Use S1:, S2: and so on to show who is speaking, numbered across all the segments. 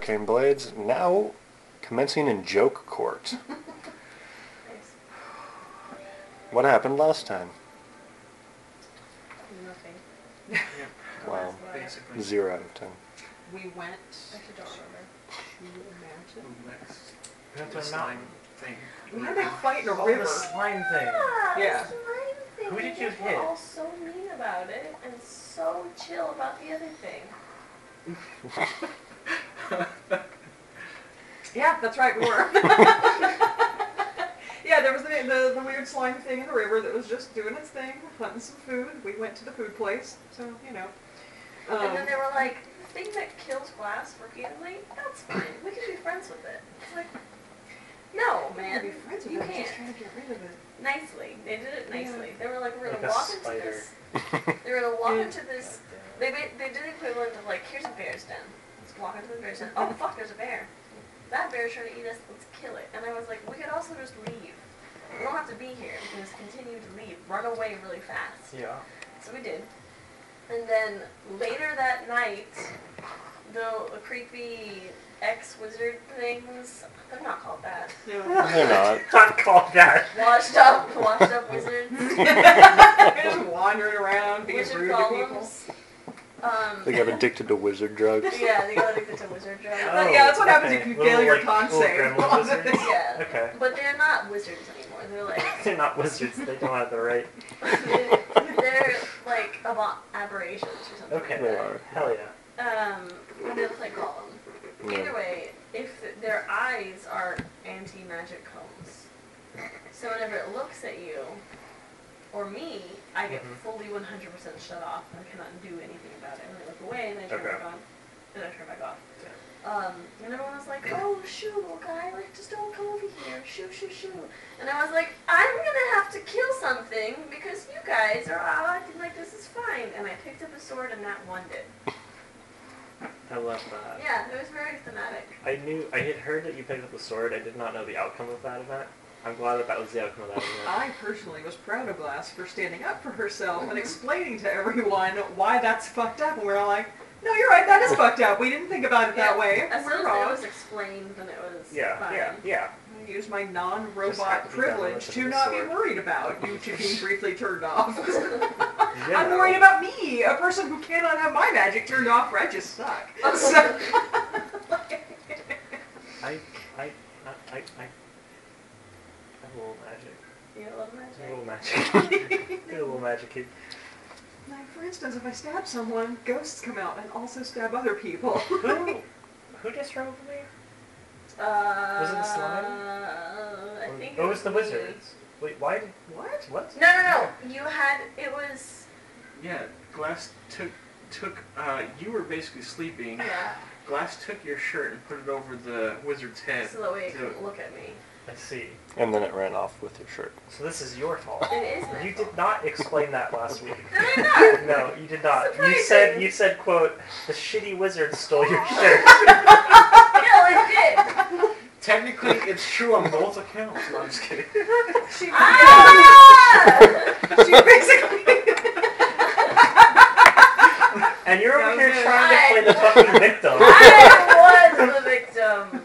S1: Arcane Blades, now commencing in Joke Court. What happened last time?
S2: Nothing.
S3: Yeah,
S1: Wow.
S3: basically.
S1: Zero out of ten.
S4: We went,
S2: I actually don't remember.
S4: can you imagine?
S3: That's a slime thing.
S4: We had that fight in a
S5: Oh,
S4: river.
S5: the slime thing.
S4: Yeah.
S2: the slime thing,
S5: Who did
S2: and
S5: you
S2: people
S5: hit?
S2: were all so mean about it and so chill about the other thing.
S4: Yeah, that's right, we were. yeah, there was the, the, the weird slime thing in the river that was just doing its thing, hunting some food. We went to the food place, so, you know.
S2: and then
S4: Um,
S2: they were like, the thing that kills glass repeatedly, that's fine. We can be friends with it. It's like, no,
S4: we
S2: man.
S4: could be Um, friends with
S2: you
S4: it, I'm just
S2: can't.
S4: trying to get rid of it.
S2: Nicely. They did it nicely. They were like, we're
S5: Like
S2: gonna
S5: a
S2: walk
S5: spider.
S2: into this. They were gonna walk
S4: Yeah.
S2: into this. They made, they did the equivalent of like, here's a bear's den. Let's walk into the bear's den. Oh fuck, there's a bear. That bear's trying to eat us. Let's kill it. And I was like, we could also just leave. We don't have to be here. We can just continue to leave. Run away really fast.
S5: Yeah.
S2: So we did. And then later that night, the creepy ex-wizard things, they're not called that,
S4: Yeah.
S1: They're not.
S5: Not called that.
S2: washed up, washed up wizards,
S4: just wandering around, being
S2: wizard
S4: rude to people.
S2: golems. Um,
S1: They got addicted to wizard drugs.
S2: yeah, they got addicted to wizard drugs.
S4: Oh, yeah, that's what happens if you
S5: Little,
S4: fail your
S5: like,
S4: con
S5: little
S4: save.
S5: gremlin wizards.
S2: Yeah.
S5: Okay.
S2: But they're not wizards anymore. They're like
S5: They're not wizards. They don't have the right.
S2: they're like abo- aberrations or something.
S5: Okay.
S1: They are.
S5: Hell yeah.
S2: Um, what do they call them? Either
S1: Yeah.
S2: way, if their eyes are anti-magic cones, so whenever it looks at you or me, I get
S5: Mhm.
S2: fully 100% shut off. and I cannot do anything about it. And I look away and I turn
S5: Okay.
S2: back on. And I turn back off. Um, and everyone was like, "Oh, shoo, little guy, like just don't come over here, shoo, shoo, shoo." And I was like, "I'm gonna have to kill something because you guys are all acting like this is fine." And I picked up a sword and that one did.
S5: I love that.
S2: Yeah, it was very thematic.
S5: I knew. I had heard that you picked up the sword. I did not know the outcome of that event. I'm glad that that was the outcome of that event.
S4: I personally was proud of Glass for standing up for herself and explaining to everyone why that's fucked up. And we're all like, no, you're right, that is fucked up. We didn't think about it that
S2: Yeah,
S4: way.
S2: As soon
S4: We're
S2: as
S4: wrong.
S2: it was explained, then it was
S5: Yeah.
S2: fine.
S5: Yeah. Yeah.
S4: I use my
S5: Just
S4: non-robot
S5: happy to be done
S4: privilege
S5: with
S4: to
S5: the
S4: not be
S5: sword.
S4: worried about you two being briefly turned off.
S5: You
S4: I'm
S5: know.
S4: worried about me, a person who cannot have my magic turned off, where I just suck. So,
S5: I. I. I. I. I I roll magic.
S2: You know, love
S5: I
S2: magic.
S5: roll magic. I roll magic. kid.
S4: like, for instance, if I stab someone, ghosts come out and also stab other people.
S5: Who? Who disrobed me?
S2: Uh,
S5: Was it the slime?
S2: I
S5: Or-
S2: think
S5: oh,
S2: it
S5: it was the
S2: me.
S5: wizards. Wait, why? did-
S4: what?
S5: What?
S2: No, no, no. You had it was
S3: Yeah, Glass took took. Uh, you were basically sleeping.
S2: yeah.
S3: Glass took your shirt and put it over the wizard's head.
S2: So that way it
S3: to-
S2: couldn't look at me.
S5: I see.
S1: And then it ran off with your shirt.
S5: So this is your fault.
S2: It is my
S5: You
S2: fault.
S5: did not explain that last week.
S2: Did I not?
S5: No, you did not. You
S2: Surprising.
S5: said you said quote the shitty wizard stole your shirt.
S2: no, it
S3: Technically, it's true on both accounts. No, I'm just kidding.
S4: She,
S2: did. Ah!
S4: she basically...
S5: And you're over here
S4: Okay.
S5: trying to play the fucking victim.
S2: I was the victim.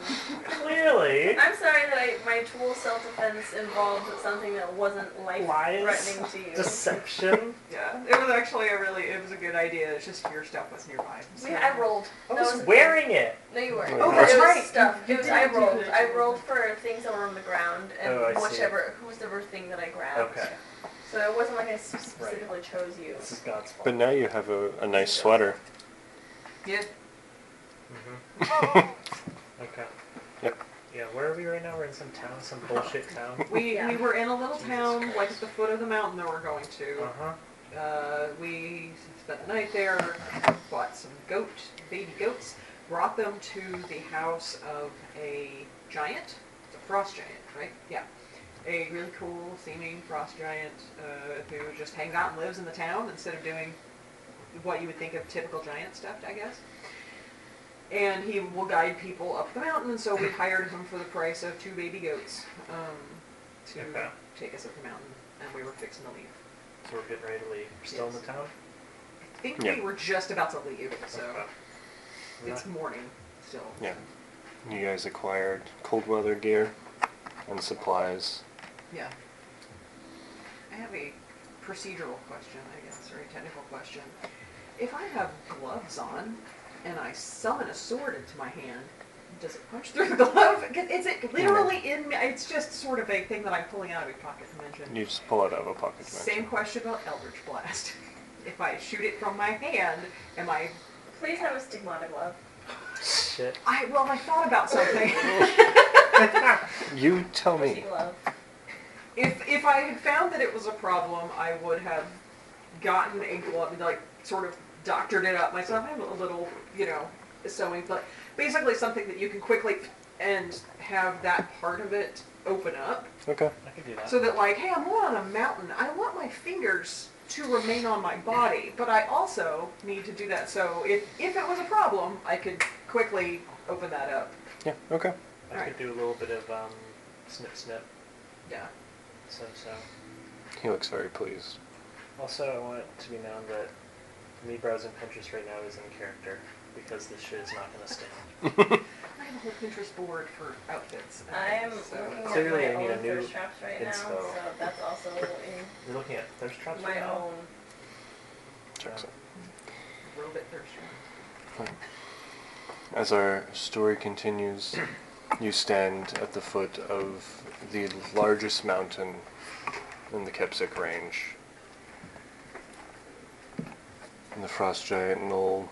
S5: Clearly.
S2: I'm sorry that I, my tool self-defense involved something that wasn't
S5: Lies,
S2: life-threatening to you.
S5: deception.
S4: Yeah, it was actually a really, it was a good idea. It's just your stuff was nearby.
S2: We, I rolled.
S5: I
S2: That
S5: was
S2: a-
S5: wearing it.
S2: No, you weren't.
S1: Oh, that's
S2: it was
S4: right.
S2: Stuff.
S4: You
S2: It was,
S4: did
S2: I
S4: do that.
S2: rolled. I rolled for things that were on the ground and
S5: Oh, I see.
S2: whichever, whoever thing that I grabbed.
S5: Okay.
S2: So it wasn't like I s- specifically chose you.
S5: This is God's fault.
S1: But now you have a, a nice sweater.
S4: Yeah.
S5: hmm Okay.
S1: Yep.
S5: Yeah, where are we right now? We're in some town, some bullshit town.
S4: We,
S2: Yeah.
S4: we were in a little
S5: Jesus
S4: town, like at
S5: Christ.
S4: the foot of the mountain that we're going
S5: Uh
S4: to.
S5: huh.
S4: Uh, we spent the night there, bought some goat, baby goats, brought them to the house of a giant. It's a frost giant, right? Yeah. A really cool seeming frost giant uh, who just hangs out and lives in the town instead of doing what you would think of typical giant stuff, I guess. And he will guide people up the mountain, so we hired him for the price of two baby goats um, to
S5: Okay.
S4: take us up the mountain, and we were fixing to leave.
S5: So we're getting ready to leave. We're still in the town.
S4: I think
S1: Yeah. Uh,
S4: we were just about to leave, so
S5: Okay.
S4: it's morning. still.
S1: Yeah. You guys acquired cold weather gear and supplies.
S4: Yeah. I have a procedural question, I guess, or a technical question. If I have gloves on and I summon a sword into my hand, does it punch through the glove? 'Cause Is it literally in me? It's just sort of a thing that I'm pulling out of a pocket dimension.
S1: You just pull it out of a pocket dimension.
S4: Same question about Eldritch Blast. If I shoot it from my hand, am I?
S2: Please have a stigmata glove.
S5: Shit.
S4: I well, I thought about something.
S1: You tell
S2: Pussy
S1: me.
S2: glove.
S4: If if I had found that it was a problem, I would have gotten a glove, like sort of doctored it up myself. I'm a little, you know, sewing, but basically something that you can quickly and have that part of it open up,
S1: Okay.
S5: I could do that.
S4: so that like, hey, I'm on a mountain. I want my fingers to remain on my body, but I also need to do that. So if if it was a problem, I could quickly open that up.
S1: Yeah. Okay.
S5: I
S4: Alright.
S5: could do a little bit of um, snip snip.
S4: Yeah.
S5: So so.
S1: He looks very pleased.
S5: Also, I want it to be known that me browsing Pinterest right now is in character because this shit is not gonna stand.
S4: I have a whole Pinterest board for outfits. and
S2: I am
S4: things,
S2: looking at
S5: Clearly
S2: my
S5: I need
S2: own
S5: a new
S2: thirst traps right now,
S5: inspo.
S2: so that's also in
S5: You're looking at thirst traps
S2: my
S5: right now. Um,
S2: own.
S1: Checks out.
S4: robot thirst trap.
S1: As our story continues, you stand at the foot of the largest mountain in the Kepsic Range. And the frost giant Knoll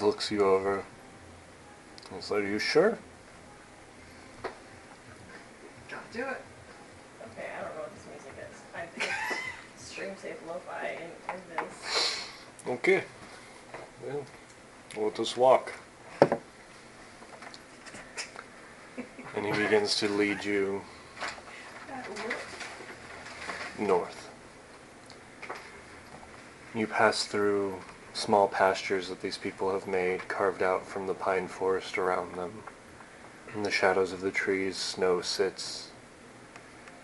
S1: looks you over. and He's like, Are you sure?
S4: Gotta do it.
S2: Okay, I don't know what this music is. I picked stream safe lo-fi and, and this.
S1: Okay. Well, we'll just walk. and he begins to lead you
S4: That works.
S1: north. You pass through small pastures that these people have made, carved out from the pine forest around them. In the shadows of the trees, snow sits.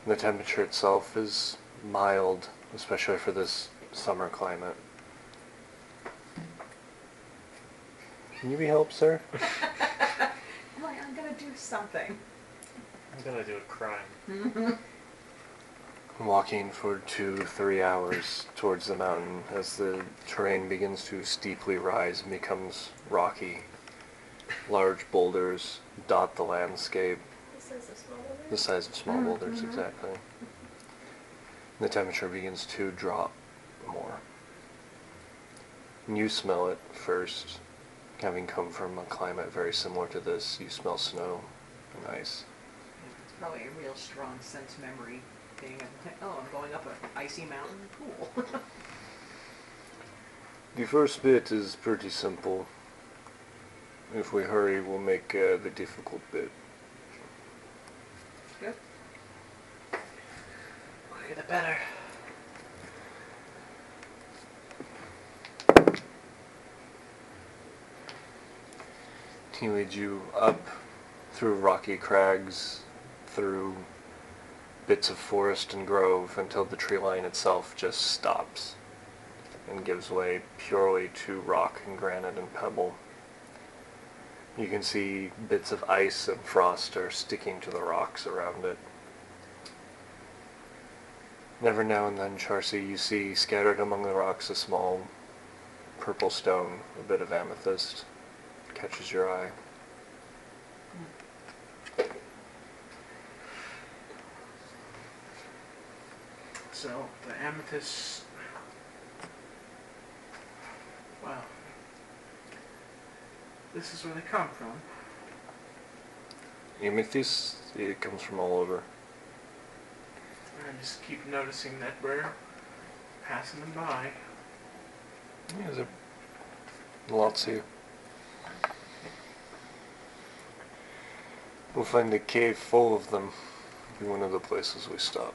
S1: And the temperature itself is mild, especially for this summer climate. Can you be helped, sir?
S4: I'm like, I'm gonna do something.
S5: I'm gonna do a crime.
S1: Walking for two, three hours towards the mountain as the terrain begins to steeply rise and becomes rocky. Large boulders dot the landscape,
S2: This is a small
S1: the
S2: one.
S1: size of small boulders exactly. The temperature begins to drop more. And You smell it first, having come from a climate very similar to this. You smell snow and ice.
S4: It's probably a real strong sense memory thing of like, oh, I'm going up an icy mountain pool.
S1: The first bit is pretty simple. If we hurry, we'll make uh, the difficult bit.
S4: Good.
S5: Quicker the better.
S1: He leads you up through rocky crags, through bits of forest and grove until the tree line itself just stops and gives way purely to rock and granite and pebble. You can see bits of ice and frost are sticking to the rocks around it. Every now and then, Charcy, you see scattered among the rocks a small purple stone, a bit of amethyst, catches your eye.
S3: So the amethyst. Wow. This is where they come from.
S1: Amethyst, it comes from all over.
S3: I just keep noticing that we're passing them by.
S1: Yeah, there lots here. We'll find a cave full of them in one of the places we stop.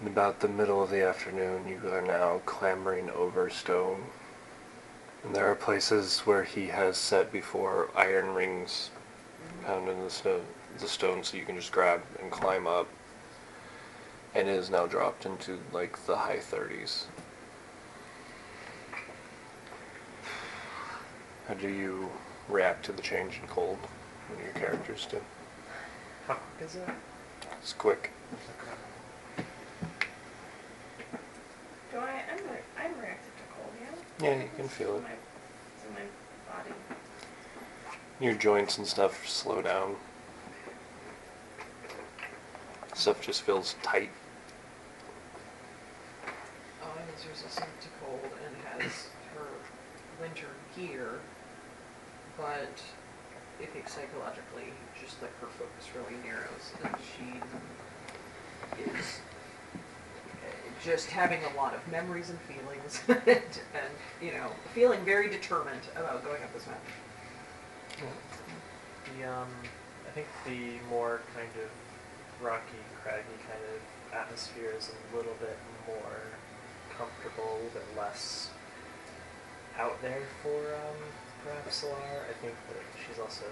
S1: In about the middle of the afternoon, you are now clambering over stone. And there are places where he has set before iron rings pounded in the snow, the stone, so you can just grab and climb up. and it is now dropped into like the high 30s. How do you react to the change in cold when your characters do?
S5: How quick is it?
S1: It's quick.
S2: Do I? I'm re- I'm reactive to cold. Yeah.
S1: Yeah, you can feel it.
S2: It's in my, it's in my body.
S1: Your joints and stuff slow down. Stuff just feels tight.
S4: Owen is resistant to cold and has her winter gear, but I think psychologically, just like her focus really narrows, and she is uh, just having a lot of memories and feelings, and, and you know, feeling very determined about going up this mountain.
S5: The um, I think the more kind of rocky, craggy kind of atmosphere is a little bit more comfortable, a little bit less out there for um, perhaps Solar. I think that she's also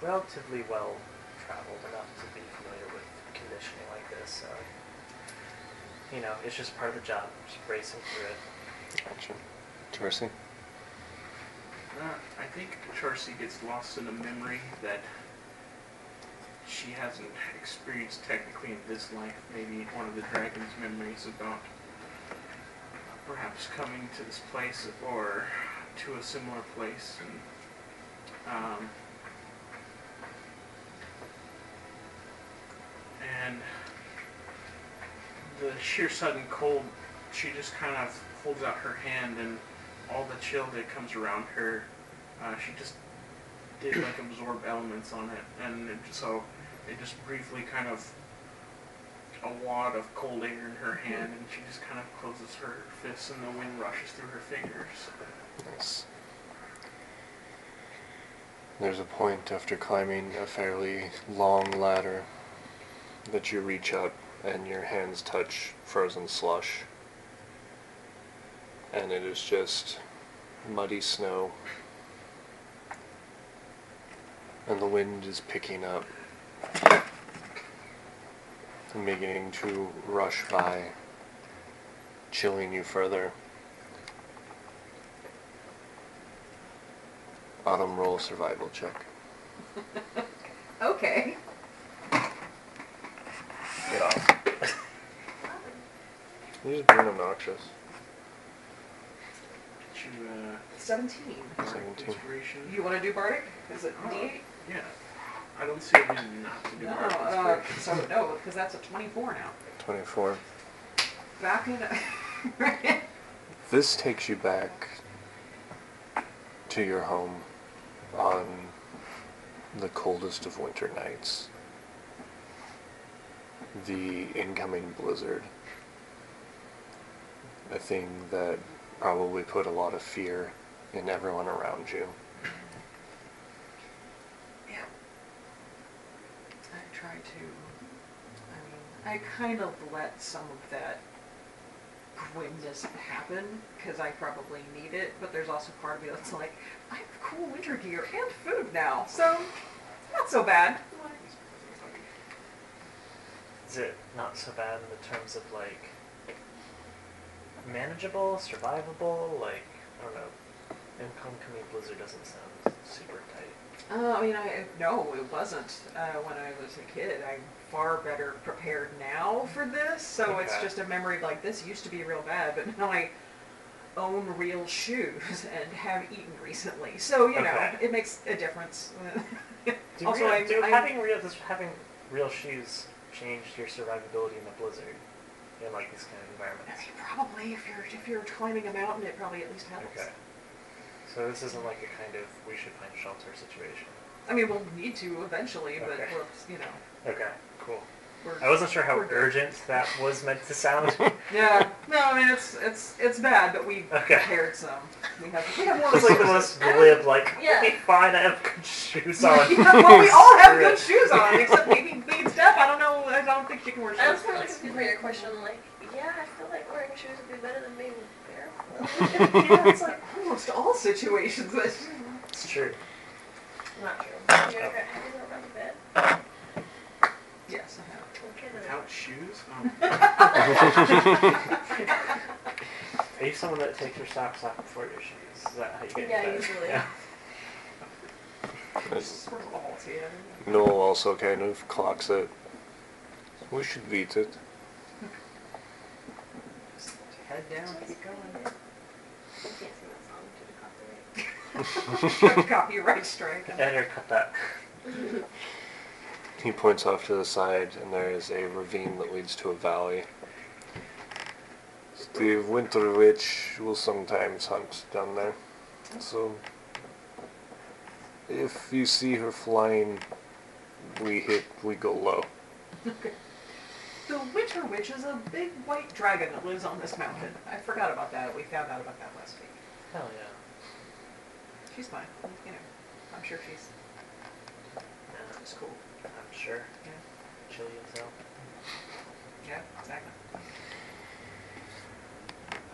S5: relatively well traveled enough to be familiar with conditioning like this. So, you know, it's just part of the job. Just bracing through it.
S1: Gotcha. Darcy?
S3: Uh, I think Charcy gets lost in a memory that she hasn't experienced technically in this life. Maybe one of the dragon's memories about perhaps coming to this place or to a similar place and um, and the sheer sudden cold she just kind of holds out her hand and all the chill that comes around her uh, she just did like absorb elements on it and it, so it just briefly kind of a wad of cold air in her
S4: Mm-hmm.
S3: hand and she just kind of closes her fists and the wind rushes through her fingers
S1: Yes. There's a point after climbing a fairly long ladder that you reach up and your hands touch frozen slush. And it is just muddy snow. And the wind is picking up and beginning to rush by, chilling you further. Autumn roll survival check.
S4: Okay.
S5: Get off.
S1: You're just being obnoxious.
S3: She, uh,
S4: 17.
S1: Seventeen.
S3: Inspiration.
S4: You want to do Bardic? Is it D8?
S3: Yeah. I don't see a reason not to Oh, do
S4: No,
S3: Bardic
S4: uh, so
S3: Inspiration.
S4: no, because that's a 24 now.
S1: 24.
S4: Back in.
S1: This takes you back to your home on the coldest of winter nights. The incoming blizzard. A thing that probably put a lot of fear in everyone around you.
S4: Yeah. I try to. I mean, I kind of let some of that grimness happen because I probably need it, but there's also part of me that's like, I have cool winter gear and food now, so not so bad.
S5: Is it not so bad in the terms of like manageable, survivable? Like I don't know. Incoming blizzard doesn't sound super tight.
S4: Uh, I mean, I no, it wasn't uh, when I was a kid. I'm far better prepared now for this, so it's
S5: Okay.
S4: just a memory of, like this used to be real bad, but now I own real shoes and have eaten recently. So you know,
S5: Okay.
S4: it makes a difference.
S5: Do
S4: also,
S5: real,
S4: I'm,
S5: do
S4: I'm-
S5: having real does having real shoes change your survivability in the blizzard in like these kind of
S4: I
S5: environments?
S4: mean, probably if you're if you're climbing a mountain, it probably at least helps.
S5: Okay. So this isn't like a kind of we should find shelter situation.
S4: I mean, we'll need to eventually, but
S5: Okay.
S4: we're, you know,
S5: Okay, cool.
S4: we're.
S5: I wasn't sure how
S4: we're good.
S5: urgent that was meant to sound.
S4: Yeah, no, I mean it's it's it's bad, but we
S5: Okay.
S4: prepared some. We have we have more
S5: It's like the most
S4: resources.
S5: glib, like,
S2: Yeah.
S5: okay, fine, I have good shoes on.
S4: Yeah, well, we all have
S5: Screw
S4: good
S5: it.
S4: shoes on, except maybe Queen Steph. I don't know. I don't think she can wear shoes.
S2: I was kind of confused by your question. Like, yeah, I feel like wearing shoes would be better than being barefoot.
S4: yeah, it's like almost all situations. But
S5: It's true.
S2: Not true. Have you ever, have you ever run to bed?
S4: yes, I have.
S2: Okay, then.
S3: How without shoes? Oh.
S5: Are you someone that takes your socks off before your shoes? Is that how you get
S2: Yeah,
S5: to bed?
S2: usually.
S5: Yeah.
S1: It's-
S4: Sort of all together.
S1: Noel also kind of clocks it. We should beat it.
S4: Just head down, keep going.
S2: You can't sing that song due to copyright.
S4: Copyright strike.
S5: Editor, cut that.
S1: He points off to the side, and there is a ravine that leads to a valley. The winter witch will sometimes hunt down there. So, if you see her flying, we hit, we go low.
S4: The Winter Witch is a big white dragon that lives on this mountain. I forgot about that. We found out about that last week.
S5: Hell yeah.
S4: She's fine. You know, I'm sure she's
S5: yeah.
S4: she's cool.
S5: I'm sure.
S4: Yeah.
S5: Chilly as hell.
S4: Yeah, exactly.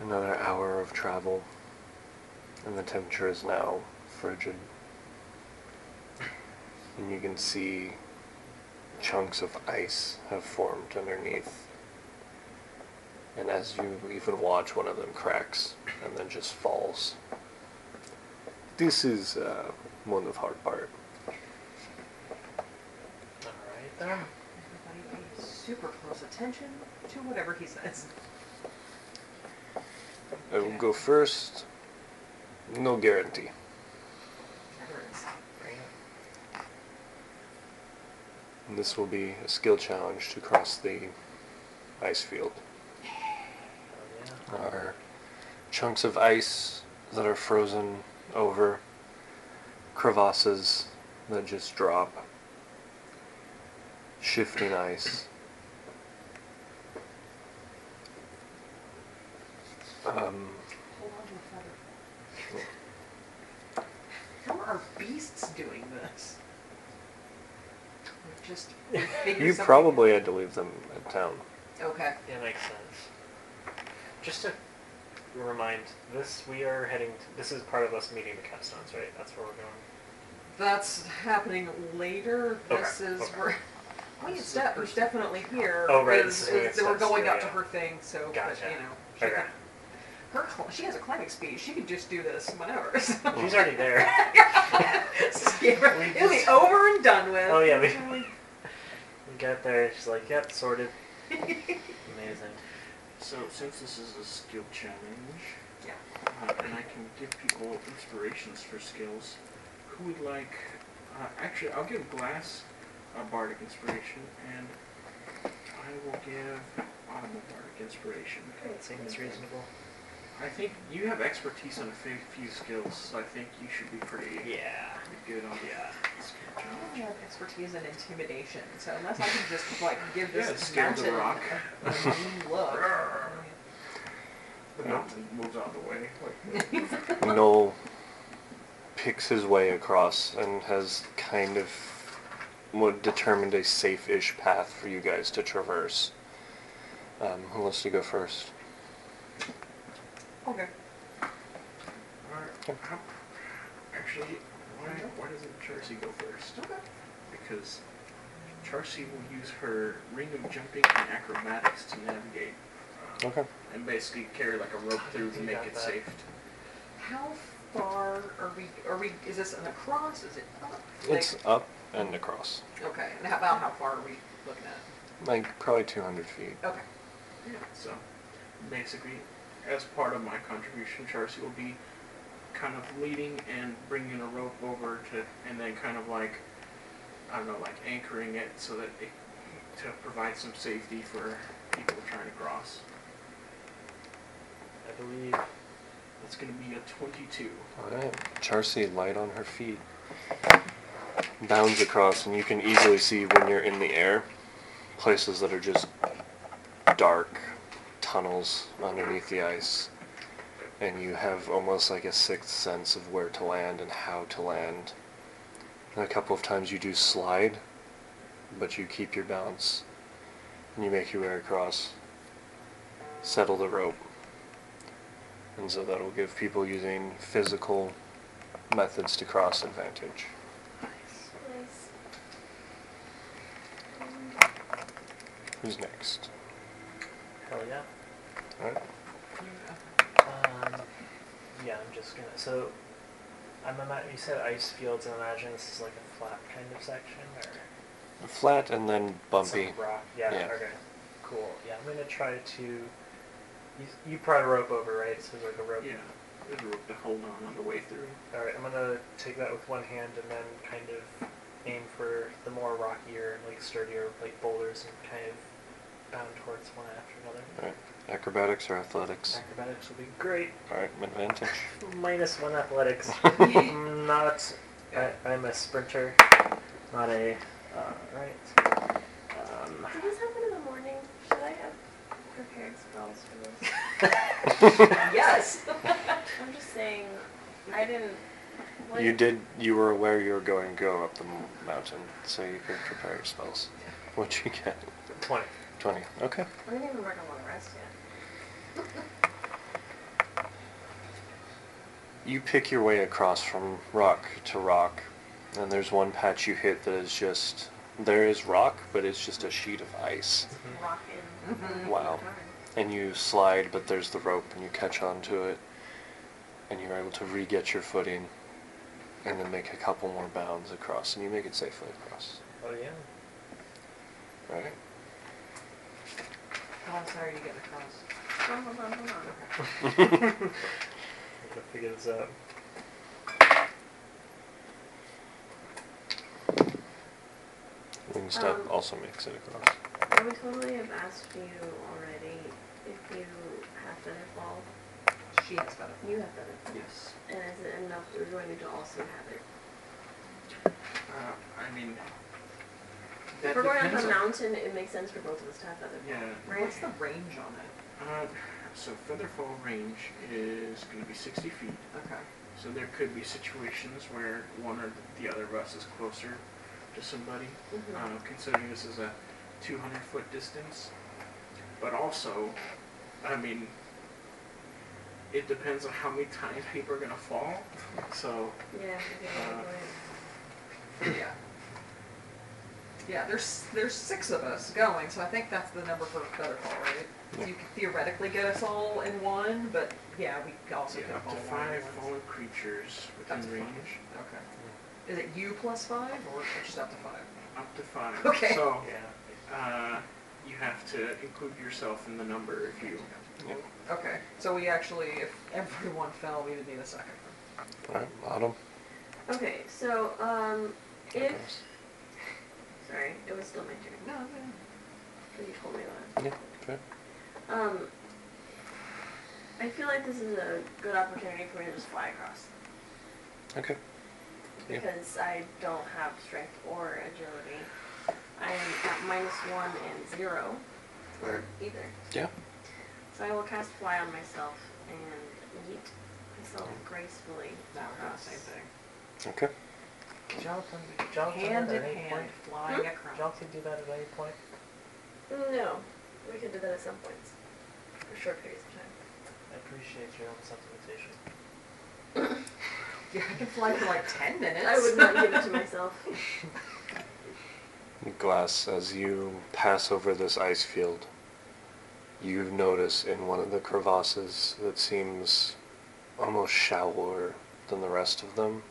S1: Another hour of travel, and the temperature is now frigid. And you can see chunks of ice have formed underneath. And as you even watch, one of them cracks and then just falls. This is uh, one of hard part.
S5: Alright then.
S4: Everybody pay super close attention to whatever he says.
S1: I will go first. No guarantee.
S4: Whatever it is.
S5: Bring it.
S1: And this will be a skill challenge to cross the ice field.
S5: Hell yeah.
S1: are chunks of ice that are frozen over, crevasses that just drop, shifting ice. Um,
S4: Hold on to a feather. How are beasts doing this? They're Just figure
S1: you
S4: something-
S1: probably had to leave them at town.
S4: okay.
S5: Yeah, makes sense. Just to remind, this we are heading. To, this is part of us meeting the capstones, right? That's where we're going.
S4: That's happening later.
S5: Okay,
S4: This is
S5: okay.
S4: where. Wait, it's, de- it's definitely here.
S5: Oh, right,
S4: Is,
S5: this is where
S4: is
S5: it
S4: that we're
S5: says,
S4: going
S5: yeah,
S4: up to
S5: yeah.
S4: her thing, so but,
S5: Gotcha.
S4: you know. She,
S5: Okay.
S4: can- her cl- she has a climbing speed. She could just do this whenever. So.
S5: She's already there.
S4: So, yeah,
S5: We
S4: it'll be
S5: just-
S4: over and done with.
S5: Oh yeah, we we get there. She's like, "Yep, sorted." Amazing.
S3: So since this is a skill challenge,
S4: Yeah.
S3: uh, and I can give people inspirations for skills, who would like? Uh, actually, I'll give Glass a bardic inspiration, and I will give Autumn a bardic inspiration.
S5: That seems reasonable.
S3: I think you have expertise in a few, few skills, so I think you should be pretty,
S5: Yeah.
S3: pretty good on
S5: Yeah.
S3: the skill
S4: I don't
S3: challenge.
S4: have expertise in intimidation, so unless I can just like give
S3: Yeah,
S4: this
S3: scare the
S4: mountain
S3: rock.
S4: a mean look.
S3: The mountain moves out of the way. Like,
S1: Noel picks his way across and has kind of mo- determined a safe-ish path for you guys to traverse. Um, who wants to go first?
S4: okay.
S3: Alright, how- actually, why, why doesn't Charcy go first?
S4: Okay.
S3: Because Charcy will use her ring of jumping and acrobatics to navigate uh,
S1: Okay.
S3: and basically carry like a rope through to
S5: You
S3: make
S5: got
S3: it
S5: that.
S3: safe.
S4: How far are we? Are we? Is this an across? Is it up?
S1: It's up and across.
S4: like, okay. And how about how far are we looking at?
S1: Like probably 200 feet.
S4: Okay.
S3: Yeah, so basically, as part of my contribution, Charcy will be kind of leading and bringing a rope over to, and then kind of like, I don't know, like anchoring it so that it, to provide some safety for people trying to cross.
S5: I believe.
S3: That's gonna be a 22.
S1: All right. Charcy, light on her feet. Bounds across, and you can easily see when you're in the air places that are just dark tunnels underneath the ice. And you have almost like a sixth sense of where to land and how to land. And a couple of times you do slide, but you keep your balance. And you make your way across, settle the rope. And so that'll give people using physical methods to cross advantage.
S2: Nice.
S1: Who's next?
S5: Hell yeah.
S1: All right.
S5: Um, yeah, I'm just gonna. So, I'm ima- you said ice fields. I'm imagining this is like a flat kind of section, or
S1: Flat and then bumpy.
S5: some rock. Yeah,
S1: Yeah.
S5: Okay. Cool. Yeah, I'm gonna try to. You, you brought a rope over, right? So there's like a rope.
S3: Yeah, there's a rope to hold on on the way through.
S5: All right. I'm gonna take that with one hand and then kind of aim for the more rockier, like sturdier, like boulders, and kind of bound towards one after another.
S1: All right. Acrobatics or athletics?
S5: Acrobatics will be great.
S1: All right, advantage.
S5: Minus one athletics. I'm not. I, I'm a sprinter, not a. Uh, right. Um,
S2: Did this happen in the morning? Should I have prepared spells for this?
S4: Yes. Oh,
S2: I'm just saying, I didn't. What,
S1: You did. You were aware you were going to go up the m- mountain, so you could prepare your spells. What you get?
S5: 20.
S1: Twenty. Okay.
S2: I didn't even work on long rest yet.
S1: You pick your way across from rock to rock, and there's one patch you hit that is just there is rock, but it's just a sheet of ice.
S2: Rockin'.
S1: Mm-hmm. Wow. And you slide, but there's the rope, and you catch onto it, and you're able to re-get your footing, and then make a couple more bounds across, and you make it safely across.
S5: Oh, yeah.
S1: Right.
S4: How far are you getting across?
S2: Hold on, hold on, hold on.
S4: Okay.
S5: I'm gonna figure this out.
S1: Wingstop
S2: Um,
S1: also makes it across.
S2: I would totally have asked you already if you have Featherfall.
S4: She has better.
S2: You have Featherfall.
S3: Yes.
S2: And is it enough for Jordan to also have it?
S3: Uh, I mean,
S2: If
S3: that
S2: we're going up
S3: depends
S2: a
S3: on-
S2: mountain, it makes sense for both of us to have Featherfall.
S3: Yeah.
S4: What's the range on it?
S3: Uh, so featherfall range is going to be 60 feet.
S4: Okay.
S3: So there could be situations where one or the other of us is closer to somebody,
S2: Mhm.
S3: uh, considering this is a 200 foot distance. But also, I mean, it depends on how many times people are going to fall. So,
S2: Yeah.
S3: Uh,
S4: Yeah. Yeah, there's there's six of us going, so I think that's the number for better fall, right? So you could theoretically get us all in one, but yeah, we could also
S3: yeah,
S4: get
S3: up to
S4: all
S3: five
S4: in one.
S3: fallen creatures
S4: That's
S3: within
S4: fine.
S3: range.
S4: Okay. Is it you plus five or just up to five?
S3: Up to five.
S4: Okay.
S3: So,
S5: Yeah.
S3: uh, you have to include yourself in the number if you.
S4: Okay. So we actually, if everyone fell, we would need a second.
S1: Alright, bottom.
S2: Okay, so, um, if.
S1: goes.
S2: Sorry, it was still my turn.
S4: No, no.
S2: Because you told me that.
S1: Yeah, fair.
S2: Um, I feel like this is a good opportunity for me to just fly across
S1: Okay. Yeah.
S2: because I don't have strength or agility. I'm at minus one and zero for either.
S1: Yeah.
S2: So I will cast fly on myself and yeet myself gracefully
S4: No, we're doing the
S2: across.
S4: same thing.
S1: Okay.
S5: Jonathan, did Jonathan
S4: hand
S5: at
S4: in
S5: any
S4: hand,
S5: point?
S4: flying
S5: did
S4: across.
S5: Jonathan do that at any point?
S2: No, we could do that at some points for short periods of time.
S5: I appreciate your own supplementation.
S4: Yeah, I can fly for like ten minutes.
S2: I would not give it to myself.
S1: Glass, as you pass over this ice field, you notice in one of the crevasses that seems almost shallower than the rest of them,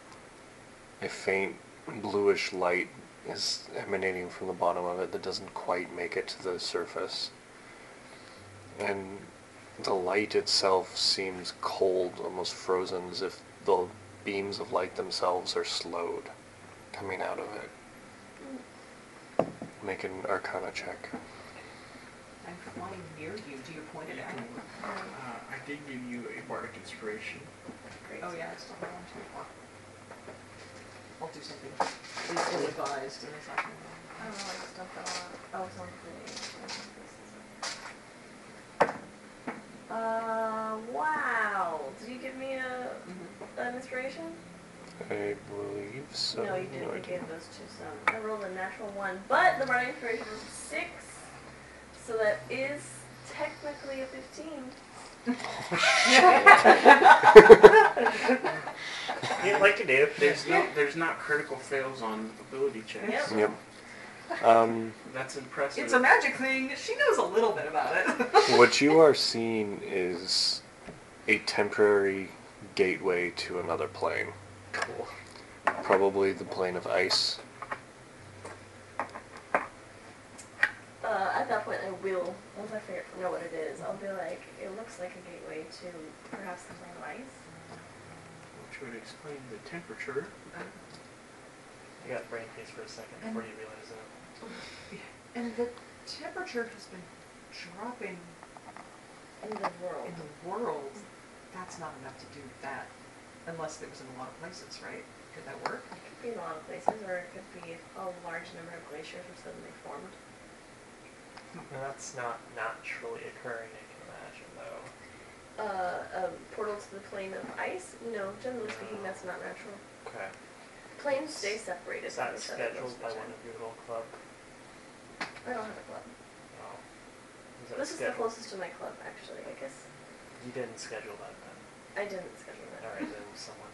S1: a faint bluish light is emanating from the bottom of it that doesn't quite make it to the surface. And the light itself seems cold, almost frozen, as if the beams of light themselves are slowed coming out of it. Make an arcana check.
S4: I'm flying near you. Do you point it
S3: You
S4: out?
S3: can, uh, I did give you a bardic inspiration.
S2: Great.
S4: Oh yeah, it's still on I'll do something. It's ill advised in a second.
S2: I don't know, I just dumped that all out. Oh, it's on the Uh, wow. Did you give me a, an inspiration?
S1: I believe so.
S2: no, you didn't. you
S1: I
S2: gave those two some. I rolled a natural one, but the bardic inspiration was six, so that is technically a fifteen.
S5: You'd like to do.
S3: There's no, there's not critical fails on ability checks.
S2: Yep.
S1: Yep. Um,
S3: That's impressive.
S4: It's a magic thing. She knows a little bit about it.
S1: what you are seeing is a temporary gateway to another plane.
S5: Cool.
S1: Probably the plane of ice.
S2: Uh, at that point, I will, once I figure know what it is, I'll be like, it looks like a gateway to perhaps the plane of ice.
S3: Which would explain the temperature.
S5: You got brain freeze for a second before you realize it.
S4: And the temperature has been dropping
S2: In the world.
S4: in the world. That's not enough to do that, unless it was in a lot of places, right? Could that work?
S2: It could be in a lot of places, or it could be a large number of glaciers were suddenly formed.
S5: And that's not naturally occurring, I can imagine, though.
S2: Uh, a portal to the plane of ice? No, generally speaking, that's not natural.
S5: Okay.
S2: Planes stay separated
S5: Is
S2: from
S5: that
S2: each other most of
S5: scheduled
S2: the
S5: by
S2: time.
S5: one of your little club?
S2: I don't have a club.
S5: No. Is that
S2: This is the
S5: scheduled?
S2: closest to my club, actually. I guess
S5: You didn't schedule that then.
S2: I didn't schedule
S5: All
S2: that.
S5: right, then someone.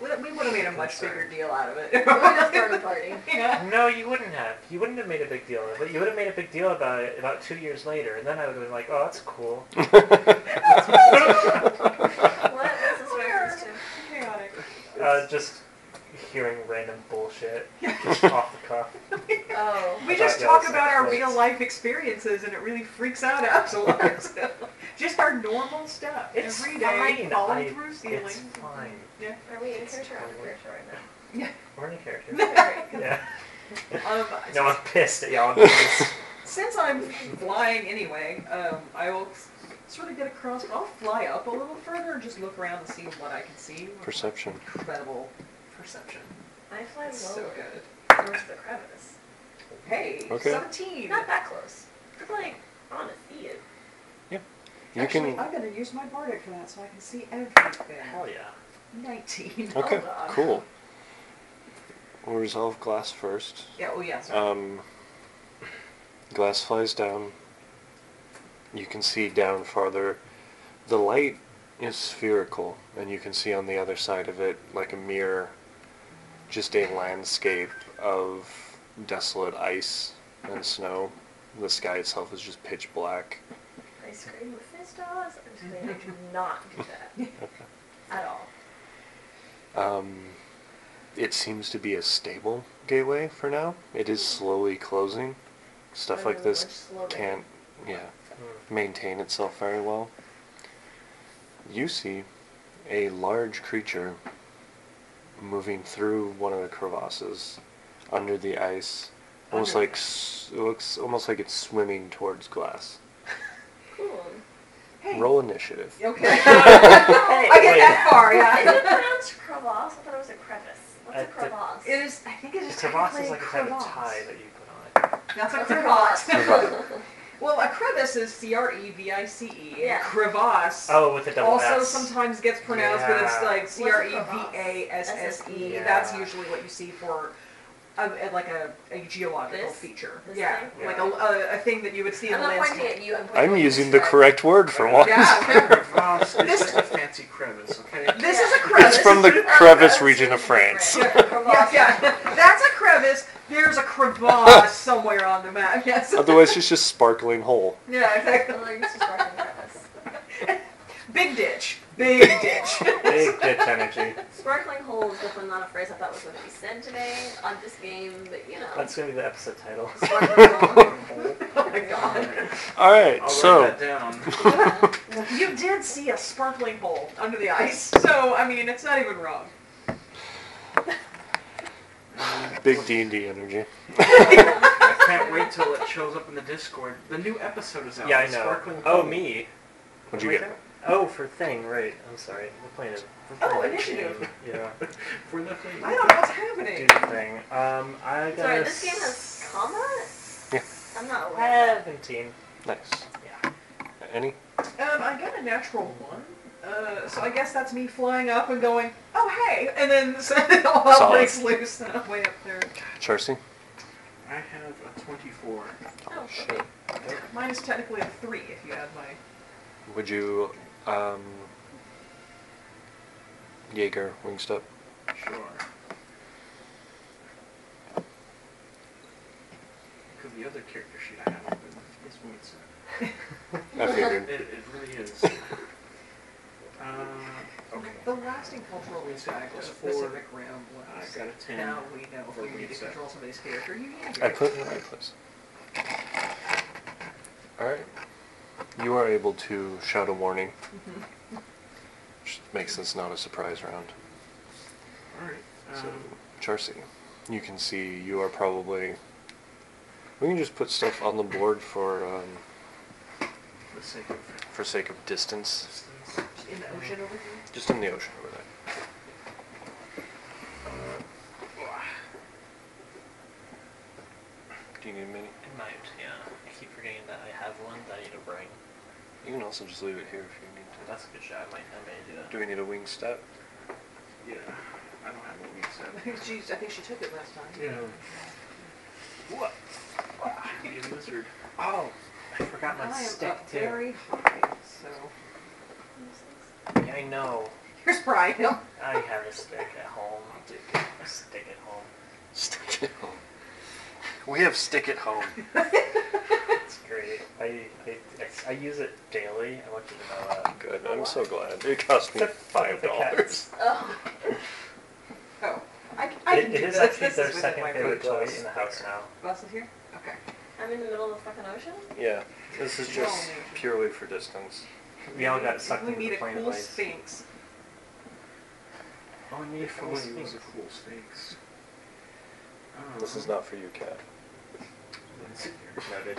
S4: Well, we would have made a much bigger deal out of it.
S2: We just started a party.
S4: Yeah.
S5: No, you wouldn't have. You wouldn't have made a big deal of it. You would have made a big deal about it about two years later, and then I would have been like, "Oh, that's cool."
S2: What is this reference to?
S4: Chaotic.
S5: Uh, just hearing random bullshit, just off the cuff.
S2: Oh.
S4: We
S5: I
S4: just
S5: thought that
S4: talk
S5: was
S4: about our
S5: Netflix.
S4: real life experiences, and it really freaks out us a lot. So, just our normal stuff
S5: It's
S4: every day,
S5: fine.
S4: falling
S5: I-
S4: through ceiling.
S5: it's fine.
S4: Yeah.
S2: Are we in character or out of character right now?
S5: We're in a character.
S2: Alright.
S5: yeah.
S4: Um,
S5: No, I'm pissed at y'all. because
S4: Since I'm flying anyway, um, I will s- sort of get across. I'll fly up a little further and just look around and see what I can see. with
S1: Perception.
S4: Incredible perception.
S2: I fly
S4: That's so
S2: lower
S4: good.
S2: towards the crevice.
S4: Hey,
S1: Okay.
S4: 17.
S2: Not that close. It's like on a sea. it-
S1: You
S4: Actually,
S1: can.
S4: I'm going to use my bardic for that so I can see everything.
S5: Hell yeah.
S4: 19.
S1: Okay,
S2: Oh, God.
S1: cool. We'll resolve glass first.
S4: Yeah, oh, yeah. sorry.
S1: Um, glass flies down. You can see down farther. The light is spherical, and you can see on the other side of it, like a mirror, just a landscape of desolate ice and snow. The sky itself is just pitch black.
S2: I scream with fist stars. I'm just kidding. I do not do that. At all.
S1: Um, it seems to be a stable gateway for now. It is slowly closing. Stuff like
S2: Much
S1: this
S2: slower.
S1: can't, yeah,
S5: Hmm.
S1: maintain itself very well. You see a large creature moving through one of the crevasses under the ice, almost
S4: Under the
S1: like s- it looks almost like it's swimming towards glass.
S2: Cool.
S4: Hey.
S1: Roll initiative.
S4: Okay. I get that far,
S2: Is it
S4: yeah.
S2: pronounced crevasse? I thought it was a crevice. What's
S5: I
S2: a
S5: did-
S2: crevasse?
S4: It is, I think it is
S5: Crevasse is
S4: technically
S5: like a kind of
S4: crevasse.
S5: tie that you put on.
S4: That's a
S2: That's a
S4: crevasse.
S1: crevasse.
S4: well, a crevice is C R E V I C E.
S2: Yeah.
S4: Crevasse
S5: Oh, with a double
S4: also
S5: S.
S4: sometimes gets pronounced, but it's
S5: Yeah.
S4: like
S2: a
S4: C R E
S2: crevasse?
S4: V A S S E.
S5: Yeah.
S4: That's usually what you see for. A, a- like a, a geological
S2: This?
S4: feature,
S2: This
S4: yeah,
S2: thing?
S4: like a, a, a thing that you would see
S2: I'm
S4: in the
S2: not
S4: landscape.
S2: pointing at you. I'm pointing
S1: I'm
S2: at
S1: using
S2: this
S1: the
S2: guy.
S1: correct word for once.
S4: Yeah, okay.
S3: Crevasse is
S4: This-
S3: just a fancy crevice, okay?
S4: This is a
S2: It's
S4: crevice.
S1: It's from the crevice region of France.
S2: Yeah,
S4: yeah,
S2: crevasse.
S4: yeah. That's a crevice. There's a crevasse somewhere on the map. Yes.
S1: Otherwise, it's just sparkling hole.
S4: yeah,
S2: I'm
S4: exactly.
S2: allergic to Oh, sparkling crevice.
S4: Big ditch. Big ditch.
S5: Big ditch energy.
S2: Sparkling hole is definitely not a phrase I thought was going to be said today on this game, but you know.
S5: That's gonna be the episode title.
S2: Sparkling hole.
S4: oh my god.
S1: All right,
S3: I'll
S1: so
S3: write that down.
S4: You did see a sparkling hole under the ice, so I mean it's not even wrong.
S1: big D and D energy.
S3: I can't wait till it shows up in the Discord. The new episode is out.
S5: yeah, I know.
S3: Sparkling
S5: oh,
S3: Pool.
S5: me.
S1: What'd you
S5: Wait,
S1: get?
S5: Oh, for thing, right. I'm sorry. We're playing it. We're
S4: Oh,
S5: playing a
S4: initiative.
S5: game. Yeah,
S3: For the thing.
S4: I don't know what's
S5: do
S4: happening.
S5: the thing. Um, I got
S2: Sorry,
S5: a
S2: this game has comma?
S1: Yeah.
S2: I'm not aware.
S5: seventeen.
S1: Nice.
S5: Yeah.
S1: Any?
S4: Um, I got a natural one. Uh, so I guess that's me flying up and going, oh hey, and then so it all hell
S1: Solid.
S4: breaks loose and I'm way up there.
S1: Charcy?
S3: I have a 24.
S2: Oh,
S1: shit.
S4: Mine is technically a three if you add my
S1: Would you, um, Jaeger Wingstep?
S3: Sure. other character sheet I have open is Winston.
S1: I figured.
S3: It, it really is. uh, okay.
S4: The lasting cultural impact
S3: was
S4: of the
S3: four.
S4: Pacific Rim
S3: I
S4: was,
S3: got a 10.
S4: now we know if
S3: for
S4: you need to
S3: reset.
S4: control somebody's character, you can.
S1: I put it in the right place. Alright. You are able to shout a warning,
S4: Mhm.
S1: which makes this not a surprise round.
S3: Alright.
S1: So,
S3: Um,
S1: Charcy, you can see you are probably. We can just put stuff on the board for um,
S3: for the sake of
S1: for sake of distance,
S3: distance.
S4: In the ocean over here?
S1: just in the ocean over there. Do you need a mini?
S5: I might, yeah. I keep forgetting that I have one that I need to bring.
S1: You can also just leave it here if you need to.
S5: That's a good shot. I might, I may do that.
S1: Do we need a wing step?
S3: Yeah. I don't have what we
S4: I
S3: said.
S4: think she, I think she took it last time.
S3: Yeah. What? Ah, you lizard.
S5: Oh, I
S4: I
S5: forgot
S4: am
S5: my stick
S4: up
S5: too.
S4: very high, so.
S5: Yeah, I know.
S4: Here's Brian.
S5: I have a stick at home. A stick at home.
S1: Stick it home. We have stick it home.
S5: It's great. I, I, I use it daily. I want you to uh, know that.
S1: Good. I'm so glad. It cost me five dollars.
S2: Oh,
S4: Oh, I, c- I can
S5: It,
S4: do
S5: it is
S4: this.
S5: actually
S4: This
S5: their
S4: within
S5: second
S4: my
S5: favorite
S4: reach.
S5: toy in the house now.
S4: Bus is here? Okay.
S2: I'm in the middle of the fucking ocean?
S1: Yeah. This is just
S4: Well,
S1: purely for distance.
S5: We all got sucked
S4: we
S5: into
S4: need
S5: the
S4: a
S5: plane
S4: cool
S5: of ice.
S4: sphinx.
S5: Oh, I need
S3: If
S5: full
S3: only it was
S5: sphinx.
S3: a cool sphinx.
S1: This is not for you, Cat.
S5: Noted.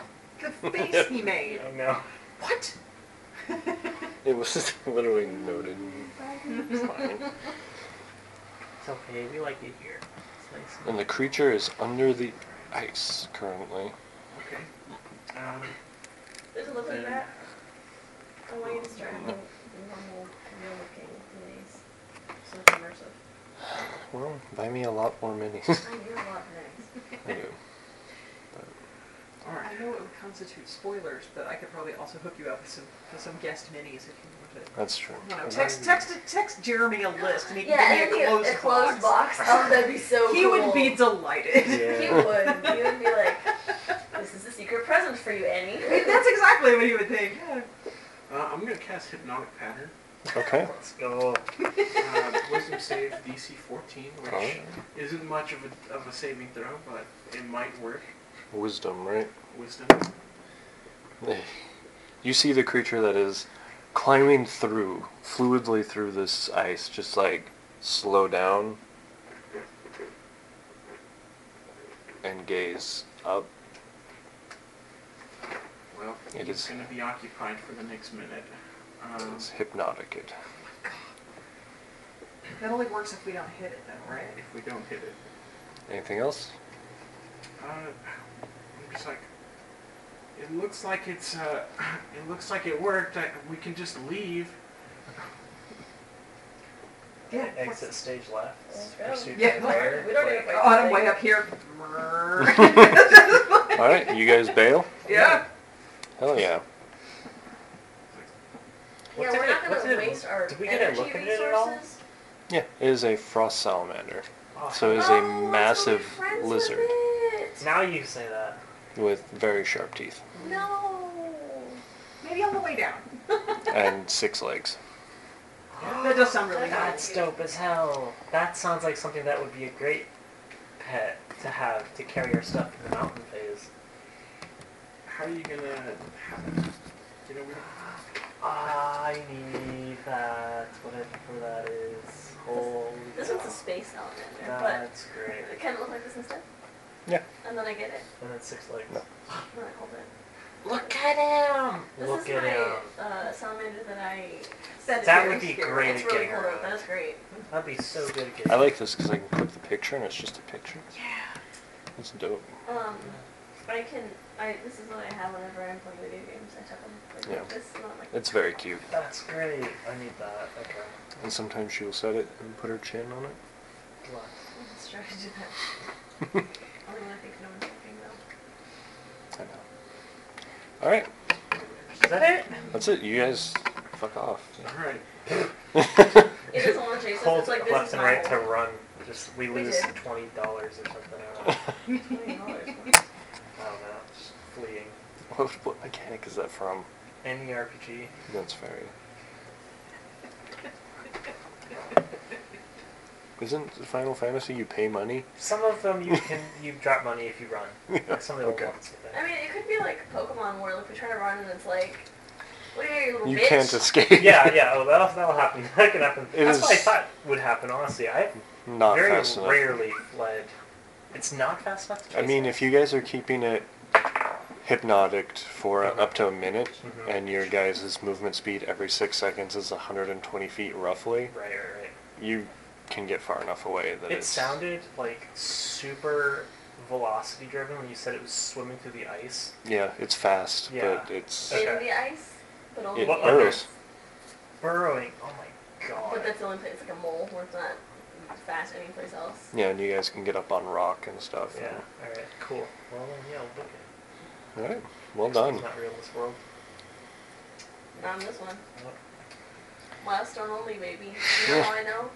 S4: The face he made.
S5: I know.
S4: What?
S1: It was literally noted. It's fine.
S5: It's okay. We like it here. It's nice.
S1: And the creature is under the ice currently.
S3: Okay. Um,
S2: There's a little bit of
S3: Then-
S2: that. I want you to start having Oh, normal, real looking minis. So it's immersive.
S1: Well, buy me a lot more minis.
S2: I hear a lot of minis.
S1: I do.
S3: alright.
S4: I know it would constitute spoilers, but I could probably also hook you up with some, with some guest minis if you wanted.
S1: That's true.
S4: You know, text, text, text Jeremy a list and he
S2: Yeah,
S4: can
S2: and
S4: give me
S2: a,
S4: a closed,
S2: a closed
S4: box.
S2: box. Oh, that'd be so
S4: He
S2: cool.
S4: would be delighted.
S2: He
S5: Yeah.
S2: would. He would be like, this is a secret present for you, Annie.
S4: That's exactly what he would think. Yeah.
S3: Uh, I'm gonna cast Hypnotic Pattern.
S1: Okay.
S5: Let's go.
S3: Uh, wisdom save DC 14, which
S1: Alright.
S3: isn't much of a, of a saving throw, but it might work.
S1: Wisdom, right?
S3: Wisdom.
S1: You see the creature that is climbing through, fluidly through this ice, just like slow down and gaze up.
S3: Well,
S1: It
S3: it's
S1: is-
S3: gonna be occupied for the next minute. Um,
S1: It's hypnotic. It.
S4: That only works if we don't hit it though, right?
S3: if we don't hit it,
S1: Anything else?
S3: uh, I'm just like, it looks like it's. Uh, it looks like it worked. I, we can just leave.
S4: Yeah.
S5: Exit stage left.
S2: Let's go.
S5: Pursuit
S4: Yeah.
S5: by fire.
S2: We don't
S5: Like,
S2: even-
S4: Autumn, wake up here. Brrrr.
S1: All right, you guys bail?
S4: yeah.
S1: Hell yeah.
S2: yeah,
S5: What's
S2: we're
S5: it-
S2: not
S5: what's
S2: going to
S5: it-
S2: waste our
S5: did we get a
S2: energy
S5: look at
S2: resources.
S5: it at all?
S1: Yeah, it is a frost salamander.
S5: Oh,
S1: So it is
S2: Oh,
S1: a
S2: that's why we're
S1: massive
S2: friends with
S1: lizard
S2: it.
S5: now you say that.
S1: with very sharp teeth
S2: No.
S4: Maybe on the way down.
S1: and six legs.
S4: That does sound really nice.
S5: That's dope as hell. That sounds like something that would be a great pet to have to carry your stuff in the mountain phase.
S3: How are you gonna have it? You know, we don't,
S5: Ah, I need that, whatever that is. Holy
S2: This
S5: cow.
S2: one's a space salamander, but
S5: That's great.
S2: it kind of looked like this instead.
S1: Yeah.
S2: And then I get it.
S5: And then six legs.
S1: No.
S2: And then I hold it.
S5: Look at him!
S2: This
S5: Look
S2: is
S5: at
S2: my
S5: him.
S2: uh, salamander that I.
S4: That
S2: That's
S5: That
S4: very
S5: would be
S4: scary.
S5: great
S2: it's
S5: at
S2: really
S5: getting
S2: cool. though.
S5: around.
S2: That's great.
S5: That'd be so good at getting
S1: I like this because I can click the picture and it's just a picture.
S4: Yeah.
S1: It's dope.
S2: Um, I can. I this is what I have whenever I'm playing video games. I tuck them like
S1: Yeah.
S2: this, not like.
S1: It's very cute.
S5: That's great. I need that. Okay.
S1: And sometimes she will set it and put her chin on it.
S5: Left.
S2: Let's try to do that. Only when I think no one's looking though.
S1: I know. All right,
S5: Is that it?
S1: that's it. You guys fuck off.
S3: all right.
S2: It doesn't want to chase us.
S5: Hold
S2: It's like this
S5: left
S2: is
S5: and
S2: my
S5: right to
S2: whole-
S5: run. Just we
S2: We
S5: lose
S2: did.
S5: twenty dollars or something. I don't know.
S2: $20
S5: I don't know. fleeing. E
S1: What, what mechanic is that from?
S5: Any RPG.
S1: That's very. Isn't Final Fantasy you pay money?
S5: Some of them you can you drop money if you run. Like some of the old
S1: Okay.
S5: ones. but-
S2: I mean, it could be like Pokemon where like we try to run and it's like, what are you, little
S1: You
S2: bitch?
S1: can't escape.
S5: yeah, yeah. Oh, that'll that'll happen. That can happen.
S1: It
S5: That's what I
S1: is-
S5: thought would happen. Honestly, I
S1: Not
S5: very
S1: fast enough.
S5: rarely fled. It's not fast enough. To
S1: I mean, if you guys are keeping it hypnotic for
S5: Mhm.
S1: up to a minute,
S5: Mhm.
S1: and your guys' movement speed every six seconds is 120 feet roughly,
S5: right, right, right.
S1: you can get far enough away that
S5: It
S1: it's
S5: sounded like super velocity driven when you said it was swimming through the ice.
S1: yeah, it's fast,
S5: Yeah.
S1: but it's
S5: Okay.
S2: In the ice, but only
S1: it
S5: Well,
S2: in the
S1: burrows.
S2: ice.
S5: Burrowing. Oh my god.
S2: But that's the only place, it's like a mole where it's not fast anyplace else.
S1: Yeah, and you guys can get up on rock and stuff.
S5: yeah. All right. Cool. Well, yeah, we'll book it.
S1: All right. Well
S5: Next
S1: done.
S5: one's Not real in this world.
S2: Not on this one.
S5: What?
S2: Milestone only, baby. You know how I know?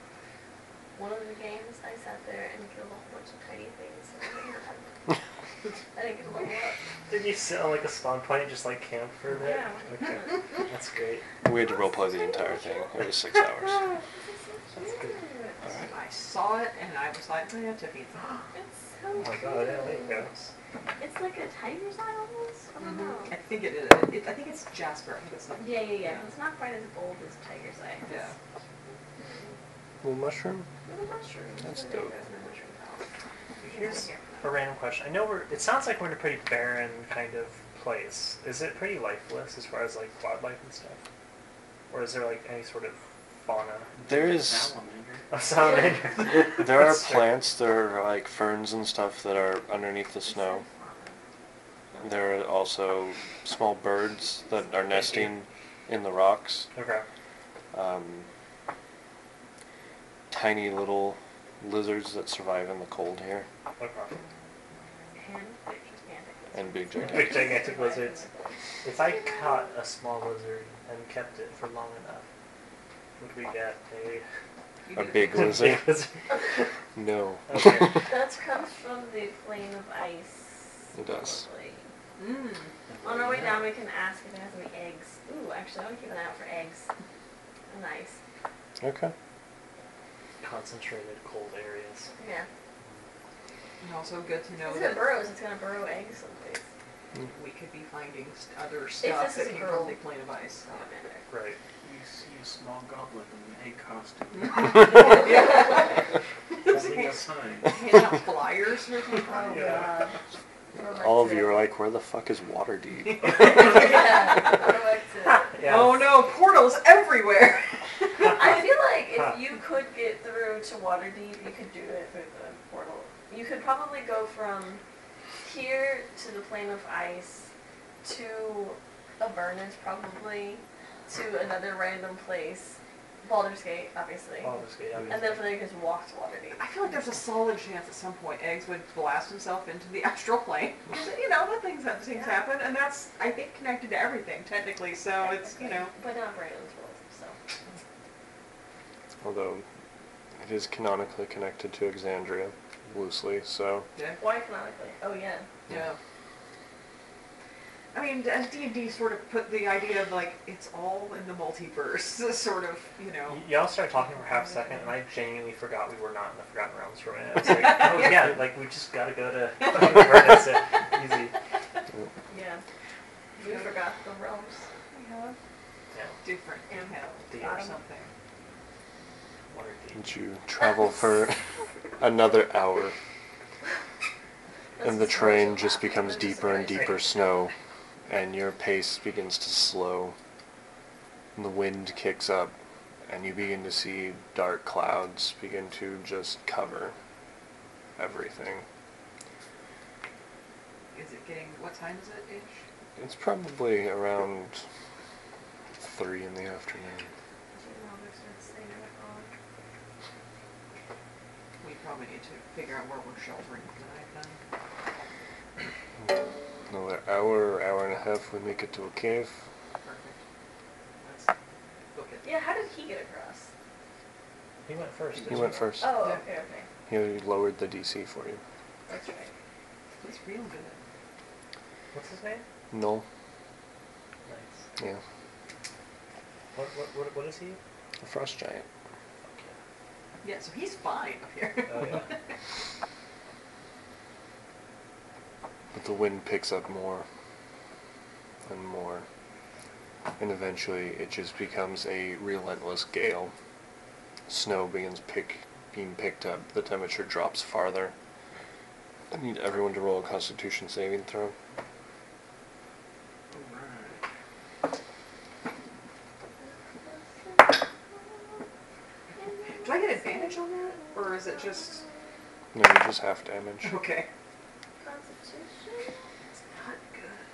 S2: One of the games, I sat there and killed a whole bunch of tiny things. and I didn't have- I didn't get to level up.
S5: Did you sit on like a spawn point and just like camp for a bit?
S2: Yeah, why
S5: Okay. That's great.
S1: We had to roleplay the entire thing. It was six hours.
S2: Oh, this is so cute.
S4: I saw it and I was like, man, to be
S2: It's
S5: Oh
S2: so
S5: my
S2: cute.
S5: god. Yeah, there you go.
S2: It's like a tiger's eye almost? I don't know.
S4: I think it is. It, I think it's Jasper. I think it's not.
S2: Yeah, yeah, yeah. It's not quite as bold as tiger's eye.
S4: Yeah.
S1: Well, mushroom.
S2: Little mushrooms.
S1: That's
S2: There you
S1: dope.
S2: go, the mushroom palace.
S5: Here's a random question. I know we're. It sounds like we're in a pretty barren kind of place. Is it pretty lifeless as far as like wildlife and stuff, or is there like any sort of fauna?
S1: There is
S3: Salamander.
S5: A salamander.
S1: there are
S5: That's fair.
S1: plants. There are like ferns and stuff that are underneath the snow. There are also small birds that are nesting in the rocks.
S5: Okay.
S1: Um, tiny little lizards that survive in the cold here.
S5: Okay.
S1: And big gigantic.
S5: Big gigantic lizards. If I caught a small lizard and kept it for long enough, would we get a
S4: You
S1: A
S4: did it.
S1: big lizard?
S5: big lizard?
S1: No.
S5: Okay.
S2: That comes from the plane of ice.
S1: It does.
S2: probably.
S4: Mm.
S2: On our way down, we can ask if it has any eggs. Ooh, actually, I want to keep an eye out for eggs. Nice.
S1: Okay.
S5: Concentrated cold areas.
S2: Yeah.
S4: And also good to know
S2: Since it
S4: that
S2: burrows, it's gonna burrow eggs someplace.
S4: we could be finding s- other stuff
S2: this
S4: that
S2: is a
S4: came
S2: girl.
S4: from the plane of ice.
S2: Salamander.
S5: Right.
S3: You see a small goblin in an egg costume. Holding a sign.
S4: Hand out flyers or something.
S2: Oh,
S5: Yeah.
S2: God.
S1: All of you are like, where the fuck is Waterdeep?
S2: yeah. Go back to-
S5: Yeah.
S4: Oh no, portals everywhere.
S2: I feel like if you could get through to Waterdeep, you could do it through the portal. You could probably go from here to the plane of ice to Avernus, probably to another random place, Baldur's Gate, obviously,
S5: Oh, that's good. Yeah.
S2: and then from there you just walk to Waterdeep.
S4: I feel like there's a solid chance at some point Eggs would blast himself into the astral plane. 'Cause, you know, that things that things happen, and that's I think connected to everything technically. So it's you know
S2: but not Brandon's world, so
S1: Although it is canonically connected to Exandria, loosely, so.
S4: yeah.
S2: why canonically? Oh yeah,
S4: Yeah. I mean, D and D sort of put the idea of like it's all in the multiverse, sort of, you know.
S5: Y- Y'all started talking for half a second, and I genuinely forgot we were not in the Forgotten Realms for a minute. I was like, oh yeah, like we just gotta go to fucking Vernus. Easy.
S2: yeah. We forgot the realms. Yeah.
S5: Yeah.
S4: different
S2: Yeah.
S4: handheld
S5: Yeah.
S4: or something.
S5: Waterdeep.
S1: Did you travel for another hour? And the terrain just becomes deeper and deeper snow, and your pace begins to slow. And the wind kicks up, and you begin to see dark clouds begin to just cover everything.
S4: Is it getting what time is it ish?
S1: It's probably around three in the afternoon.
S4: We probably need to figure out where we're sheltering tonight then.
S1: Another hour, hour and a half, we make it to a cave.
S4: Perfect. Let's book it.
S2: Yeah, how did he get across?
S5: He went first.
S1: You
S5: didn't
S1: went first.
S2: Oh,
S4: Yeah.
S2: okay, okay.
S1: He lowered the DC for you.
S2: That's right.
S4: He's real good.
S5: What's his name?
S1: No.
S5: Nice.
S1: Yeah.
S5: What what what, what is he?
S1: A frost giant.
S5: Okay.
S4: Yeah, so he's fine up here.
S5: Oh, yeah.
S1: But the wind picks up more and more. And eventually it just becomes a relentless gale. Snow begins pick, being picked up. The temperature drops farther. I need everyone to roll a constitution saving throw.
S3: Alright.
S4: Do I get advantage on that? Or is it just.
S1: No, you just half damage.
S4: Okay.
S2: Constitution?
S4: It's not good.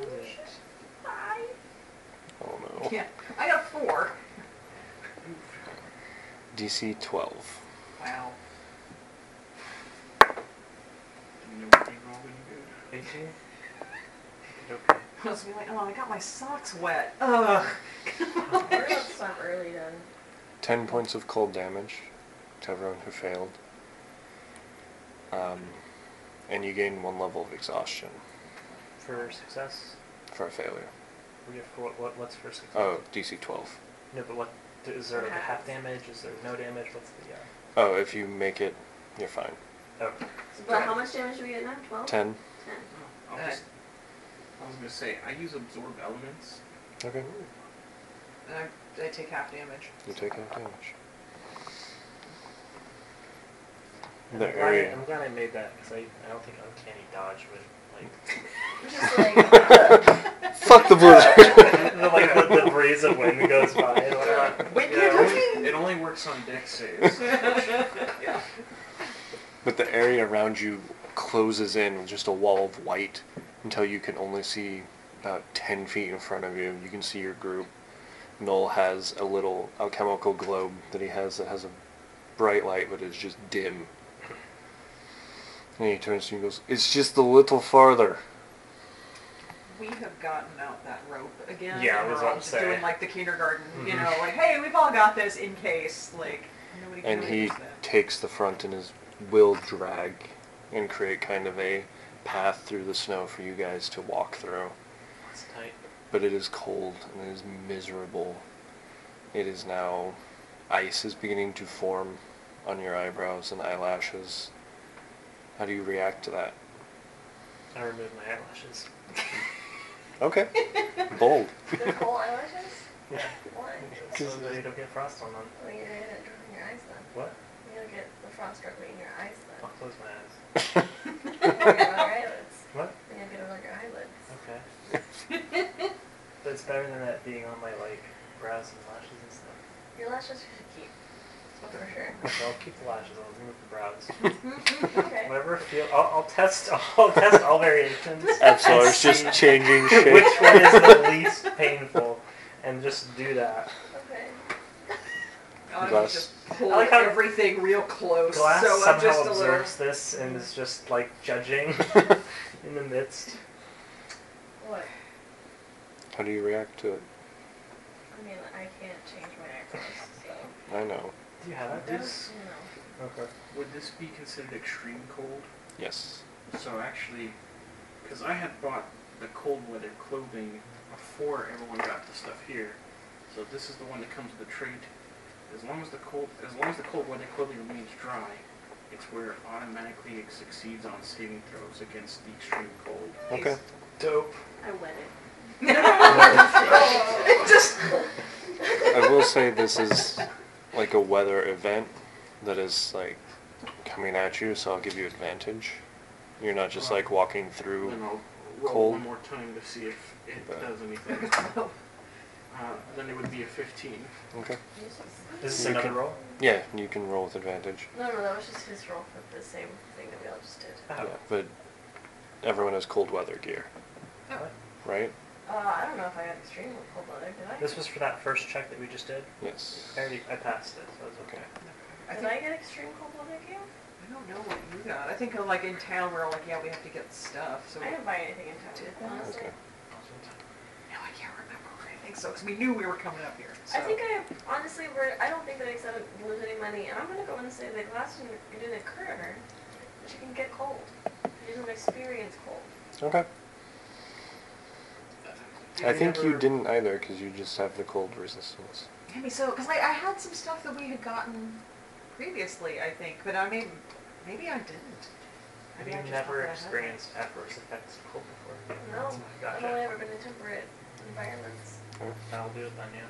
S2: Constitution? Five?
S1: Oh no.
S4: Yeah. I got a four.
S1: DC 12.
S4: Wow.
S3: You know what you rolled when you did?
S5: Eighteen. Okay.
S4: I was gonna be like, oh, I got my socks wet. Ugh.
S2: We're gonna stop early then.
S1: 10 points of cold damage to everyone who failed. Um, and you gain one level of exhaustion
S5: For success,
S1: for a failure.
S5: we get for what, what what's for success?
S1: Oh, DC 12.
S5: No, but what is there like a half
S2: Half.
S5: damage? Is there no damage? What's the
S1: Oh, if you make it, you're fine.
S5: uh? Oh.
S2: So, but how much damage do we get now? Twelve?
S1: 10.
S2: Ten.
S3: I'll
S4: Uh,
S3: just, Oh, I was gonna say, I use absorb elements.
S1: Okay.
S4: I, I take half damage.
S1: You take half damage.
S5: I'm
S1: The
S5: glad, I,
S1: area.
S5: I'm glad I made that because I, I don't think uncanny dodge would like
S2: Which is like,
S1: Fuck the blizzard!
S5: the, like the, the breeze of wind goes by. And whatnot.
S4: Wait,
S3: Yeah,
S4: you're
S3: it only-
S4: joking?
S3: It only works on deck saves.
S4: Yeah.
S1: but the area around you closes in with just a wall of white until you can only see about 10 feet in front of you. You can see your group. Noel has a little alchemical globe that he has that has a bright light but is just dim. And he turns to you and goes, It's just a little farther.
S4: We have gotten out that rope again.
S5: Yeah, I
S4: and
S5: was
S4: we're all
S5: about to
S4: just doing
S5: say.
S4: like the kindergarten, you
S5: Mhm.
S4: know, like, hey, we've all got this in case, like, nobody can
S1: and
S4: really
S1: he
S4: use that.
S1: takes the front in his will drag and create kind of a path through the snow for you guys to walk through.
S5: It's tight.
S1: But it is cold and it is miserable. It is now ice is beginning to form on your eyebrows and eyelashes. How do you react to that?
S5: I removed my eyelashes.
S1: Okay. Bold.
S2: the whole eyelashes?
S5: Yeah.
S2: Why?
S5: So they don't get frost on them.
S2: Well, you're gonna get it dripping in your eyes then.
S5: What?
S2: You're gonna get the frost dripping in your eyes
S5: I'll
S2: then.
S5: close my eyes.
S2: You're gonna get it on your eyelids.
S5: What?
S2: You're gonna get it on your eyelids.
S5: Okay. but it's better than that being on my like brows and lashes and stuff.
S2: Your lashes you should keep. For sure.
S5: So I'll keep the lashes. I'll remove the brows.
S2: Okay.
S5: Whatever feel. I'll, I'll test. I'll test all variations.
S1: Absolutely. It's just changing shape.
S5: Which one is the least painful, and just do that.
S2: Okay.
S4: I would
S1: Glass.
S4: just pull
S5: I like how
S4: everything real close,
S5: Glass
S4: so
S5: somehow
S4: I'm just a little.
S5: observes this and is just like judging in the midst.
S2: What?
S1: How do you react to it?
S2: I mean, I can't change my eyebrows, so.
S1: I know.
S5: Do you have
S3: Would this,
S2: No.
S5: Okay.
S3: would this be considered extreme cold?
S1: Yes.
S3: So actually, because I had bought the cold weather clothing before everyone got the stuff here, so this is the one that comes with the trade. As long as the cold, as long as the cold weather clothing remains dry, it's where it automatically it succeeds on saving throws against the extreme cold.
S1: Okay.
S5: Dope.
S2: I wet it.
S4: just
S1: I will say this is like a weather event that is like coming at you, so I'll give you advantage. You're not just like walking
S3: And
S1: through.
S3: then I'll roll
S1: Cold.
S3: one more time to see if it
S1: Okay.
S3: does anything. Uh, then it would be a 15.
S1: Okay.
S5: Is this
S1: You
S5: another
S1: can-
S5: roll?
S1: Yeah, you can roll with advantage.
S2: No, no, that was just his role for the same thing that we all just did.
S5: Oh.
S1: Yeah, but everyone has cold weather gear, right?
S2: Uh, I don't know if I got extremely cold weather, did I?
S5: This was for that first check that we just did.
S1: Yes.
S5: I already I passed it, so it's okay.
S4: I,
S2: Did
S4: think,
S2: I get extreme cold weather again?
S4: I don't know what you got. I think uh, like in town we're all like, yeah, we have to get stuff. So
S2: I didn't buy anything in town,
S4: Did that?
S2: honestly.
S1: Okay.
S4: no, I can't remember. I think so because we knew we were coming up here. So.
S2: I think I honestly, we're, I don't think that Ixon lose any money, and I'm gonna go and say that glass didn't, it didn't occur to her, that she can get cold. You don't experience cold.
S1: Okay. I
S4: they
S1: think you
S4: never-
S1: didn't either because you just have the cold resistance.
S4: Can be so because like I had some stuff that we had gotten previously, I think, but I mean, maybe I didn't. Maybe I
S5: I've
S4: just
S5: never
S4: thought that I had
S5: experienced adverse effects of cold before. Oh
S2: No,
S5: That's why I got
S2: I've
S5: that.
S2: only ever been in temperate environments.
S5: That'll do it then, yeah.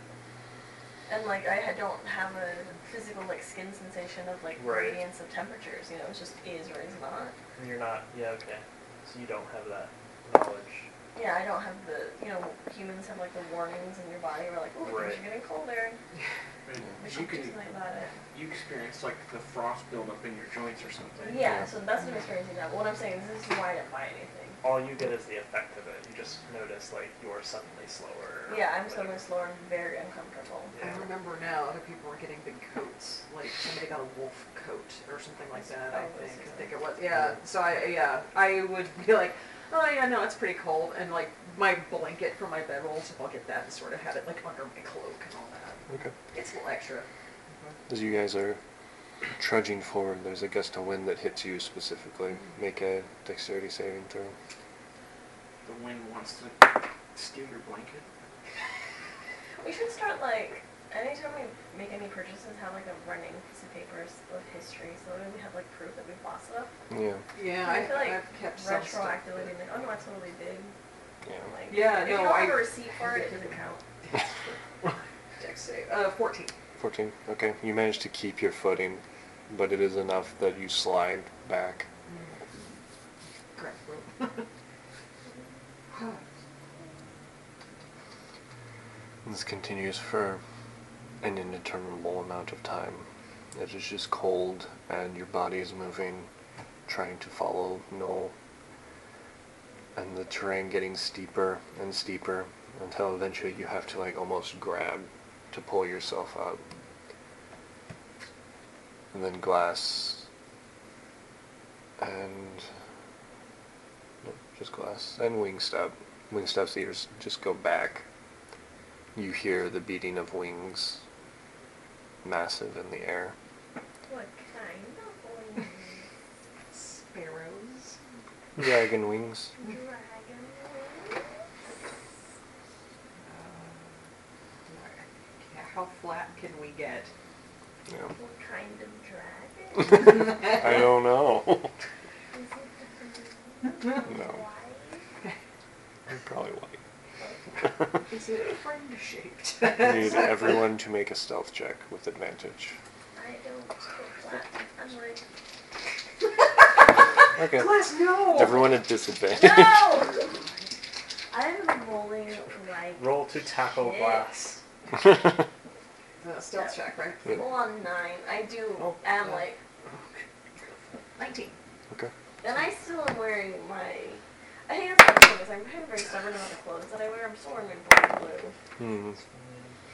S2: And like I had- don't have a physical like skin sensation of like
S5: Right.
S2: gradients of temperatures. You know, it just is or is not.
S5: You're not, yeah, okay. So you don't have that knowledge.
S2: Yeah, I don't have the you know humans have like the warnings in your body. We're like, oh, things
S5: Right.
S2: are getting colder.
S3: I mean,
S2: We
S3: you
S2: should do
S3: can
S2: something about it.
S3: you experience like the frost buildup in your joints or something.
S2: Yeah,
S1: Yeah.
S2: so that's what I'm experiencing now. But what I'm saying is, this is why I didn't buy anything.
S5: All you get is the effect of it. You just notice, like, you're suddenly slower. or
S2: Yeah, I'm so
S5: whatever.
S2: much slower and very uncomfortable.
S4: I
S5: Yeah.
S4: remember now other people were getting big coats, like somebody got a wolf coat or something like that. I
S2: Oh, I
S4: think
S2: see.
S4: I think it was. Yeah. So I yeah I would be like, oh yeah, no, it's pretty cold, and like my blanket from my bedroll, so I'll get that and sort of had it like under my cloak and all that.
S1: Okay.
S4: It's a little extra.
S1: As you guys are trudging forward, there's a gust of wind that hits you specifically. Make a dexterity saving throw.
S3: The wind wants to steal your blanket.
S2: We should start like anytime we make any purchases, have like a running piece of paper s- of history, so that we have like proof that we bought stuff.
S1: Yeah.
S4: Yeah,
S2: I feel
S4: I,
S2: like
S4: I've kept some stuff.
S2: Retroactively being like, oh no, I totally did.
S1: Yeah.
S2: Like,
S4: Yeah,
S2: if
S4: no,
S2: you don't
S4: I-
S2: have a receipt for it, it doesn't count.
S4: Dex save. Uh, fourteen.
S1: 14. Okay. You manage to keep your footing, but it is enough that you slide back.
S4: Mm. Correct.
S1: This continues for an indeterminable amount of time. It is just cold, and your body is moving, trying to follow Noel. And the terrain getting steeper and steeper until eventually you have to like almost grab to pull yourself up. And then glass. And. No, just glass. And Wingstop. Wingstop's ears just go back you hear the beating of wings, massive in the air.
S2: What kind of wings?
S4: Sparrows.
S1: Dragon wings.
S2: Dragon wings?
S4: Uh, how flat can we get?
S1: Yeah.
S2: What kind of dragon?
S1: I don't know.
S2: Is it the blue?
S1: No.
S2: White?
S1: You're probably white.
S4: Is it friend shaped?
S1: I need everyone to make a stealth check with advantage.
S2: I don't feel flat. I'm like,
S1: Okay.
S4: Glass, no!
S1: Everyone at disadvantage.
S2: no! I'm rolling like
S5: Roll to tackle
S2: Shit.
S5: glass.
S4: Uh, stealth check, right?
S1: Yeah.
S2: full on nine. I do.
S5: Oh,
S2: am
S5: yeah.
S2: like,
S4: 19.
S1: Okay.
S2: and I still am wearing my. I think that's the thing is I'm kind of very stubborn about the clothes that I wear. I'm still wearing my blue blue.
S1: Hmm.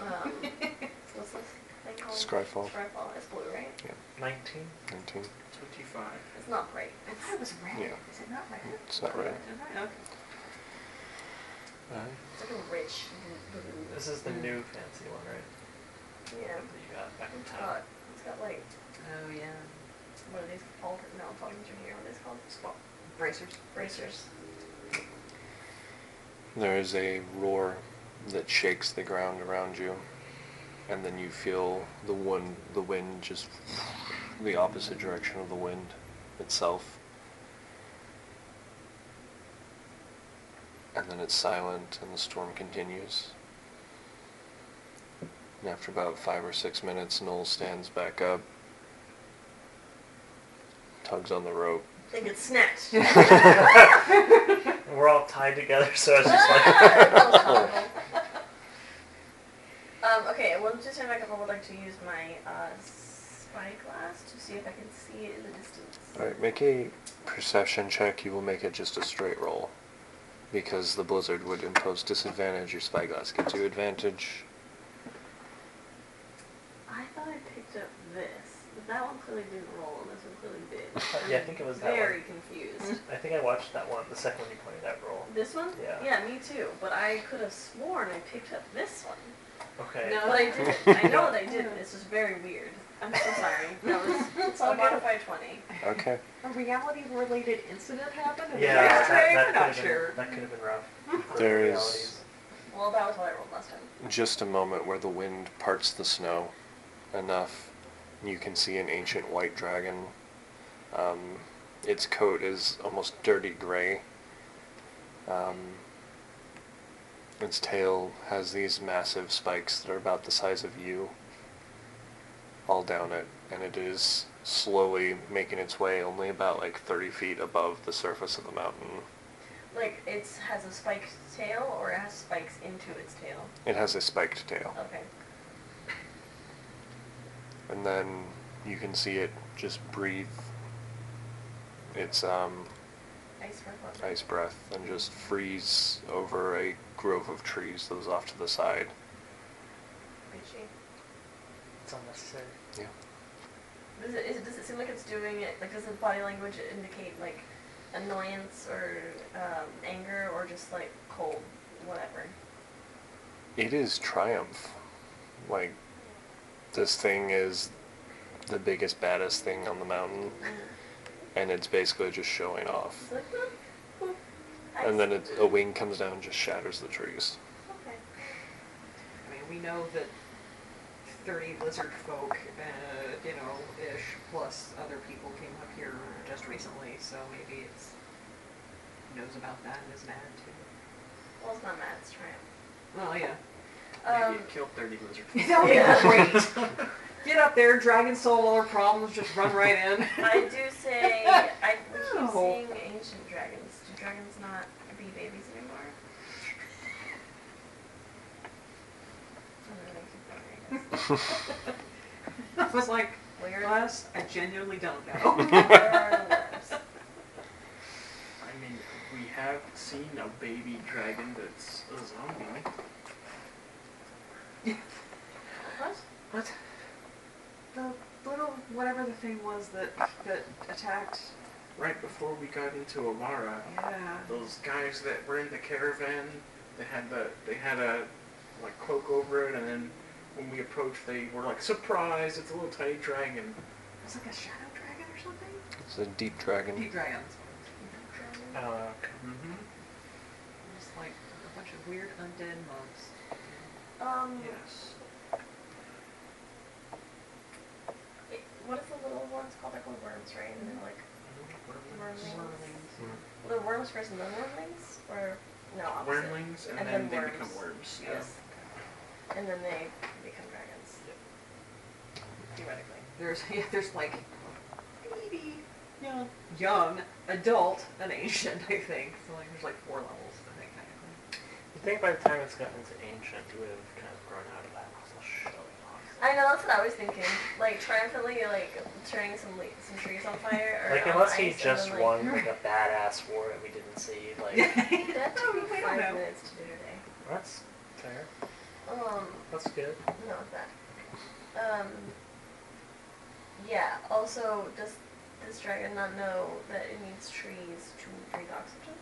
S2: Um, what's this thing called?
S1: Scryfall.
S2: Scryfall. It's blue, right?
S5: 19?
S1: 19.
S3: Twenty-five.
S2: It's not bright.
S4: I thought it was red.
S1: Yeah.
S4: Is it not red?
S1: It's not red.
S4: Am I? Okay.
S2: It's like a rich blue.
S5: This is the new fancy one, right?
S2: Yeah.
S5: That you got back in
S2: It's
S5: time.
S2: got, it's got like,
S4: Oh, yeah.
S2: what are these called? No, functions are here. What are these called? Spot.
S4: Bracers.
S2: Bracers.
S1: There is a roar that shakes the ground around you, and then you feel the wind, the wind just the opposite direction of the wind itself. And then it's silent, and the storm continues. And after about five or six minutes, Noel stands back up, tugs on the rope.
S2: They get snatched.
S5: We're all tied together, so it's just like.
S2: Ah! um, okay, well, just turn back up. I would like to use my uh, spyglass to see if I can see it in the distance.
S1: All right, make a perception check. You will make it just a straight roll because the blizzard would impose disadvantage. Your spyglass gives you advantage.
S2: I thought I picked up this, but that one clearly didn't roll, and this one clearly did.
S5: Yeah, I think it was that one.
S2: Very confused.
S5: I think I watched that one, the second one you pointed out roll.
S2: This one?
S5: Yeah.
S2: me too. But I could have sworn I picked up this one.
S5: Okay.
S4: No.
S2: But I didn't. I know that I didn't. It's just very weird. I'm so sorry. That was it's a modified 20.
S1: Okay.
S4: A reality-related incident happened in
S5: Yeah,
S4: the next day?
S5: that,
S4: We're
S5: that,
S4: not
S5: could have
S4: sure.
S5: been, that could have been rough.
S1: There is-
S5: Realities.
S2: Well, that was what I rolled last time.
S1: Just a moment where the wind parts the snow enough, you can see an ancient white dragon. Um, its coat is almost dirty gray. Um, its tail has these massive spikes that are about the size of you, all down it, and it is slowly making its way only about like 30 feet above the surface of the mountain.
S2: Like, it has a spiked tail, or it has spikes into its tail?
S1: It has a spiked tail.
S2: Okay.
S1: and then you can see it just breathe its um,
S2: Ice for fun.
S1: ice breath and just freeze over a grove of trees that was off to the side.
S2: Bitchy.
S5: It's unnecessary.
S1: Yeah.
S2: Does it, is, does it seem like it's doing it, like, does the body language indicate, like, annoyance or um, anger or just, like, cold? Whatever.
S1: It is triumph. Like, this thing is the biggest, baddest thing on the mountain, and it's basically just showing
S2: It's
S1: off.
S2: like, "Hmm, hmm, I
S1: And then oh.
S2: see."
S1: it, a wing comes down and just shatters the trees.
S2: Okay.
S4: I mean, we know that 30 lizard folk, uh, you know, ish, plus other people came up here just recently, so maybe it's knows about that and is mad too.
S2: Well, it's not mad, it's triumph.
S4: Well, yeah.
S2: Um,
S3: Maybe it killed 30 lizard
S4: That would be great. Get up there, dragon solve all our problems, just run right in.
S2: I do say I we keep
S4: No.
S2: seeing ancient dragons. Do dragons not be babies anymore? I'm gonna make you cry,
S4: I was like,
S2: I guess.
S4: Les, I genuinely don't know.
S2: Where are the worms?
S3: I mean, we have seen a baby dragon that's a zombie.
S2: What?
S4: What? The little whatever the thing was that that attacked.
S3: Right before we got into Amara,
S4: Yeah.
S3: those guys that were in the caravan, they had the they had a like cloak over it, and then when we approached, they were like, "Surprise! It's a little tiny dragon."
S4: It was like a shadow dragon or something.
S1: It's a deep dragon.
S4: Deep dragons.
S5: Oh, okay.
S3: Mm-hmm.
S4: Just like a bunch of weird undead mobs.
S2: Um,
S3: Yes.
S2: it, what is the little ones called? They're called worms, right? And they're like wormlings. The worms first and then wormlings, or no? Opposite.
S3: Wormlings, and,
S2: And
S3: then,
S2: then
S3: they
S2: worms.
S3: become worms. Yeah.
S2: Yes. And then they become dragons. Theoretically.
S4: There's yeah, there's like maybe young, young, adult, and ancient. I think. So like there's like four levels. I think technically.
S5: You think by the time it's gotten to ancient, you would have kind of grown out of that whole showing off.
S2: I know that's what I was thinking. Like triumphantly, like turning some le- some trees on fire. Or
S5: Like,
S2: on
S5: unless he
S2: ice, and
S5: just
S2: then, like, hmm.
S5: won like a badass war that we didn't see, like
S2: That
S4: No,
S2: took me
S4: Oh, we don't
S2: five
S4: know.
S2: minutes to do today.
S5: that's fair.
S2: Um,
S5: That's good.
S2: no, it's bad. Um, yeah. Also, does this dragon not know that it needs trees to drink oxygen?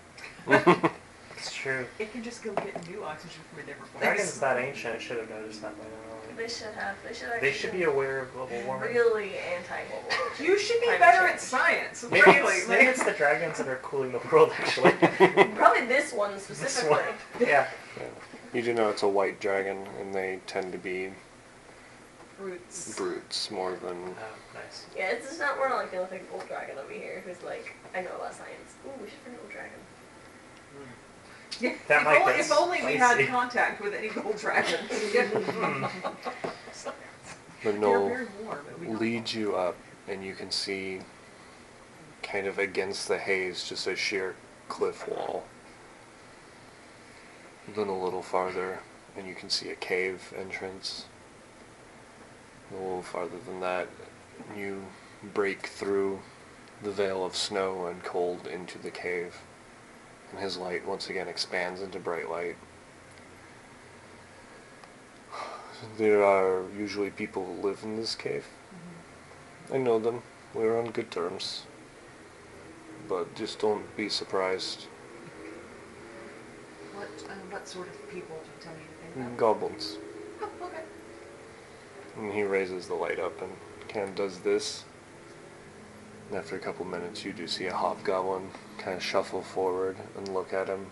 S5: It's true.
S4: It can just go get new oxygen from a different place.
S5: Dragon's that ancient. I should have noticed that by now.
S2: They should have. They should.
S5: They should be
S2: actually
S5: aware of global
S2: have
S5: warming.
S2: really anti global.
S4: You should be
S2: Climate
S4: better
S2: change.
S4: at science.
S5: Maybe
S4: really.
S5: it's, maybe it's the dragons that are cooling the world, actually.
S2: Probably this one
S5: This
S2: specifically.
S5: one. Yeah.
S1: You do know it's a white dragon, and they tend to be
S4: Roots.
S1: brutes more than
S5: Oh, nice.
S2: Yeah, it's just not, we're not like the only old dragon over here who's like, I know about science. Ooh, we should bring old dragon.
S4: Yeah,
S5: That
S4: if,
S5: might
S4: only,
S5: get
S4: if only we had
S5: spicy. Hmm.
S4: contact with any gold dragons.
S1: the
S4: They're
S1: knoll.
S4: very warm. but we don't-
S1: leads you up, and you can see, kind of against the haze, just a sheer cliff wall. Then a little farther, and you can see a cave entrance. A little farther than that, you break through the veil of snow and cold into the cave, and his light once again expands into bright light. There are usually people who live in this cave.
S4: Mm-hmm.
S1: I know them. We're on good terms. But just don't be surprised.
S4: What, uh, what sort of people do you tell me to think about?
S1: Goblins.
S4: Oh, okay.
S1: And he raises the light up and hand does this. And after a couple minutes, you do see a hobgoblin kind of shuffle forward and look at him.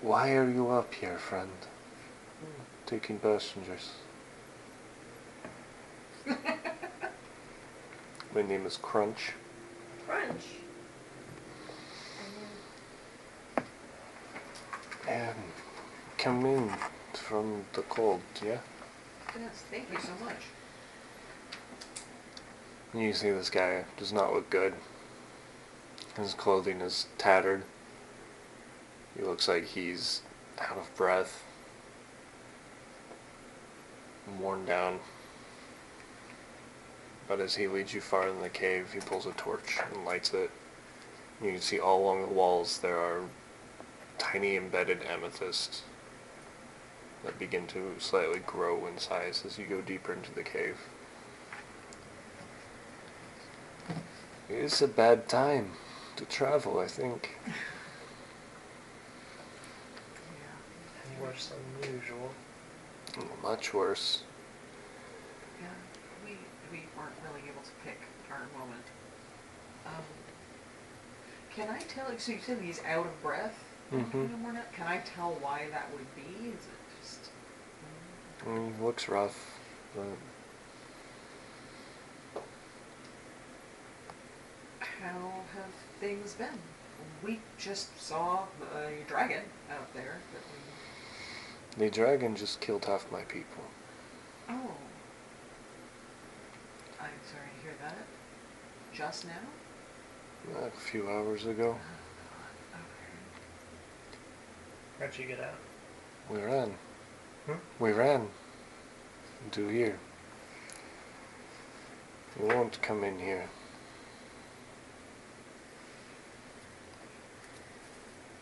S1: Why are you up here, friend? Taking passengers. My name is Crunch.
S2: Crunch.
S1: Um, come in from the cold, yeah?
S4: Yes, thank you so much.
S1: And you see this guy does not look good. His clothing is tattered. He looks like he's out of breath, worn down. But as he leads you far in the cave, he pulls a torch and lights it. You can see all along the walls there are tiny embedded amethysts that begin to slightly grow in size as you go deeper into the cave. It's a bad time to travel, I think.
S4: Yeah,
S5: Any worse than usual?
S1: Much worse.
S4: yeah. We, we weren't really able to pick our moment. Um, can I tell, so you said he's out of breath?
S1: Mhm.
S4: Kind of worn out. Can I tell why that would be? Is it just, mm.
S1: I mean, it looks rough, but
S4: how have things been? We just saw a dragon out there that we,
S1: the dragon just killed half my people.
S4: oh. I'm sorry to hear that. Just now? Oh,
S1: uh, A few hours ago,
S4: Okay.
S5: How'd you get out?
S1: we ran.
S5: Hmm?
S1: We ran into here. You won't come in here.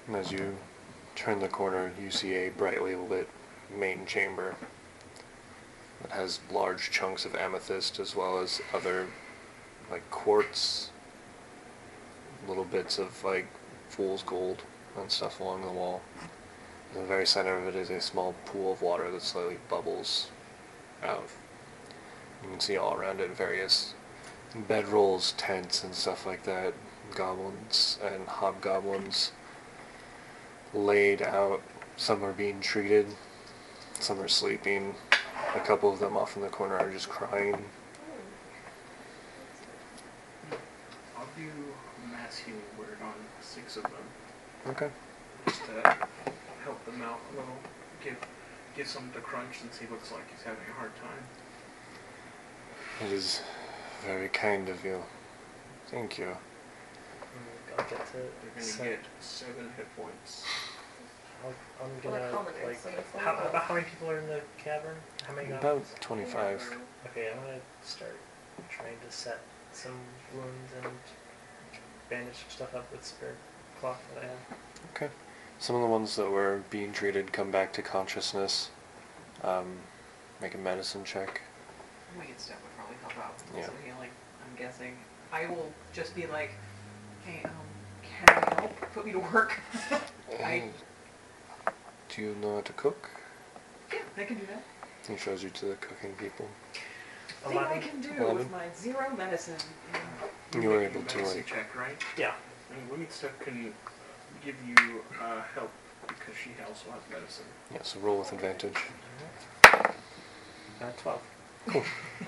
S1: And as you turn the corner, you see a brightly lit main chamber that has large chunks of amethyst as well as other, like, quartz, little bits of, like, fool's gold and stuff along the wall. In the very center of it is a small pool of water that slowly bubbles out. You can see all around it various bedrolls, tents, and stuff like that. Goblins and hobgoblins laid out. Some are being treated, some are sleeping. A couple of them off in the corner are just crying.
S3: I'll do mass healing word on six of them
S1: Okay.
S3: just to help them out a little. Give give some to Crunch since he looks like he's having a hard time.
S1: It is very kind of you. Thank you.
S5: Mm, I'll get to
S3: They're gonna
S5: so-
S3: get seven hit points.
S5: I'll, I'm
S2: Well,
S5: gonna
S2: common
S5: like.
S2: sense, like,
S5: how,
S2: it's
S5: about how many people are in the cavern? How many
S1: About
S5: goblins?
S1: 25.
S5: Okay, I'm gonna start trying to set some wounds and bandage stuff up with spare cloth that I have.
S1: Okay. Some of the ones that were being treated come back to consciousness. Um, make a medicine check.
S4: Wait, Steph would probably help out.
S1: Yeah.
S4: So healing, I'm guessing. I will just be like, hey, um, can I help? Put me to work. I,
S1: Do you know how to cook?
S4: yeah, I can do that.
S1: He shows you to the cooking people.
S4: Thing I can do
S1: Eleven.
S4: with my zero medicine.
S1: You were
S3: making a
S1: able to,
S3: medicine
S1: like-
S3: check, right?
S5: Yeah.
S3: And Women Step can give you uh, help because she also has medicine.
S1: Yeah, so roll with advantage.
S5: Uh, 12.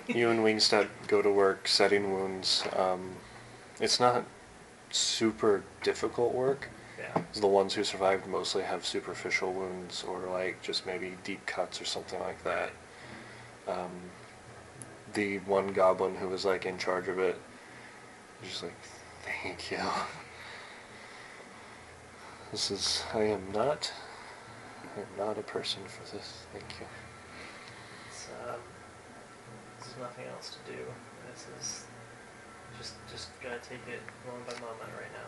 S1: you and Wingstep go to work setting wounds. Um, it's not super difficult work.
S5: Yeah.
S1: The ones who survived mostly have superficial wounds or like just maybe deep cuts or something like that. Um, the one goblin who was like in charge of it, was just like, thank you. This is I am not, I am not a person for this. Thank you.
S5: It's, um, there's nothing else to do. This is just just gonna take it moment by moment right now.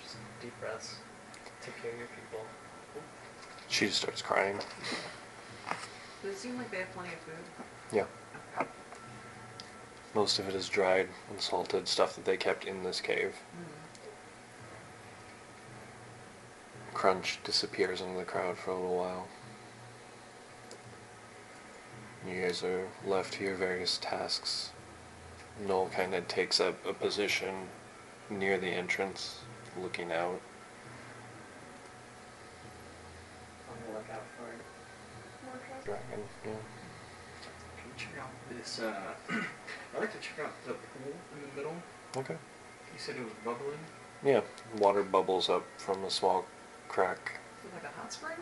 S5: Just deep breaths. Take care of your people.
S1: She just starts crying.
S4: Does it seem like they have plenty of food?
S1: Yeah. Most of it is dried and salted stuff that they kept in this cave.
S4: Hmm.
S1: Crunch disappears into the crowd for a little while. You guys are left to your various tasks. Noel kind of takes up a position near the entrance, looking out.
S5: On the lookout for it.
S2: More drugs?
S1: Dragon, yeah.
S3: Can we check out this? Uh, I'd like to check out the pool in the middle.
S1: Okay.
S3: You said it was bubbling.
S1: Yeah, water bubbles up from a small crack.
S4: Like a hot spring?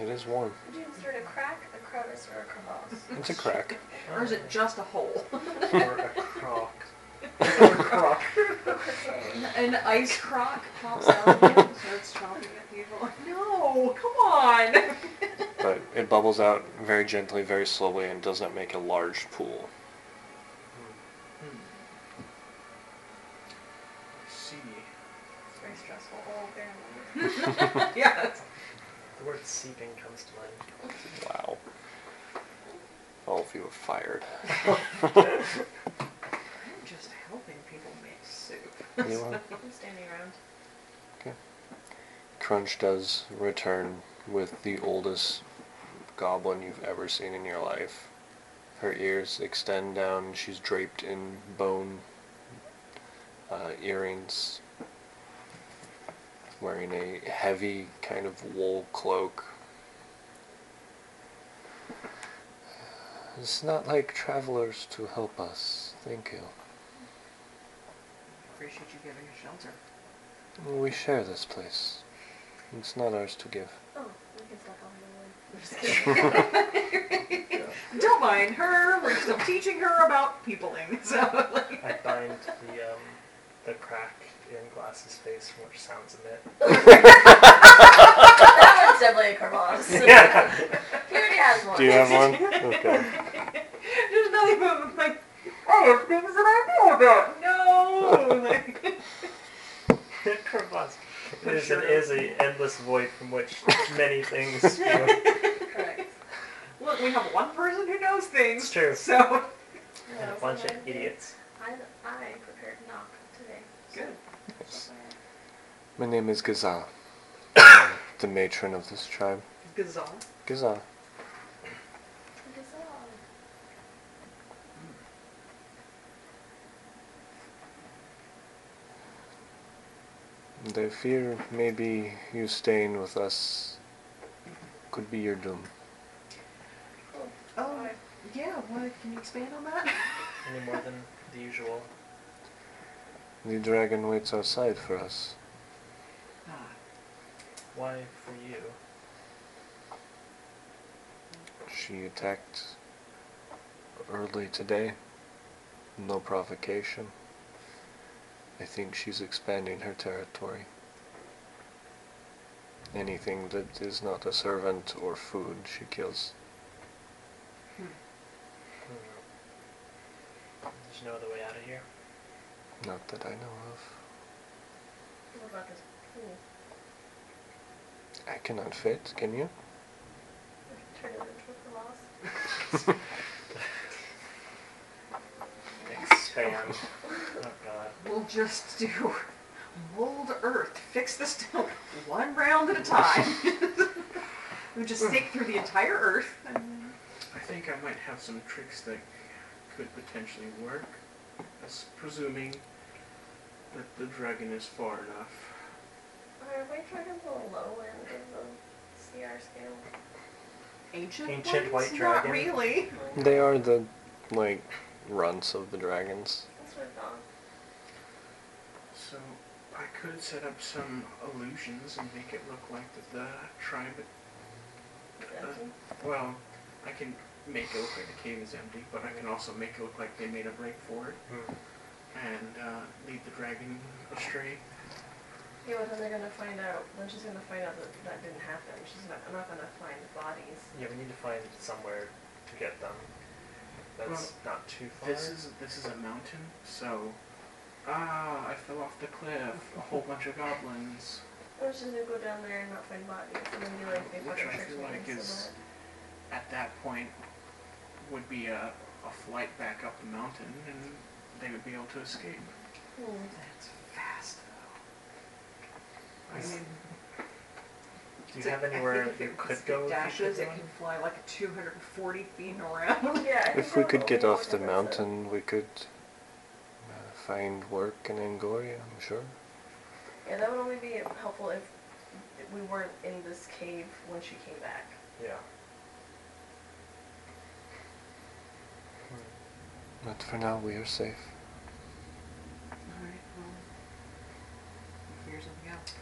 S1: It is warm.
S2: Would you consider it a crack, a crevice, or a crevasse?
S1: It's a crack.
S4: Or is it just a hole?
S5: Or a croc. or a croc.
S4: An ice croc pops out of it and starts chomping at people. No, come on!
S1: But it bubbles out very gently, very slowly, and does not make a large pool.
S5: Hmm.
S3: See.
S2: It's very stressful Oh, all day long.
S4: yeah, it's
S5: The word seeping comes to mind.
S1: Wow. All of you are fired.
S4: I'm just helping people make soup.
S1: You are.
S2: I'm standing around.
S1: Crunch does return with the oldest goblin you've ever seen in your life. Her ears extend down. She's draped in bone uh, earrings, wearing a heavy kind of wool cloak. It's not like travelers to help us. Thank you.
S4: Appreciate you giving us shelter.
S1: We share this place. It's not ours to give.
S2: Oh, we can stop on the
S4: I'm just kidding. Don't mind her. We're still teaching her about peopling. So, like,
S5: I bind the um, the crack in Glass's face from which sounds emit.
S2: That one's definitely a crevasse. He already has one.
S1: Do you have one? Okay.
S4: there's nothing but like, "Oh, I have things that I know about. No, like,
S5: Crevasse. It is, it is an endless void from which many things. flow.
S2: Correct.
S4: look, we have one person who knows
S5: It's
S4: things.
S5: true.
S4: So,
S5: And a bunch of idiots.
S2: I, I prepared knock today.
S4: good.
S2: So
S1: My name is Gazal, the matron of this tribe.
S4: Gazal.
S1: Gazal.
S2: I guess I'll-
S1: They fear maybe you staying with us could be your doom.
S2: cool.
S4: Oh, yeah. What? Can you expand on that?
S5: Any more than the usual.
S1: The dragon waits outside for us.
S4: Ah,
S5: Why for you?
S1: She attacked early today. No provocation. I think she's expanding her territory. Anything that is not a servant or food, she kills.
S5: Hmm. There's no other way out of here.
S1: Not that I know of.
S2: What about this pool?
S1: I cannot fit, can you?
S2: We can turn it into a crevasse.
S5: Expand. Oh god.
S4: We'll just do mold earth, fix the stone one round at a time. we just stake through the entire earth. And
S3: I think I might have some tricks that could potentially work. That's presuming that the dragon is far enough.
S2: Are we trying to roll low end of the CR scale?
S4: ancient,
S5: Ancient
S4: ones?
S5: white
S4: Not
S5: dragon.
S4: really.
S1: They are the, like, runts of the dragons.
S2: That's what I thought.
S3: So I could set up some illusions and make it look like that the tribe.
S2: Empty?
S3: Well, I can make it look like the cave is empty, but I can also make it look like they made a break for it
S5: Hmm.
S3: and uh, lead the dragon astray.
S2: Yeah, but then they're gonna find out. Then she's gonna find out that that didn't happen. She's not. I'm not gonna find the bodies.
S5: Yeah, we need to find somewhere to get them. That's not too far.
S3: This is this is a mountain, so ah, I fell off the cliff. A whole bunch of goblins.
S2: Or she's gonna go down there and not find bodies, and then be like, they
S3: Which
S2: fucking
S3: I
S2: tricked
S3: feel
S2: me
S3: like
S2: into
S3: is-
S2: that.
S3: At that point, would be a, a flight back up the mountain, and they would be able to escape.
S2: Hmm.
S4: That's fast, though. I
S5: Is-
S4: mean,
S5: Do you
S4: So
S5: have
S4: I think
S5: anywhere
S4: if
S5: you
S4: it
S5: could
S4: speed
S5: go? if you
S4: dashes,
S5: could
S4: it
S5: go?
S4: can fly like 240 feet around.
S2: Yeah. I think
S1: If we
S2: that
S1: could
S2: would
S1: get
S2: be
S1: off the
S2: more impressive.
S1: mountain, we could uh, find work in Angoria, I'm sure.
S2: Yeah, that would only be helpful if we weren't in this cave when she came back.
S5: Yeah.
S4: Hmm.
S1: But for now, we are safe.
S4: All right. Well, figure something out.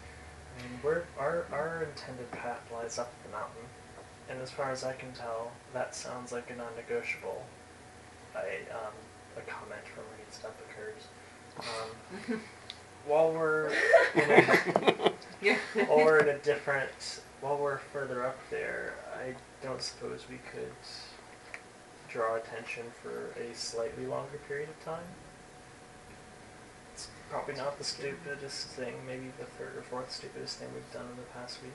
S5: I mean, we're, our our intended path lies up the mountain, and as far as I can tell, that sounds like a non-negotiable. I um, a comment from Reed Stubbakers. Um, while we're in a
S4: Yeah.
S5: or in a different. While we're further up there, I don't suppose we could draw attention for a slightly longer period of time. It's probably not the stupidest thing, maybe the third or fourth stupidest thing we've done in the past week.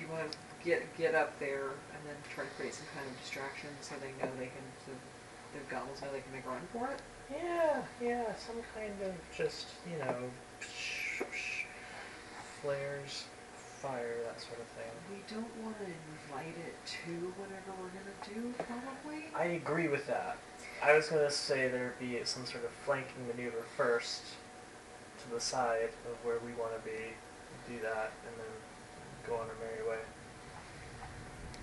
S4: You want to get get up there and then try to create some kind of distraction so they know they can, so the goblins know they can make a run for it.
S5: Yeah, yeah, some kind of just, you know, flares, fire, that sort of thing.
S4: We don't want to invite it to whatever we're gonna do, probably.
S5: I agree with that. I was going to say there'd be some sort of flanking maneuver first to the side of where we want to be, do that, and then go on our merry way.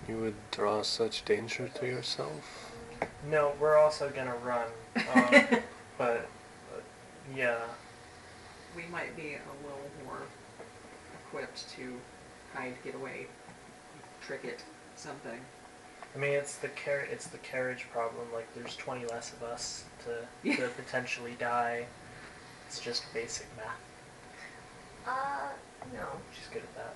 S1: You would draw such danger to yourself?
S5: No, we're also going to run. Um, but, uh, yeah,
S4: We might be a little more equipped to hide, get away, trick it, something.
S5: I mean, it's the car- it's the carriage problem. Like, there's 20 less of us to, to potentially die. It's just basic math.
S2: Uh, no.
S5: She's good at that.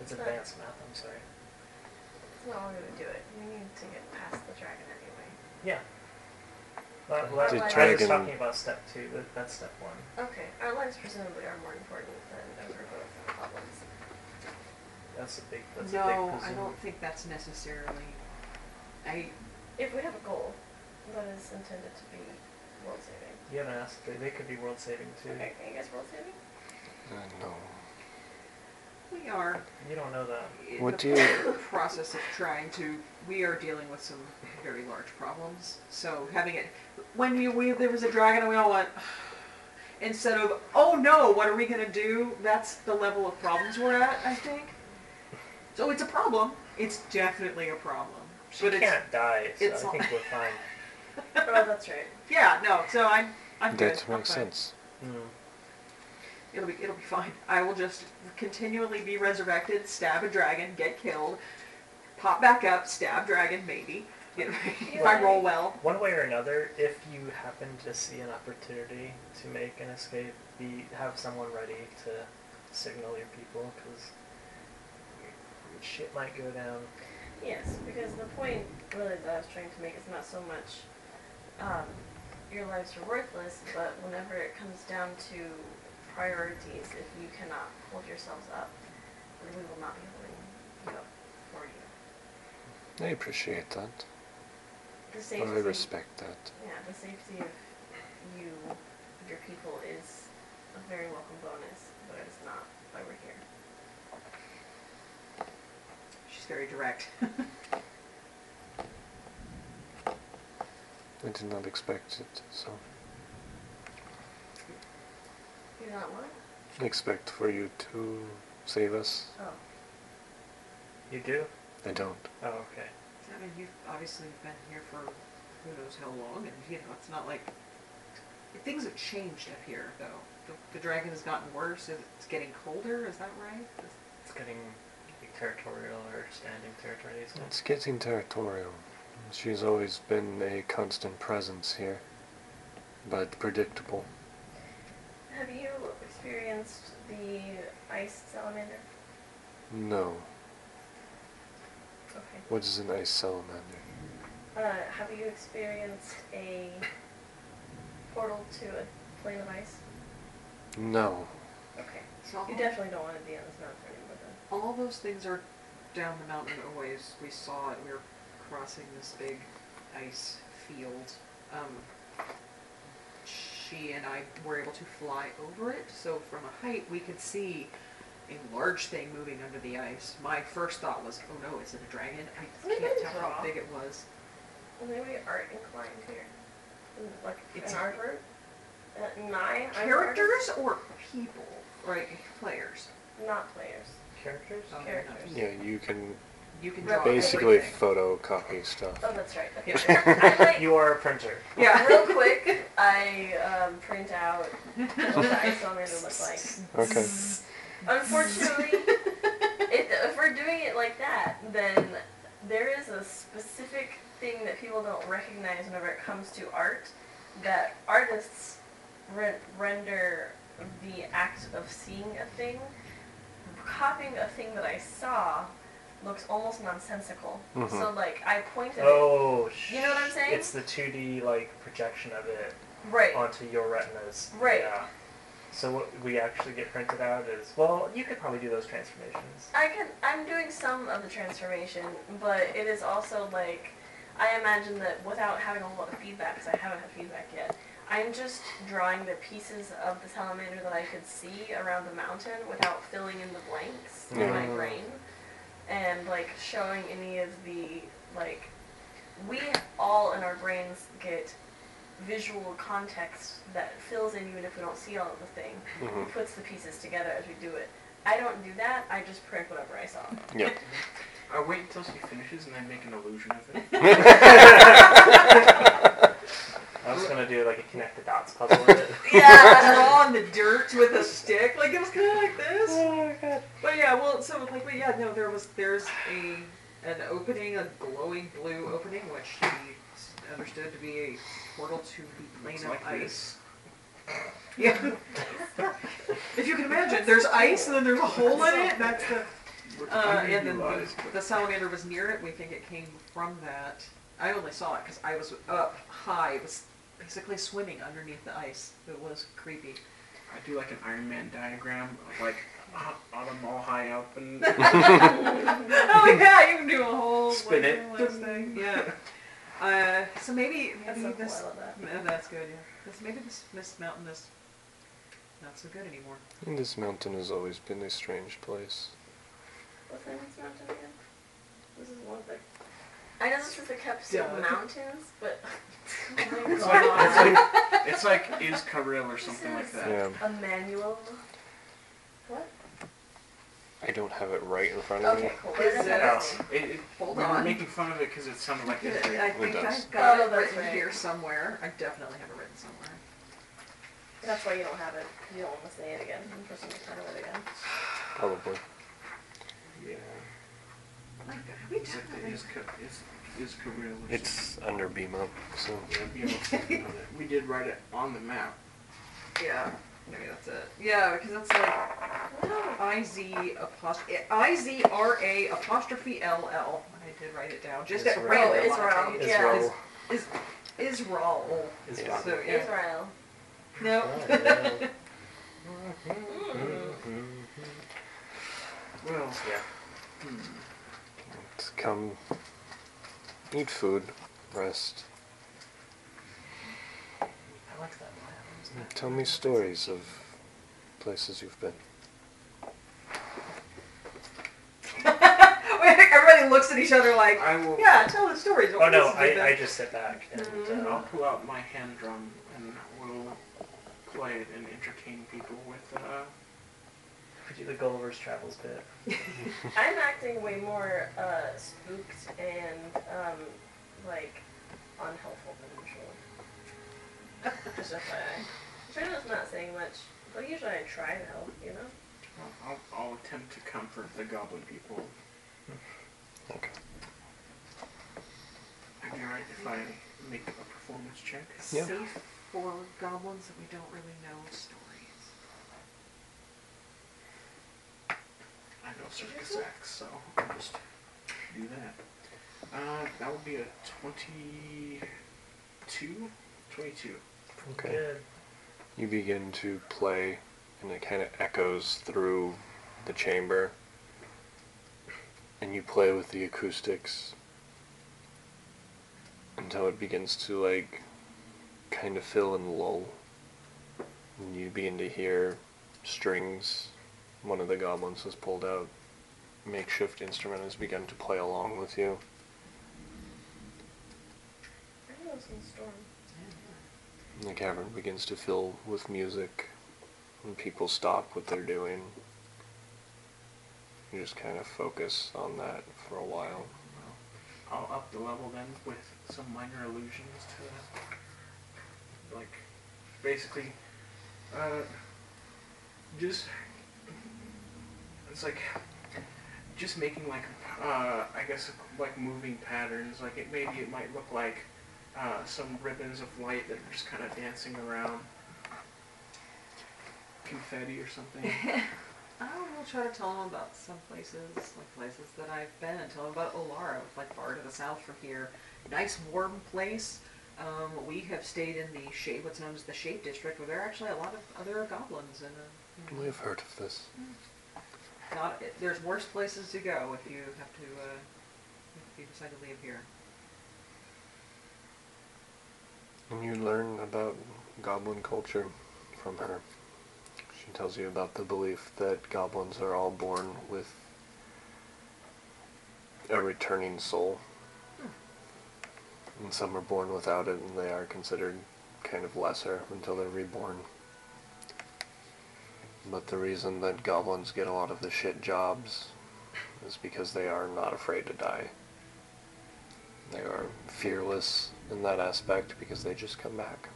S5: It's
S2: Sorry.
S5: advanced math, I'm sorry.
S2: That's not we're gonna do it. We need to get past the dragon anyway.
S5: Yeah. Well,
S1: The
S5: well, I was
S1: dragon-
S5: talking about step two. that- That's step one.
S2: Okay, our lives presumably are more important than ever both problems.
S5: That's a big. That's a
S4: no,
S5: big
S4: I
S5: presume.
S4: don't think that's necessarily. I
S2: If we have a goal that is intended to be world saving.
S5: You haven't asked. They, they could be world saving too.
S2: Okay, are you guys world saving?
S1: Uh, no.
S4: we are
S5: You don't know that.
S4: in
S1: What
S4: the
S1: do you-
S4: process of trying to. We are dealing with some very large problems. So having it when you we there was a dragon and we all went. Instead of oh no, what are we gonna do? That's the level of problems we're at. I think. So it's a problem. It's definitely a problem.
S5: She
S4: but
S5: can't die, so
S4: it's
S5: I
S4: not-
S5: think we're fine.
S2: oh, that's right.
S4: It's, yeah, no. So I'm. I'm good.
S1: That
S4: I'm
S1: makes
S4: fine.
S1: sense.
S5: Mm.
S4: It'll be it'll be fine. I will just continually be resurrected, stab a dragon, get killed, pop back up, stab dragon maybe. You know, if I roll well.
S5: One way or another, if you happen to see an opportunity to make an escape, be have someone ready to signal your people because shit might go down.
S2: Yes, because the point really that I was trying to make is not so much um, your lives are worthless, but whenever it comes down to priorities, if you cannot hold yourselves up, then we will not be holding you up for you.
S1: I appreciate that.
S2: The
S1: I
S2: safety,
S1: respect that.
S2: yeah, the safety of you, of your people, is a very welcome bonus, but it's not why we're here.
S4: She's very direct.
S1: I did not expect it, so.
S2: You not what?
S1: Expect for you to save us?
S2: Oh,
S5: You do?
S1: I don't.
S5: Oh, okay.
S4: I mean, you've obviously been here for who knows how long, and you know it's not like things have changed up here though. The, the dragon has gotten worse. It's getting colder. Is that right? Is-
S5: It's getting territorial or expanding territory. It's
S1: It's getting territorial. She's always been a constant presence here, but predictable.
S2: have you experienced the ice salamander?
S1: No.
S2: Okay.
S1: What is an ice salamander?
S2: Uh, have you experienced a portal to a plane of ice?
S1: No.
S2: Okay.
S4: So
S2: You definitely don't want to be on this mountain anymore then.
S4: all those things are down the mountain a ways. We saw it. We were crossing this big ice field. Um, she and I were able to fly over it, so from a height we could see a large thing moving under the ice. My first thought was, oh no, is it a dragon? I
S2: Maybe
S4: can't
S2: it's
S4: tell how
S2: raw.
S4: big it was.
S2: Well, maybe art inclined here. Mm, Like
S4: It's-
S2: an art group? Uh, nine I'm
S4: Characters or people, right? Players.
S2: artists, Not players.
S5: Characters? Um,
S4: Oh, no.
S2: Characters.
S1: Yeah, you can
S4: You can draw
S1: basically
S4: everything.
S1: photocopy stuff.
S2: Oh, that's right. Okay. I,
S5: You are a printer.
S2: like,
S4: Yeah.
S2: Real quick, I um, print out what the isometer looks like.
S1: Okay.
S2: Unfortunately, if, if we're doing it like that, then there is a specific thing that people don't recognize whenever it comes to art that artists re- render the act of seeing a thing. Copying a thing that I saw looks almost nonsensical.
S1: Mhm.
S5: Mm-hmm.
S2: So, like, I pointed it-
S5: Oh, sh-
S2: You know what I'm saying?
S5: It's the 2D like projection of it
S2: Right.
S5: onto your retinas.
S2: Right.
S5: Yeah. So what we actually get printed out is well, you could probably do those transformations.
S2: I can. I'm doing some of the transformation, but it is also like I imagine that without having a whole lot of feedback, because I haven't had feedback yet. I'm just drawing the pieces of the salamander that I could see around the mountain without filling in the blanks in my
S5: Mm.
S2: brain, and like showing any of the like we all in our brains get visual context that fills in even if we don't see all of the thing
S1: hmm
S2: puts the pieces together as we do it. I don't do that. I just print whatever I saw.
S1: Yeah.
S3: I wait until she finishes and then make an illusion of it.
S5: I was gonna do like a connect the dots puzzle with it.
S4: Yeah, draw in the dirt with a stick. Like it was kind of like this.
S5: oh god.
S4: But yeah, well, so like, but yeah, no, there was there's a an opening, a glowing blue opening, which he s- understood to be a portal to the plane
S3: Looks
S4: of
S3: like
S4: ice.
S3: this.
S4: Yeah. if you can imagine, there's ice and then there's a hole in it. That's the
S3: Looks
S4: uh, and then the,
S3: underutilized,
S4: the salamander was near it. We think it came from that. I only saw it because I was up high. It was basically swimming underneath the ice. It was creepy.
S3: I do like an Iron Man diagram of like uh, on them all high up and
S4: oh yeah, you can do a whole
S3: Spin it.
S4: like, last thing. Yeah. Uh, so maybe
S2: That's
S4: maybe
S2: so cool. I
S4: this.
S2: love that.
S4: no, that's good. Yeah. This, maybe this this mountain is not so good anymore.
S1: And this mountain has always been a strange place.
S2: What's that next mountain again? This is one thing. I know this is the kept
S4: Yeah.
S2: mountains, but oh my
S3: it's like it's
S2: god.
S3: like it's like is Caril or something like that.
S1: Yeah.
S2: A manual. What?
S1: I don't have it right in front of me.
S2: Okay, cool. We're gonna have
S5: Is
S2: that.
S3: It, it,
S4: Hold
S3: we
S4: on.
S3: We're making fun of it because it sounded like
S4: Yeah,
S3: it.
S4: I think
S1: does.
S4: I've got
S2: Oh,
S4: it
S2: that's
S4: written
S2: right.
S4: here somewhere. I definitely have it written somewhere.
S2: That's why you don't have it. 'cause You don't want to say it again. The person who's of it again.
S1: Probably.
S3: Yeah.
S4: Like, have we
S3: Is, it,
S4: definitely.
S3: is, Ca- is, is Caril or
S1: It's under BMO, so.
S3: something. Yeah, you know, we did write it on the map.
S4: Yeah, maybe that's it. Yeah, because that's like
S2: Oh.
S4: I Z apostrophe I Z R A apostrophe L L. I did write it down just at
S5: Israel.
S4: random.
S2: Oh,
S4: on
S2: Israel.
S4: a page.
S2: Yeah.
S5: Israel.
S4: Is Israel.
S5: Is
S1: Yeah.
S5: rock.
S4: So yeah.
S2: Israel.
S4: No.
S5: Oh, yeah.
S2: Mm.
S3: Well,
S5: Yeah.
S3: hmm.
S1: Let's come eat food, rest,
S5: I like that plan. Isn't
S1: and
S5: it?
S1: tell me stories of places you've been.
S4: Everybody looks at each other like,
S3: I will.
S4: yeah, tell the stories.
S5: Oh no,
S4: This is the
S5: I, I
S4: best."
S5: just sit back and
S2: Mm-hmm.
S4: Mhm.
S5: uh,
S3: I'll pull out my hand drum and we'll play it and entertain people with. Uh,
S5: we do the Gulliver's Travels bit.
S2: I'm acting way more uh, spooked and um, like unhelpful than usual. Just FYI. Which I know is not saying much, but usually I try to help, you know?
S3: I'll, I'll attempt to comfort the goblin people.
S1: Okay.
S3: I'd be alright if I make a performance check.
S1: Yeah.
S4: safe for goblins that we don't really know stories.
S3: I know circus acts, so I'll just do that. Uh, that would be a 22? 22.
S1: Okay.
S5: Good.
S1: You begin to play, and it kind of echoes through the chamber. And you play with the acoustics until it begins to, like, kind of fill and lull. And you begin to hear strings one of the goblins has pulled out makeshift instrument and has begun to play along with you.
S2: I know it's in storm.
S1: And The cavern begins to fill with music, and people stop what they're doing. You just kind of focus on that for a while.
S3: I'll up the level then with some minor allusions to that. Like, basically, uh, just. It's like. Just making like, uh, I guess like moving patterns. Like it maybe it might look like uh, some ribbons of light that are just kind of dancing around, confetti or something.
S4: I will try to tell them about some places, like places that I've been, and tell them about Olara, which is like far to the south from here. Nice warm place. Um, we have stayed in the shape, what's known as the Shape District, where there are actually a lot of other goblins, and uh, you know,
S1: We've heard of this.
S4: not it- there's worse places to go if you have to uh, if you decide to leave here.
S1: And you learn about goblin culture from her. She tells you about the belief that goblins are all born with a returning soul. And some are born without it and they are considered kind of lesser until they're reborn. But the reason that goblins get a lot of the shit jobs is because they are not afraid to die they are fearless in that aspect because they just come back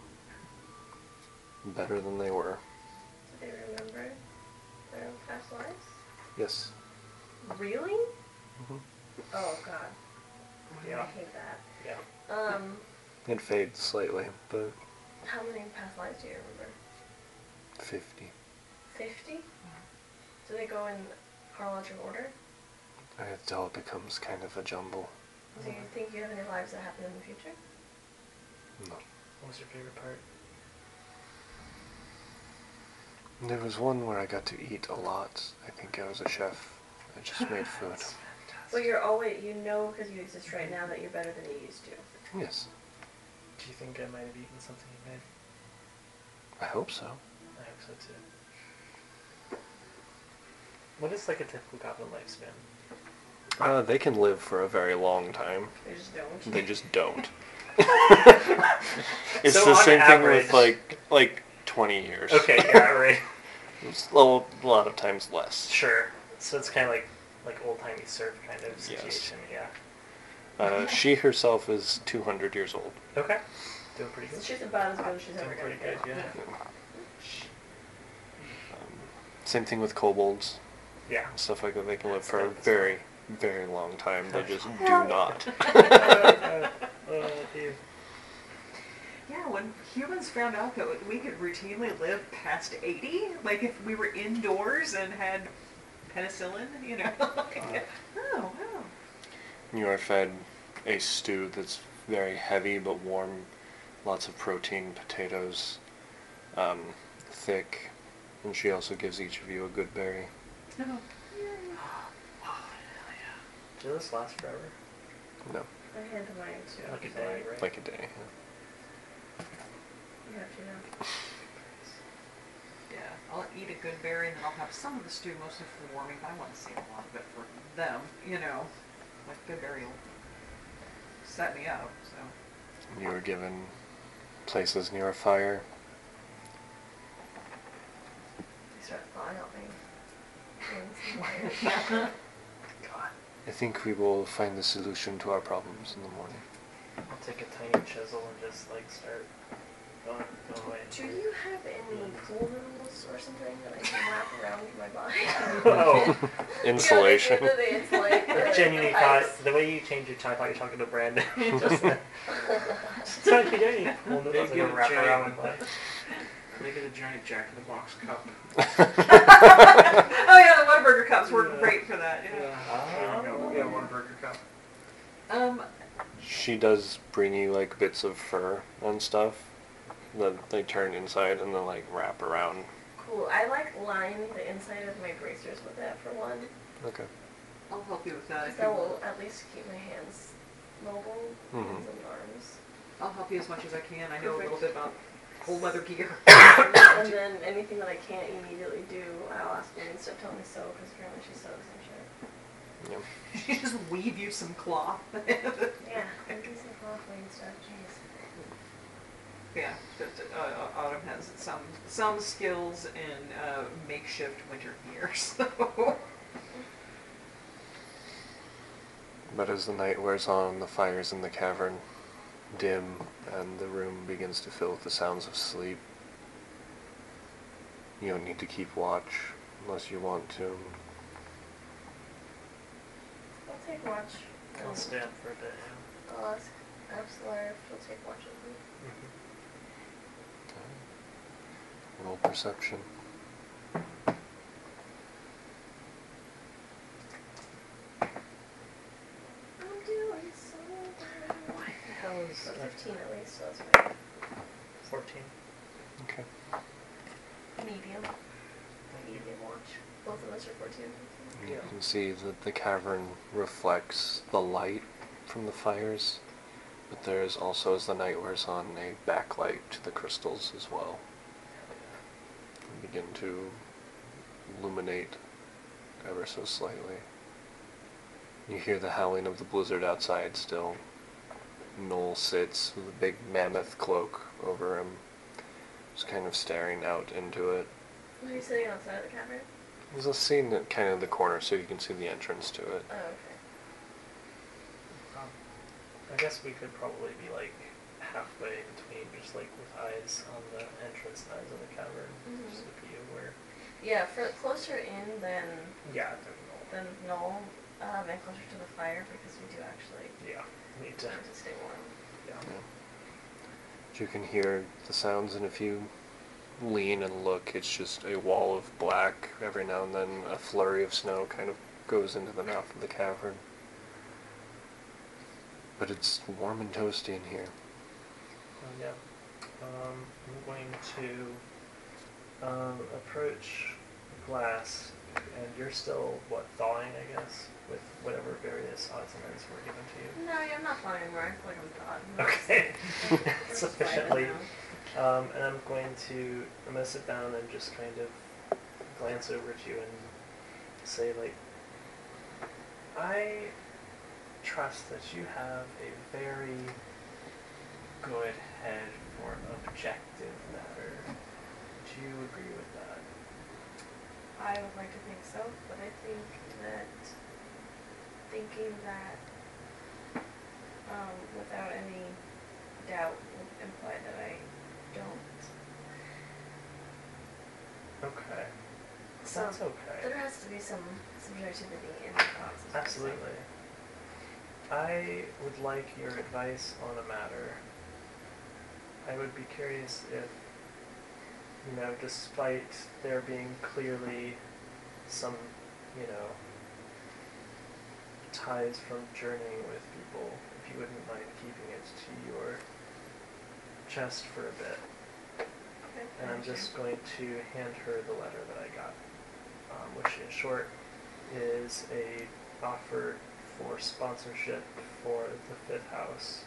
S1: better than they were.
S2: Do they remember their own past lives?
S1: Yes.
S2: Really?
S1: Mhm.
S2: Oh god. I
S5: Yeah.
S2: hate that.
S5: Yeah.
S2: Um,
S1: It fades slightly, but
S2: how many past lives do you remember?
S1: 50.
S2: Fifty? Do they go in chronological order?
S1: It all becomes kind of a jumble.
S2: Do you think you have any lives that happen in the future?
S1: No.
S5: What was your favorite part?
S1: There was one where I got to eat a lot. I think I was a chef. I just made food.
S5: That's fantastic.
S2: Well, you're always, you know because you exist right now that you're better than you used to.
S1: Yes.
S5: Do you think I might have eaten something you made?
S1: I hope so.
S5: I hope so too. What is like a typical goblin lifespan?
S1: Uh, they can live for a very long time.
S2: They just don't.
S1: They just don't. it's
S5: So
S1: the
S5: on
S1: same
S5: average-
S1: thing with like like 20 years.
S5: Okay, yeah, right.
S1: It's a, little- a lot of times less.
S5: Sure. So it's kind of like like old timey surf kind of situation.
S1: Uh, she herself is 200 years old.
S5: Yeah. Okay. Doing pretty good.
S2: She's about as good as she's ever gonna
S5: Doing pretty good.
S2: get.
S5: Yeah.
S1: Um, Same thing with kobolds,
S5: Yeah.
S1: stuff like that. They can live for a very, very long time. They just do not.
S5: uh, uh, yeah.
S4: Yeah, when humans found out that we could routinely live past 80, like if we were indoors and had penicillin, you know. like, oh, wow.
S1: You are fed a stew that's very heavy but warm, lots of protein, potatoes, um, thick, and she also gives each of you a good berry.
S4: No.
S5: Did this last forever?
S1: No,
S2: I had mine too.
S5: Like a
S2: so
S5: day, right?
S1: like a day. yeah.
S2: You have to know.
S4: Yeah, I'll eat a good berry and then I'll have some of the stew, mostly for warming, but I want to save a lot of it for them, you know. Like, good berry will set me up, so.
S1: You were given places near a fire.
S2: They start clawing out me.
S4: Yeah.
S5: God.
S1: I think we will find the solution to our problems in the morning.
S5: I'll take a tiny chisel and just like start going, going away.
S2: Do you have any pool noodles or something that I can wrap around my body?
S5: oh,
S1: Insulation.
S2: You know, the end that they insulate the-
S5: genuinely
S2: the
S5: thought
S2: pipes.
S5: the way you change your tie, I thought you were talking to Brandon. just then. it's not you don't need- well, no,
S3: They
S5: that's like
S3: get
S5: a
S3: a
S5: wrap around
S3: giant-
S5: with that.
S3: Make it a giant Jack in the Box cup.
S4: oh, yeah, the Whataburger cups work
S3: Yeah.
S4: great for that, yeah.
S3: Yeah, we got- we got one burger cup.
S4: Um,
S1: She does bring you like bits of fur and stuff that they turn inside and then like wrap around.
S2: Cool. I like line the inside of my bracers with that for one.
S1: Okay.
S4: I'll help you with that.
S2: Because
S4: if you
S2: that
S4: want.
S2: will uh, at least keep my hands mobile,
S1: Mhm.
S2: hands and arms.
S4: I'll help you as much as I can. I know a little
S2: Perfect.
S4: bit about whole other gear.
S2: and then anything that I can't immediately do, I'll ask Megan to stop telling me so, because apparently she sews and shit.
S1: Yep.
S4: she just weave you some cloth.
S2: Yeah, I do some coffee and stuff, jeez.
S4: yeah, but, uh, Autumn has some some skills in uh, makeshift winter gear. So
S1: But as the night wears on, the fires in the cavern dim, and the room begins to fill with the sounds of sleep. You don't need to keep watch unless you want to.
S2: I'll take watch.
S5: I'll stand for a bit.
S2: I'll ask Absolar if she'll take watch with me.
S1: Roll perception.
S2: I'm doing so bad.
S4: why the hell is
S2: So
S4: that?
S2: 15 at least, so that's right.
S5: Fourteen.
S1: Okay.
S2: Medium. Medium watch. Both of us are 14 and 15.
S1: You
S4: Yeah.
S1: can see that the cavern reflects the light from the fires, but there is also, as the night wears on, a backlight to the crystals as well. And begin to illuminate ever so slightly. You hear the howling of the blizzard outside still. Noel sits with a big mammoth cloak over him, just kind of staring out into it.
S2: Are you sitting outside the cavern?
S1: There's a scene that kind of the corner, so you can see the entrance to it.
S2: Oh, okay.
S5: Um, I guess we could probably be like halfway between, just like with eyes on the entrance and eyes on the cavern,
S2: Mhm.
S5: just with you. Where
S2: Yeah, for closer in than
S5: yeah, I don't
S2: than Null, um, and closer to the fire because we do actually
S5: know. Yeah, need to.
S2: need to stay warm.
S5: Yeah.
S1: Yeah. But You can hear the sounds, and if you lean and look, it's just a wall of black. Every now and then, a flurry of snow kind of goes into the mouth of the cavern. But it's warm and toasty in here.
S5: Oh, yeah. Um, I'm going to um, approach glass, and you're still what thawing, I guess, with whatever various odds and ends were given to you.
S2: No, yeah, I'm not flying anymore. I feel like I'm done.
S5: Okay,
S2: I'm just
S5: sufficiently.
S2: vibing
S5: Um, and I'm going to I'm gonna sit down and just kind of glance over at you and say like, I trust that you have a very good head for objective matter. Do you agree with that?
S2: now. I would like to think so, but I think that thinking that um, without any doubt would imply that I don't.
S5: Okay.
S2: So
S5: That's
S2: there
S5: okay.
S2: has to be some subjectivity in the thoughts. is what I'm saying.
S5: Absolutely. I would like your advice on a matter. I would be curious if, you know, despite there being clearly some, you know, ties from journeying with people, if you wouldn't mind keeping it to your chest for a bit.
S2: Okay,
S5: And I'm
S2: sure.
S5: just going to hand her the letter that I got, um, which in short is a offer for sponsorship for the fifth house.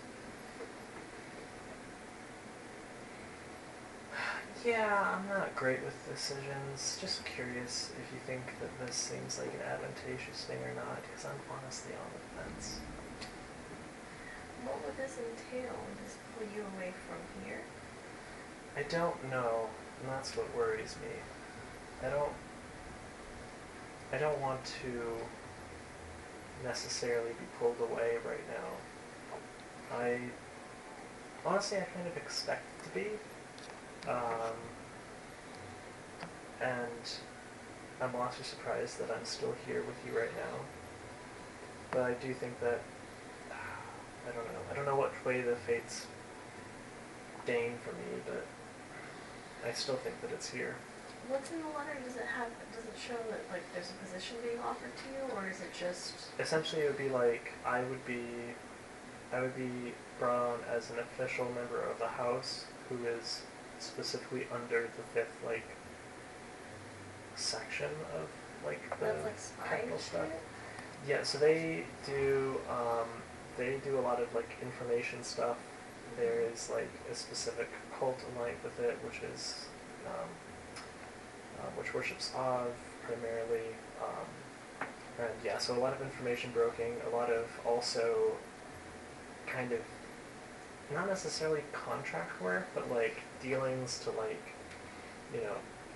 S5: Yeah, I'm not great with decisions. Just curious if you think that this seems like an advantageous thing or not, because I'm honestly on the fence.
S2: What would this entail? Would this pull you away from here?
S5: I don't know, and that's what worries me. I don't. I don't want to necessarily be pulled away right now. I honestly, I kind of expect to be, um, and I'm honestly surprised that I'm still here with you right now. But I do think that I don't know. I don't know what way the fates Dane for me, but I still think that it's here.
S2: What's in the letter? Does it have? Does it show that like there's a position being offered to you, or is it just?
S5: Essentially, it would be like I would be, I would be brought on as an official member of the house who is specifically under the fifth like section of like the
S2: That's like spy
S5: Uh, capital
S2: shit.
S5: stuff. Yeah, so they do um, they do a lot of like information stuff there is like a specific cult aligned with it, which is um, uh, which worships Av primarily. Um, and yeah, so a lot of information broking, a lot of also kind of not necessarily contract work, but like dealings to like you know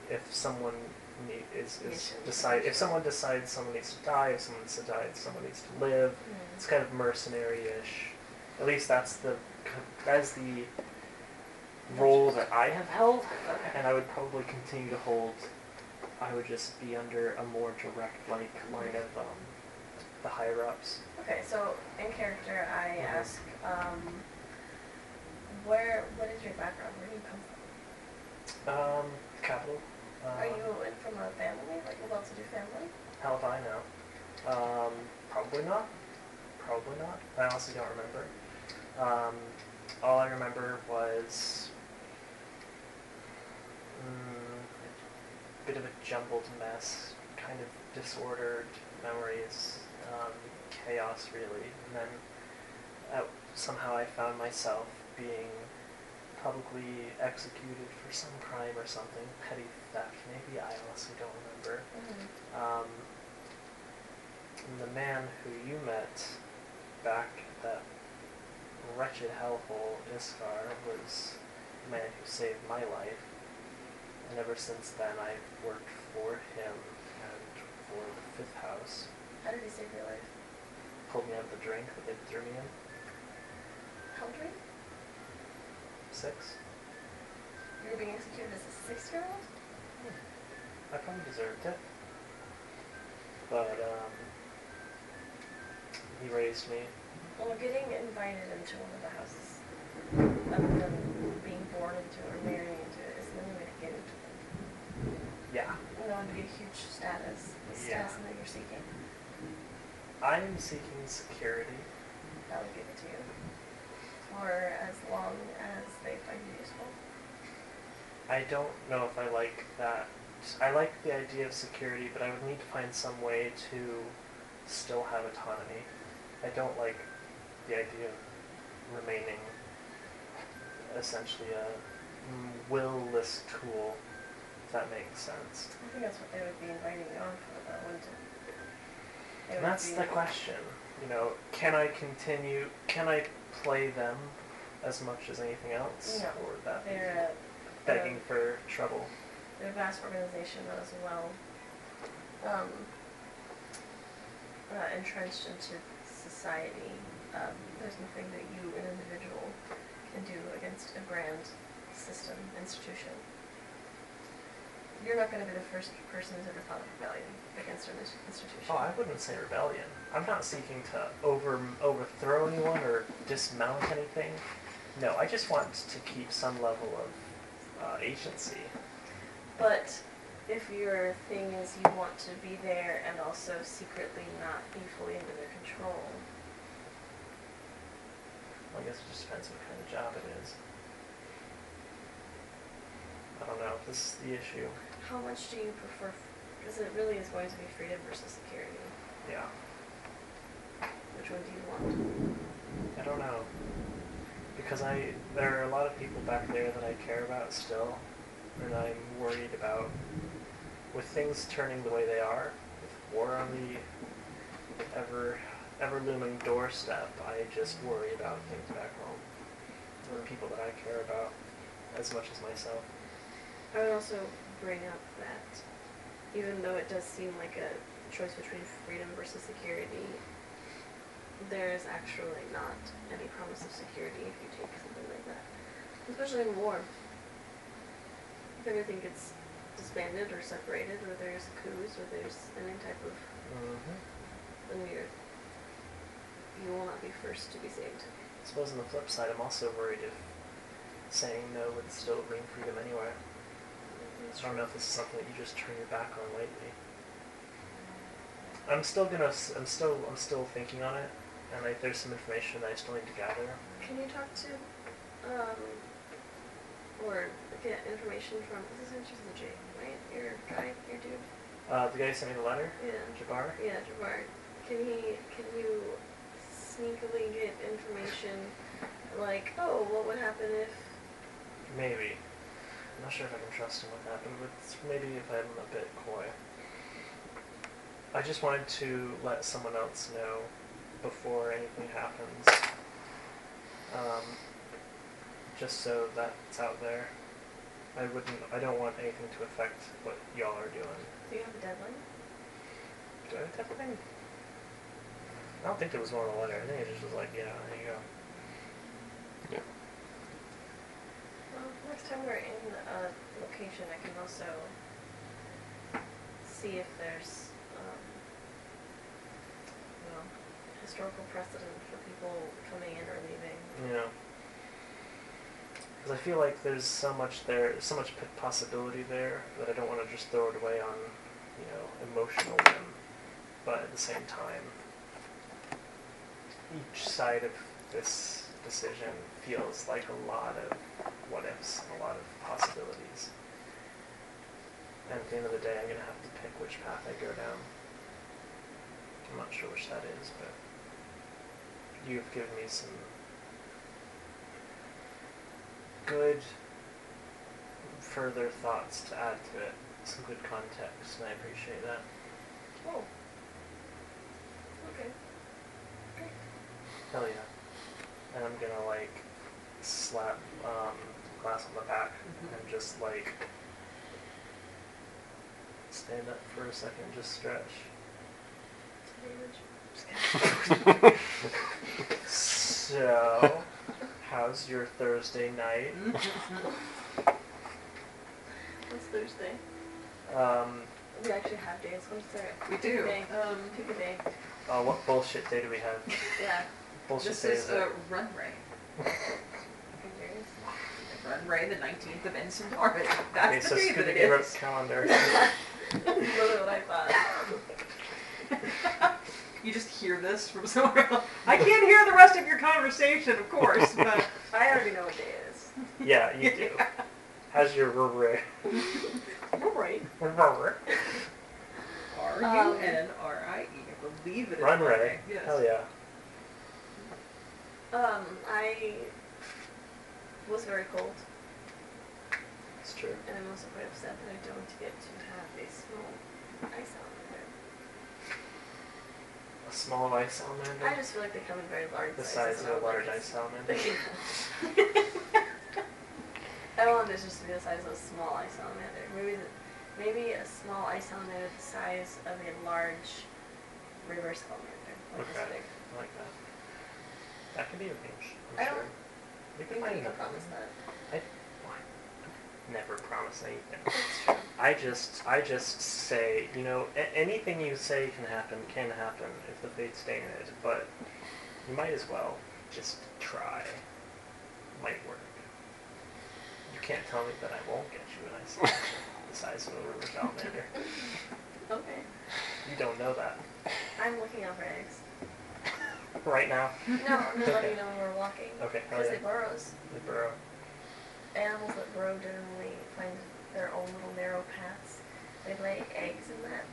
S5: if someone need, is, is
S2: Mission.
S5: decide if someone decides someone needs to die, if someone needs to die, someone needs to live.
S2: Mm.
S5: It's kind of mercenary-ish. At least that's the that's the role that I have held, and I would probably continue to hold. I would just be under a more direct like line of um, the higher ups.
S2: Okay, so in character, I
S5: Uh-huh.
S2: ask, um, where, what is your background? Where do you come from?
S5: Um, capital. Uh,
S2: Are you in- from a family, like a well-to-do family?
S5: How if I know? Um, probably not. Probably not. I honestly don't remember. Um, all I remember was mm, a bit of a jumbled mess, kind of disordered memories, um, chaos really. And then uh, somehow I found myself being publicly executed for some crime or something, petty theft maybe, I honestly don't remember.
S2: Mm-hmm.
S5: Um, the man who you met back at that wretched hellhole, Iskar, was the man who saved my life. And ever since then, I've worked for him and for the fifth house.
S2: How did he save your life?
S5: Pulled me out of the drink that they threw me in.
S2: Hungry?
S5: Six.
S2: You were being executed as a six-year-old?
S5: I probably deserved it. But, um, he raised me.
S2: Well, getting invited into one of the houses, other than being born into it or marrying into it, is the only way to get into it.
S5: Yeah.
S2: You know, to get a huge status, the
S5: Yeah.
S2: status that you're seeking,
S5: I am seeking security.
S2: that would give it to you. For as long as they find you useful.
S5: I don't know if I like that. I like the idea of security, but I would need to find some way to still have autonomy. I don't like the idea of remaining essentially a willless tool, if that makes sense.
S2: I think that's what they would be inviting you on for, though, wouldn't it? They
S5: And
S2: would
S5: that's
S2: be-
S5: the question. You know, can I continue? Can I play them as much as anything else?
S2: No.
S5: Or would that be
S2: They're uh, a,
S5: begging for trouble?
S2: they're a vast organization that is well um, uh, entrenched into society. Um, there's nothing that you, an individual, can do against a grand system, institution. You're not going to be the first person who's ever filed a rebellion against an ins- institution.
S5: Oh, I wouldn't say rebellion. I'm not seeking to over overthrow anyone or dismount anything. No, I just want to keep some level of uh, agency.
S2: But if your thing is you want to be there and also secretly not be fully under their control,
S5: I guess it just depends what kind of job it is. I don't know. This is the issue.
S2: how much do you prefer? Because it really is going to be freedom versus security.
S5: Yeah,
S2: Which one do you want?
S5: I don't know. Because I there are a lot of people back there that I care about still, and I'm worried about with things turning the way they are, with war on the ever ever looming doorstep, I just worry about things back home. The people that I care about as much as myself.
S2: I would also bring up that even though it does seem like a choice between freedom versus security, there is actually not any promise of security if you take something like that. Especially in war. If everything gets disbanded or separated, or there's coups, or there's any type of
S5: Mm-hmm.
S2: then you're you will not be first to be saved.
S5: I suppose on the flip side I'm also worried if saying no would still bring freedom anywhere. So I don't know if this is something that you just turn your back on lately. I'm still gonna. s- I'm still. I'm still thinking on it, and like, there's some information that I still need to gather.
S2: Can you talk to, um, or get information from, this is interesting, Jay, right? Your guy, your dude?
S5: Uh, the guy who sent me the letter,
S2: Yeah.
S5: Jabbar.
S2: Yeah, Jabbar. Can he, can you sneakily get information like, oh, what
S5: Maybe. I'm not sure if I can trust him with that, but with, maybe if I'm a bit coy. I just wanted to let someone else know before anything happens. Um, just so that's out there. I wouldn't. I don't want anything to affect what y'all are doing.
S2: Do you have a deadline?
S5: Do I have that thing? I don't think there was one on the letter. I think it just was like, yeah, there you go.
S1: Yeah.
S2: Well, next time we're in a location, I can also see if there's, um, well, historical precedent for people coming in or leaving.
S5: You know. Because I feel like there's so much there, so much p- possibility there that I don't want to just throw it away on, you know, emotional whim. But at the same time, each side of this decision feels like a lot of what ifs and a lot of possibilities. And at the end of the day, I'm going to have to pick which path I go down. I'm not sure which that is, but you've given me some good further thoughts to add to it, some good context, and I appreciate that.
S2: Oh. Okay.
S5: Hell yeah. And I'm gonna like slap um, glass on the back
S4: Mhm.
S5: and just like stand up for a second, just stretch.
S2: Just
S5: So, how's your Thursday night?
S2: kidding. It's Thursday.
S5: Um,
S2: We actually have days. When's there?
S4: We
S2: Pick a
S4: do.
S2: day.
S4: Um,
S2: Pick a day.
S5: oh, what bullshit day do we have?
S2: Yeah.
S5: Bullshit
S4: this
S5: day
S4: is
S5: it?
S4: a run ray.
S2: Fucking days.
S4: Run ray, the 19th of Ensign Orbit. That's
S5: okay, so
S4: the day that
S5: Scooby
S4: it
S5: Doo wrote
S4: is.
S5: calendar.
S2: Literally what I thought.
S4: You just hear this from somewhere else. I can't hear the rest of your conversation, of course, but
S2: I already know what day it is.
S5: yeah, you do. How's your rubber?
S4: you're right.
S5: Rubber?
S4: R U
S2: Um,
S4: N R I E. I believe it is
S5: Run Ray.
S4: Yes.
S5: Hell yeah.
S2: Um, I was very cold,
S5: It's true.
S2: and I'm also quite upset that I don't get to have a small ice out
S5: A small ice salamander?
S2: there. I just feel like they come in very large
S5: the size
S2: sizes. and
S5: of
S2: I
S5: a
S2: would
S5: large
S2: like
S5: ice salamander.
S2: to- I want this just to be the size of a small ice salamander. Maybe, the, maybe a small ice salamander the size of a large river salamander. Like this
S5: Okay.
S2: big.
S5: I like that. That could be arranged. I'm
S2: I don't-
S5: sure. We can
S2: Anybody
S5: find
S2: can
S5: that.
S2: promise that.
S5: I never promise anything.
S2: That's true.
S5: I just, I just say, you know, a- anything you say can happen, can happen if the fate's damn it. But you might as well just try. Might work. You can't tell me that I won't get you an ice salamander the size of a river salamander.
S2: Okay.
S5: You don't know that
S2: I'm looking out for eggs.
S5: right now.
S2: No, I'm gonna let you know when we're walking.
S5: Okay,
S2: Because
S5: okay.
S2: it burrows.
S5: The burrow.
S2: Animals that burrow generally find their own little narrow paths. They lay eggs in that,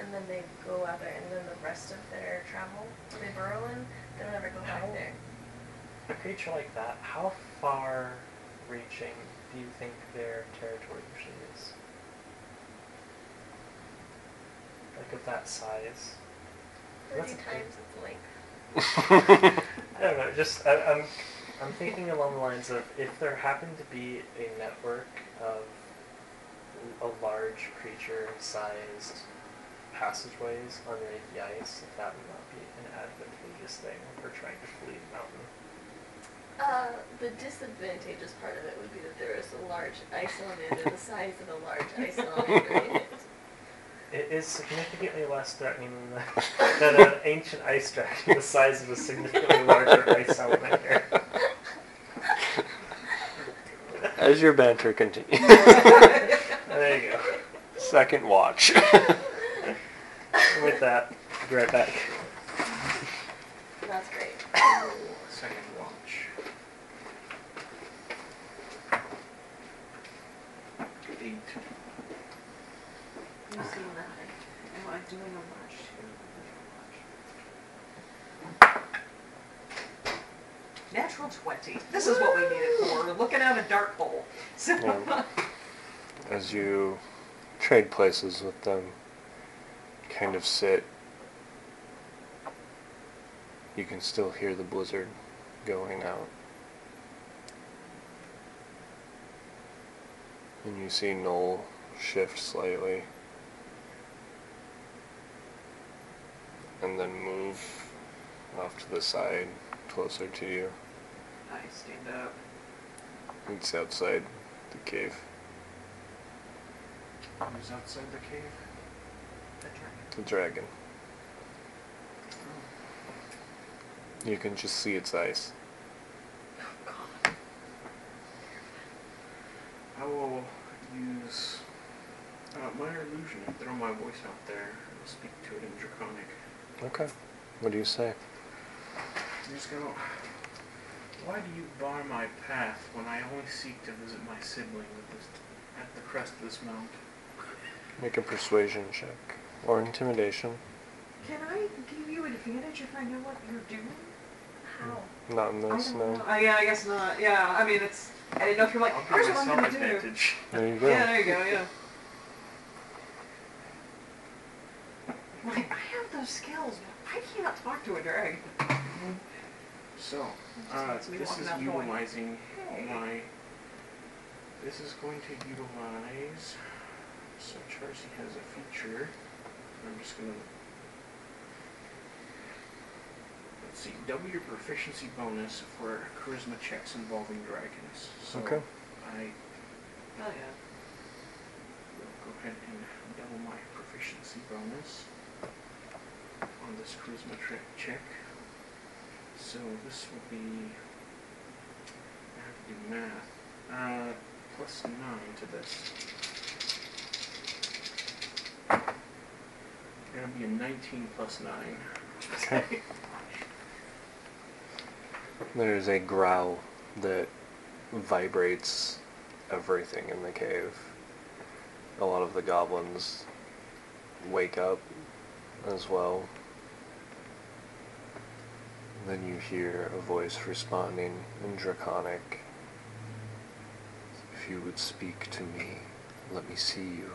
S2: and then they go out there, and then the rest of their travel that they burrow in, they don't ever go back
S5: How-
S2: there.
S5: A creature like that, how far reaching do you think their territory usually is? Like of that size?
S2: Thirty
S5: That's a big-
S2: times its length.
S5: I don't know, just I, I'm I'm thinking along the lines of if there happened to be a network of a large creature sized passageways underneath the ice, if that would not be an advantageous thing for trying to flee the mountain.
S2: Uh, the disadvantageous part of it would be that there is a large ice salamander the size of a large ice salamander. in it.
S5: It is significantly less threatening than, than an ancient ice dragon the size of a significantly larger ice salamander.
S1: As your banter continues.
S5: There you go.
S1: Second watch.
S5: And with that, be right back.
S2: That's great.
S3: Second watch. Eight.
S4: You see nothing. Am I doing a watch too? Natural 20. This is what we need it for. We're looking at a dark hole. So,
S1: Yeah. as you trade places with them, kind of sit. You can still hear the blizzard going out. And you see Noel shift slightly. And then move off to the side, closer to you.
S4: I stand up.
S1: It's outside the cave,
S3: Who's outside the cave?
S4: The dragon.
S1: the dragon. You can just see its eyes.
S2: Oh, God.
S3: I will use uh, minor illusion and throw my voice out there and speak to it in draconic.
S1: Okay. What do you say?
S3: I just go, why do you bar my path when I only seek to visit my sibling at, this, at the crest of this mountain?
S1: Make a persuasion check or intimidation.
S4: Can I give you advantage if I know what you're doing?
S2: How?
S1: Not in
S4: I
S1: this,
S4: don't
S1: no.
S4: know. Uh, yeah, I guess not. Yeah, I mean, it's. I didn't know if you're like,
S3: I'll
S4: here's
S3: give
S4: what I'm
S3: myself
S4: going to do.
S3: advantage.
S1: There you go.
S4: Yeah, there you go, yeah. Like, I have those skills, but I cannot talk to a dragon.
S3: So,
S4: It just
S3: uh,
S4: makes me
S3: this
S4: want
S3: is
S4: that going.
S3: utilizing
S4: Hey.
S3: my. This is going to utilize. So Charcy has a feature. I'm just gonna. Let's see. Double your proficiency bonus for charisma checks involving dragons. So
S1: Okay.
S3: I
S4: Oh, yeah.
S3: will go ahead and double my proficiency bonus on this charisma tre- check. So this will be. I have to do math. Uh, plus nine to this. Gonna be a 19 plus nine.
S1: Okay. There's a growl that vibrates everything in the cave. A lot of the goblins wake up as well. Then you hear a voice responding in Draconic. If you would speak to me, let me see you.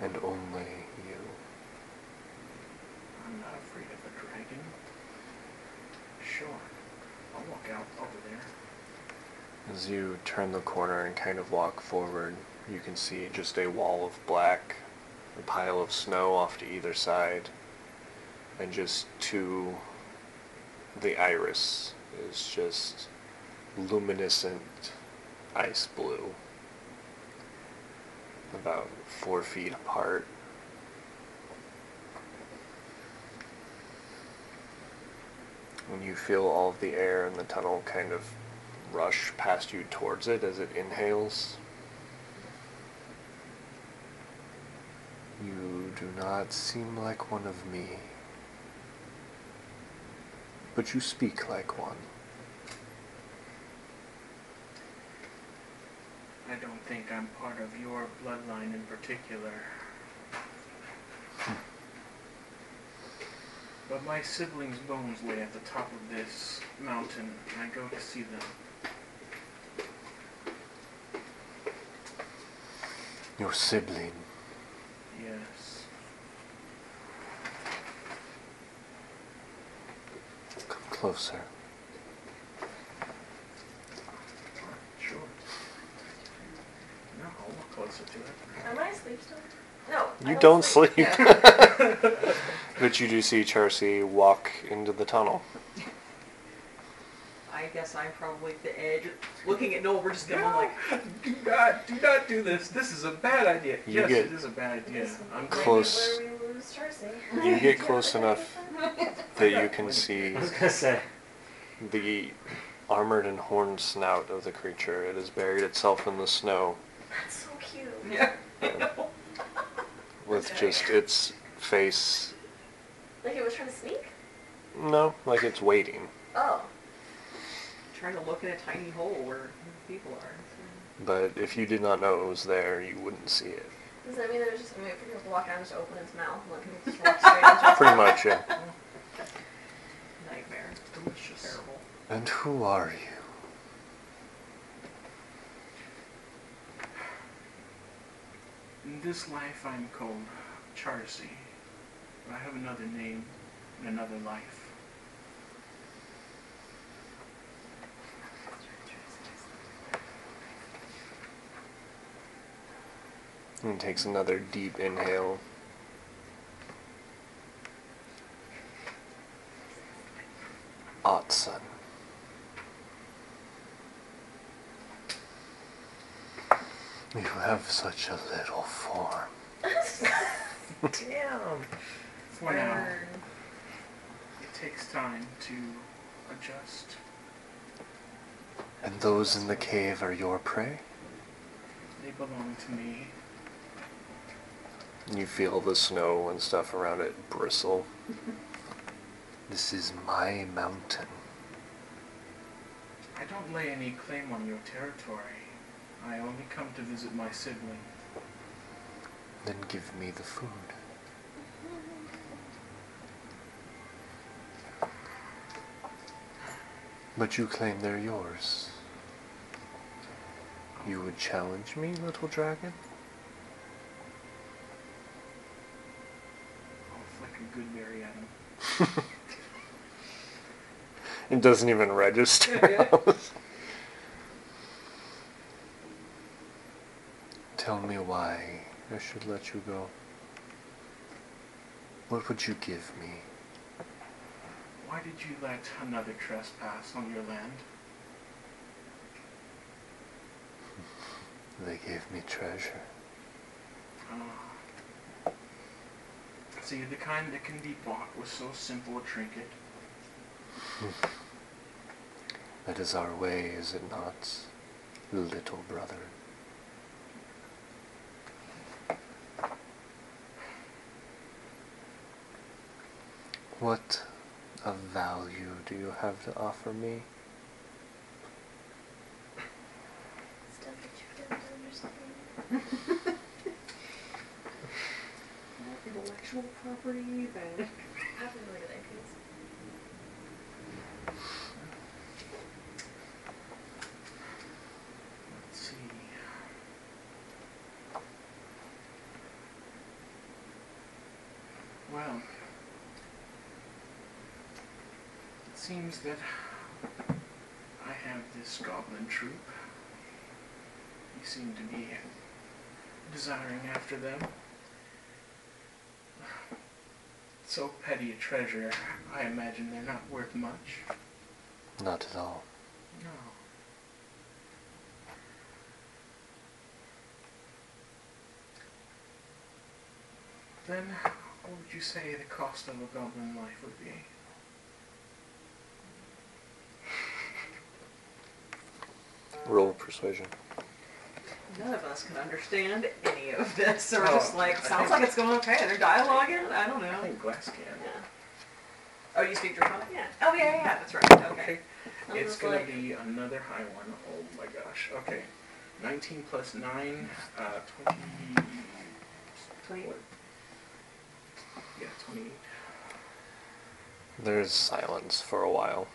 S1: And only you.
S3: I'm not afraid of a dragon. Sure. I'll walk out over there.
S1: As you turn the corner and kind of walk forward, you can see just a wall of black, a pile of snow off to either side, and just two. The iris is just luminescent ice blue, about four feet apart. And you feel all of the air in the tunnel kind of rush past you towards it as it inhales. You do not seem like one of me, but you speak like one.
S3: I don't think I'm part of your bloodline in particular. But my siblings' bones lay at the top of this mountain, and I go to see them.
S1: Your sibling.
S3: Yes.
S1: Come closer.
S3: Sure. No, I'll look closer to it.
S2: Am I asleep still? No. I
S1: You don't sleep.
S4: Yeah.
S1: but you do see Charcy walk into the tunnel.
S4: I guess I'm probably at the edge. Looking at Noel, we're just going to
S3: No,
S4: like,
S3: do not, do not do this. This is a bad idea.
S1: You
S3: yes,
S1: get
S3: it is a bad idea.
S2: This
S3: I'm
S2: might be
S1: close.
S2: Where we lose Tracy.
S1: You get close enough that you can see
S5: I was gonna say.
S1: the armored and horned snout of the creature. It has buried itself in the snow.
S2: That's so cute.
S4: yeah.
S1: with just its face.
S2: Like it was trying to sneak?
S1: No, like it's waiting,
S2: Oh.
S4: Trying to look in a tiny hole where people are.
S1: but if you did not know it was there, you wouldn't see it.
S2: Does that mean that it was just going to wait for people to walk out and just open its mouth and let people just walk straight into it?
S1: Pretty much, yeah. And who are you?
S3: In this life, I'm called Charcy. But I have another name in another life.
S1: And takes another deep inhale. Otson. You have such a little form.
S5: Damn.
S3: For now, it takes time to adjust.
S1: And those in the cave are your prey?
S3: They belong to me.
S1: You feel the snow and stuff around it bristle. this is my mountain.
S3: I don't lay any claim on your territory. I only come to visit my sibling.
S1: Then give me the food. But you claim they're yours. You would challenge me, little dragon?
S3: I'll flick a good berry at him.
S1: It doesn't even register. Tell me why I should let you go. What would you give me?
S3: Why did you let another trespass on your land?
S1: They gave me treasure.
S3: Ah. See, the kind that can be bought with so simple a trinket.
S1: That is our way, is it not, little brother? What of value do you have to offer me?
S2: Stuff that you don't understand.
S4: More intellectual property than
S2: I've been really good at these.
S3: Let's see. Well, it seems that I have this goblin troop. You seem to be desiring after them. So petty a treasure, I imagine they're not worth much.
S1: Not at all.
S3: No. Then, what would you say the cost of a goblin life would be?
S1: Roll persuasion.
S4: none of us can understand any of this. So we're
S3: Oh,
S4: just like,
S3: I
S4: sounds
S3: think-
S4: like it's going okay. They're dialoguing. I don't
S3: I
S4: know.
S3: think glass can.
S4: Oh, you speak Draconic?
S2: Yeah.
S4: Oh yeah, yeah, yeah, that's right. Okay.
S2: I'm
S3: It's
S2: just
S3: gonna
S2: like,
S3: be another high one. Oh my gosh. Okay. 19 plus 9, uh, 20.
S4: Twenty.
S3: What? Yeah, 28.
S1: There's silence for a while.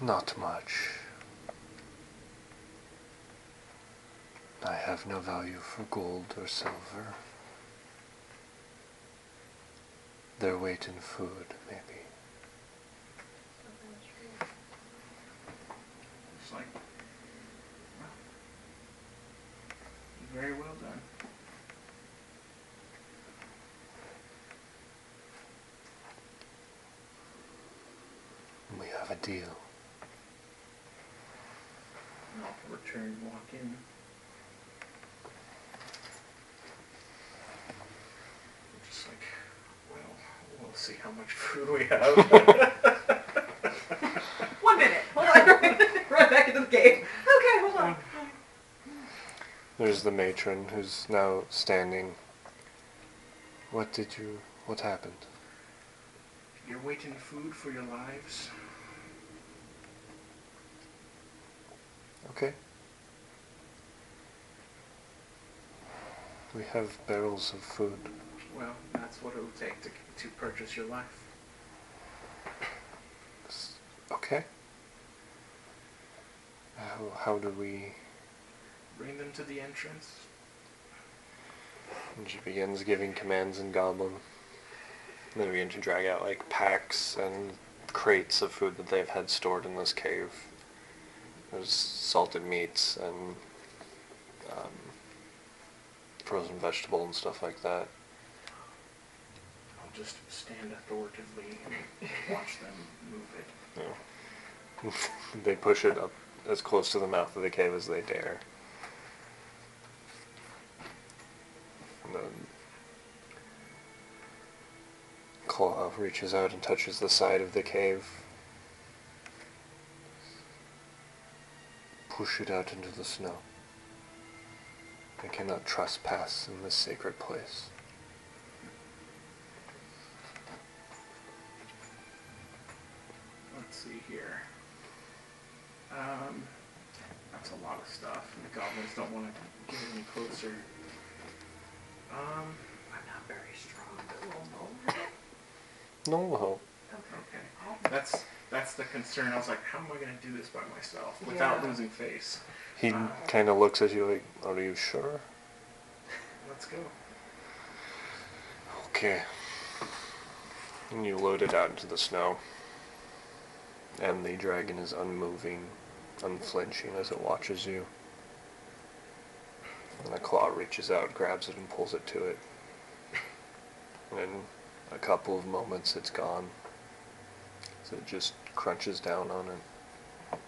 S1: Not much. I have no value for gold or silver. Their weight in food, maybe.
S3: It's like, well, very well done.
S1: We have a deal.
S3: And I'll return walk in. Just like, well, we'll see how much food we have.
S4: One minute. Hold on. right back into the game. Um, Okay, hold on.
S1: There's the matron who's now standing. What did you. What happened?
S3: You're waiting food for your lives.
S1: Okay. We have barrels of food.
S3: Well, that's what it would take to, to purchase your life.
S1: S- Okay. How, how do we.
S3: Bring them to the entrance.
S1: And she begins giving commands in Goblin. And they begin to drag out like packs and crates of food that they've had stored in this cave. There's salted meats and um, frozen vegetable and stuff like that.
S3: I'll just stand authoritatively and watch them move it.
S1: Yeah. they push it up as close to the mouth of the cave as they dare. And then Claw reaches out and touches the side of the cave. Push it out into the snow. I cannot trespass in this sacred place.
S3: Let's see here. Um, that's a lot of stuff. and The goblins don't want to get any closer. Um,
S4: I'm not very strong, but we'll know.
S1: No,
S3: okay. That's that's the concern. I was like, how am I going to do this by myself without
S4: Yeah.
S3: losing face?
S1: he kind of looks at you like, "Are you sure?"
S3: Let's go.
S1: Okay. And you load it out into the snow. And the dragon is unmoving, unflinching as it watches you. And a claw reaches out, grabs it, and pulls it to it. And in a couple of moments, it's gone. So it just crunches down on it.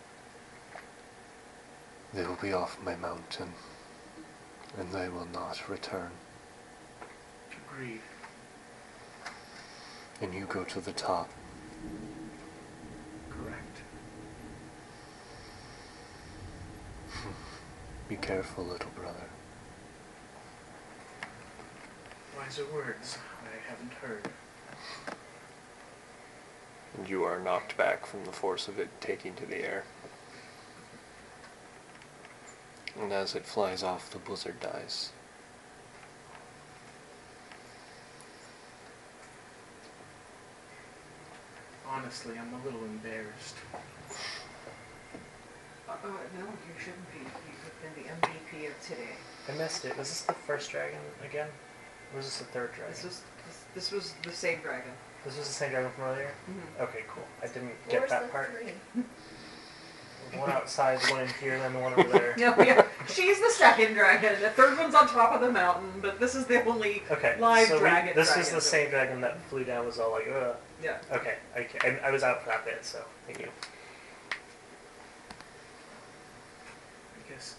S1: They will be off my mountain, and they will not return.
S3: Agreed.
S1: And you go to the top.
S3: Correct.
S1: Be careful, little brother.
S3: Wiser words I haven't heard.
S1: And you are knocked back from the force of it taking to the air. And as it flies off, the blizzard dies.
S3: Honestly, I'm a little embarrassed.
S4: Uh, uh, no, you shouldn't be. You've been the MVP of today.
S5: I missed it. Was this the first dragon again? Or was this the third dragon?
S4: This was this, this was the same dragon.
S5: This was the same dragon from earlier?
S4: Mhm.
S5: Okay, cool. I didn't
S2: Where's
S5: get
S2: the
S5: that part.
S2: three?
S5: One outside, one in here, then one over there.
S4: No, yeah, she's the second dragon. The third one's on top of the mountain, but this is the only
S5: Okay,
S4: live
S5: so we-
S4: dragon.
S5: this
S4: dragon
S5: was the
S4: that-
S5: same dragon that flew down. Was all like, Ugh.
S4: Yeah.
S5: okay, okay. I, I was out for that bit, so thank you.
S3: I guess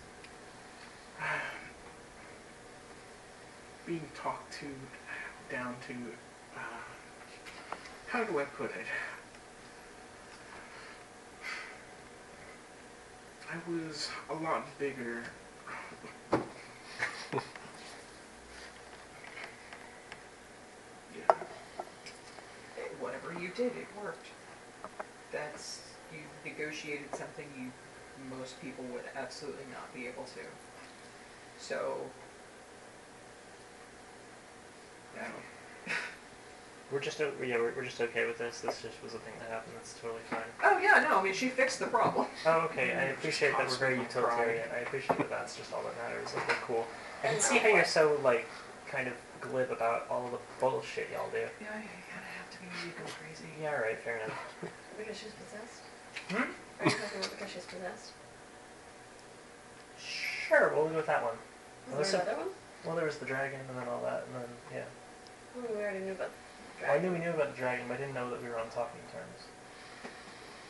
S3: being talked to down to uh, how do I put it? I was a lot bigger. yeah.
S4: Whatever you did, it worked. That's you negotiated something you most people would absolutely not be able to. So
S3: I don't
S5: We're just o- yeah, we're, we're just okay with this. This just was a thing that happened. That's totally fine.
S4: Oh yeah, no, I mean she fixed the problem.
S5: Oh, okay. I
S3: Just
S5: appreciate that we're very
S3: toss me a
S5: utilitarian. I appreciate that that's just all that matters. Okay, cool. I can see how you're so like kind of glib about all the bullshit y'all do.
S4: Yeah, you kind of have to be you go crazy.
S5: Yeah, all right, fair enough.
S2: Because she's possessed?
S3: Hmm?
S2: Are you talking about because she's possessed?
S5: Sure, we'll go with that one. Well,
S2: Is
S5: there's
S2: there
S5: a-
S2: another one?
S5: Well, there was the dragon and then all that, and then yeah.
S2: Oh, we already knew about the
S5: Well, I
S2: dragon.
S5: knew we knew about the dragon, but I didn't know that we were on talking terms.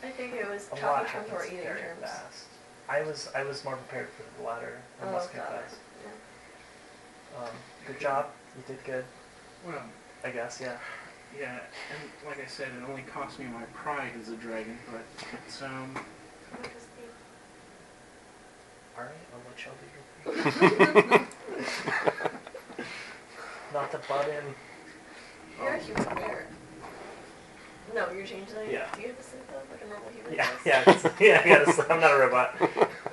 S2: I think it was
S5: A lot
S2: talking terms
S5: happens
S2: or eating
S5: very
S2: terms.
S5: fast. I was I was more prepared for the latter. I
S2: Oh,
S5: must
S2: God.
S5: confess.
S2: Yeah.
S5: Um, good job. You did good.
S3: Well,
S5: I guess. Yeah.
S3: yeah, and like I said, it only cost me my pride as a dragon, but it's um.
S2: What was the-
S5: All right. I'll let y'all do your thing. Not the butt in.
S2: You're
S3: um,
S2: a human bear. No, you're changing that?
S5: Yeah.
S2: Do you have a synth of like a normal human
S5: Yeah.
S2: does?
S5: Yeah. it's- Yeah. Yeah. it's- I'm not a robot.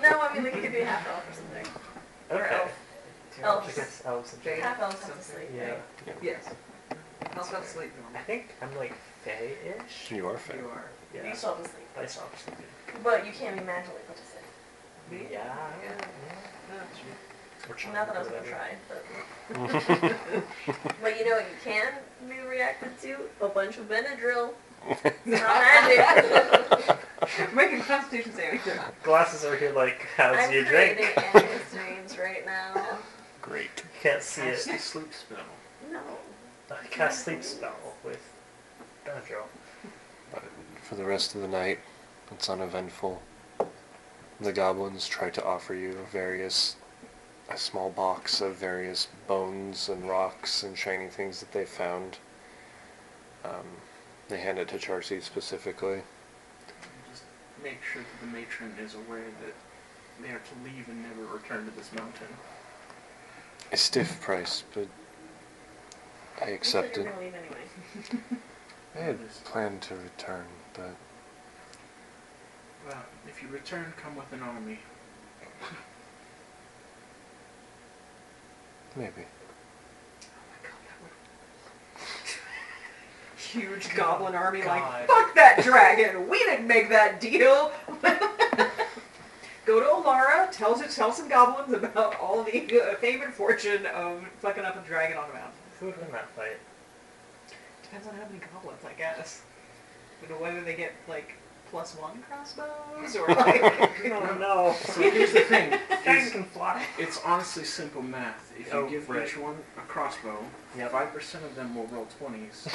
S2: No, I mean like it could be a half elf or something.
S5: Okay.
S2: elf. Elves.
S5: I guess elves and
S4: They-
S5: giants.
S2: Half elves have to sleep,
S5: Yeah.
S2: right?
S4: Yes. I'll stop sleep
S5: I
S4: normal.
S5: think I'm like fae-ish.
S1: You are fair.
S4: You are.
S5: Yeah.
S2: You still have to sleep.
S5: I saw something.
S2: But you can't be magically put to sleep.
S5: Yeah.
S4: Me?
S5: yeah.
S4: No, sure.
S5: Or charmed
S2: Not that I
S5: or
S2: was gonna
S5: whatever.
S2: try, but. but you know what you can be reacted to? A bunch of Benadryl. It's not magic.
S4: Make a constitution saving throw.
S5: Glasses over here like, how's
S2: I'm
S5: your
S2: creating
S5: drink?
S2: endless dreams right now.
S1: Great.
S5: You can't see
S3: Cast
S5: it.
S3: a sleep spell.
S2: No.
S5: I cast sleep spell with Benadryl.
S1: For the rest of the night, it's uneventful. The goblins try to offer you various, a small box of various bones and rocks and shiny things that they found. Um, they hand it to Charcy specifically.
S3: Just make sure that the matron is aware that they are to leave and never return to this mountain.
S1: A stiff price, but I accept
S2: You
S1: it.
S2: said you were gonna leave anyway.
S1: I had planned to return, but
S3: Well, if you return, come with an army.
S1: maybe.
S4: Oh my god, that would- Huge goblin army, like
S5: God.
S4: fuck that dragon. We didn't make that deal. Go to Olara, tells it, tell some goblins about all the uh, fame and fortune of fucking up a dragon on a mountain.
S5: Who would win that fight?
S4: Depends on how many goblins, I guess. You know, whether they get like plus one crossbows or like
S5: We don't know.
S3: So here's the thing.
S5: Dragon
S3: is
S5: can fly.
S3: It's honestly simple math. If you
S5: Oh,
S3: give
S5: right.
S3: each one a crossbow,
S5: Yep.
S3: five percent of them will roll twenties.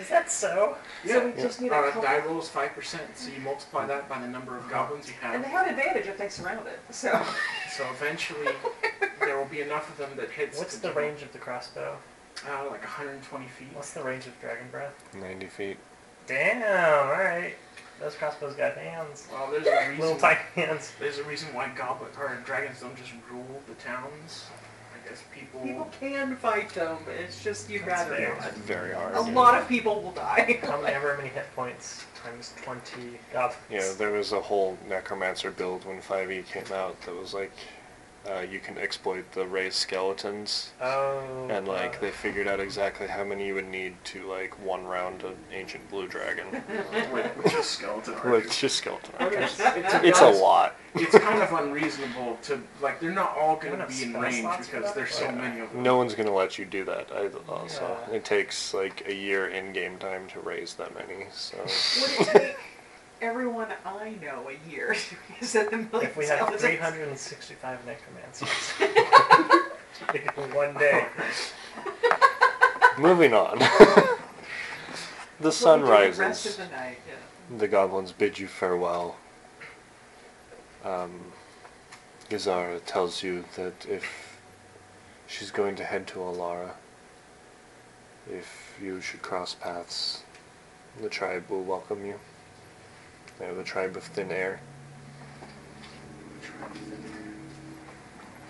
S5: Is that so?
S3: yeah.
S5: we just need a
S3: Uh,
S5: couple-
S3: die rolls five percent, so you multiply that by the number of goblins you
S4: and
S3: have.
S4: they have advantage if they surround it. So
S5: Oh.
S3: So eventually, there will be enough of them that hits.
S5: What's the
S3: general-
S5: range of the crossbow?
S3: Uh, like 120 feet.
S5: What's the range of dragon breath?
S1: 90 feet.
S5: Damn, alright. Those crossbows got hands.
S3: Well, there's a
S5: Little
S3: reason.
S5: tiny hands.
S3: There's a reason why goblin or dragons don't just rule the towns. I guess people.
S4: people can fight them. It's just you'd
S5: That's
S4: rather
S5: fair.
S4: not.
S1: It's very hard.
S4: A lot of people will die.
S5: How many, however many hit points times 20 goblins.
S1: Yeah, there was a whole necromancer build when 5e came out that was like, uh, you can exploit the raised skeletons,
S5: Oh.
S1: and like
S5: uh,
S1: they figured out exactly how many you would need to like one round an ancient blue dragon.
S3: With, with just skeleton
S1: like
S3: archers.
S1: just skeleton.
S3: But
S1: archers.
S3: it's, it's,
S1: It's a lot.
S3: It's kind of unreasonable to like. They're not all going to
S5: Enough
S3: be in
S5: spell
S3: range
S5: slots for
S3: because
S5: that?
S3: there's so
S1: Yeah.
S3: many of them.
S1: No one's gonna let you do that. I also,
S5: Yeah.
S1: it takes like a year in-game time to raise that many. So
S4: Would it take everyone I know a year to set the million
S5: If we had
S4: skeletons?
S5: 365 necromancers. in one day.
S1: moving on. the sun
S4: What would you do the Rest
S1: rises.
S4: of the night. Yeah.
S1: The goblins bid you farewell. Um, Gizara tells you that if she's going to head to Alara, if you should cross paths, the tribe will welcome you. They are the tribe of thin air.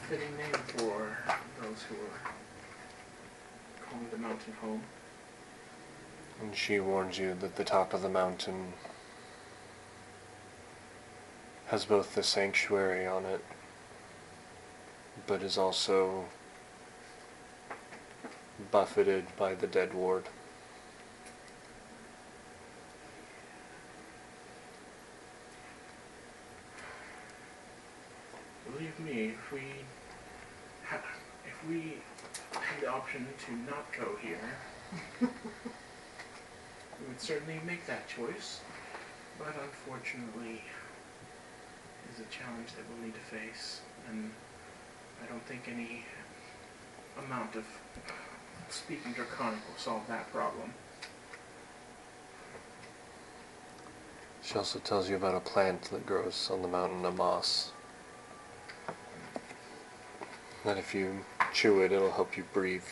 S3: Fitting name for those who are calling the mountain home.
S1: And she warns you that the top of the mountain has both the sanctuary on it, but is also buffeted by the dead ward.
S3: Believe me, if we ha- if we had the option to not go here, we would certainly make that choice. But unfortunately, it is a challenge that we'll need to face, and I don't think any amount of speaking draconic will solve that problem.
S1: She also tells you about a plant that grows on the mountain, a moss. That if you chew it, it'll help you breathe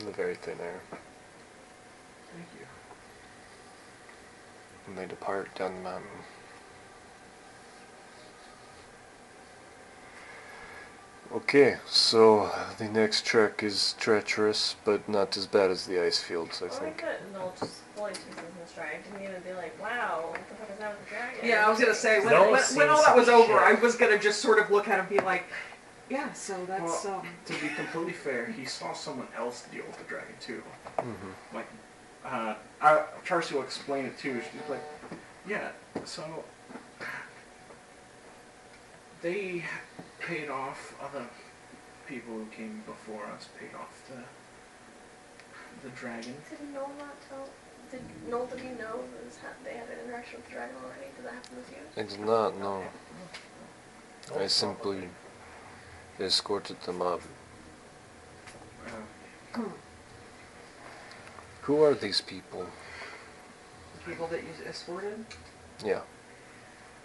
S1: in the very thin air.
S3: Thank you.
S1: And they depart down the mountain. Okay, so the next trek is treacherous, but not as bad as the ice fields, I
S2: Oh my
S1: think.
S2: god, no, just fully took this in stride. Didn't even be like, wow, what the fuck is that with the dragon?
S4: Yeah, I was gonna say when,
S5: Those
S4: when, when all
S5: seem
S4: that was
S5: some
S4: over,
S5: shit.
S4: I was gonna just sort of look at him and be like, Yeah, so that's
S3: Well-
S4: um,
S3: To be completely fair, he saw someone else deal with the dragon too.
S1: Mm-hmm.
S3: Like, uh, I, Charcy will explain it too. She's like, yeah, so they paid off other people who came before us. Paid off the the dragon.
S2: Did Noel not tell? Did Noel? Did he know that this hap- they had an interaction with the dragon already? Did that happen with you?
S1: I did not, no. I simply escorted them up.
S3: Uh,
S4: hmm,
S1: Who are these people?
S4: the people that you escorted.
S1: Yeah.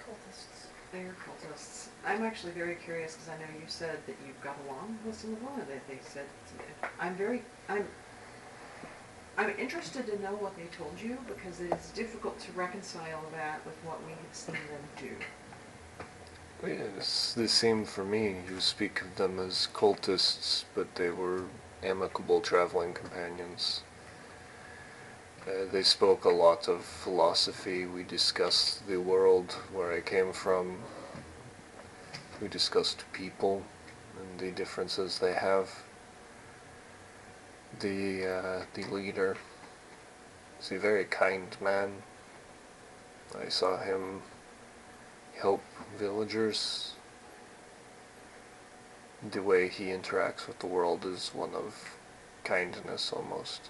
S2: Cultists.
S4: They're cultists. I'm actually very curious because I know you said that you got along with some of them. and That they said I'm very I'm I'm interested to know what they told you because it is difficult to reconcile that with what we have seen them do.
S1: It's the same for me. You speak of them as cultists, but they were amicable traveling companions. Uh, they spoke a lot of philosophy. We discussed the world, where I came from. We discussed people and the differences they have. The uh, the leader is a very kind man. I saw him help villagers. The way he interacts with the world is one of kindness almost.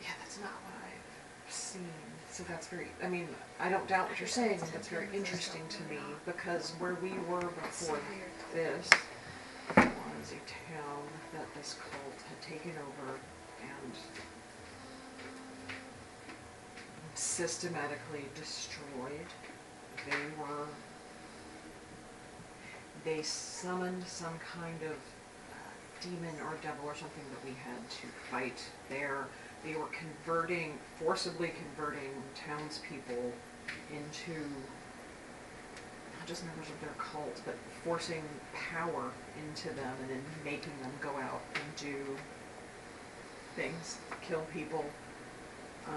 S4: Yeah, that's not what I've seen. So that's very, I mean, I don't doubt what you're saying, but that's very interesting to me, because where we were before this was a town that this cult had taken over and systematically destroyed. They were, they summoned some kind of uh, demon or devil or something that we had to fight there they were converting, forcibly converting townspeople into not just members of their cult, but forcing power into them and then making them go out and do things, kill people, uh,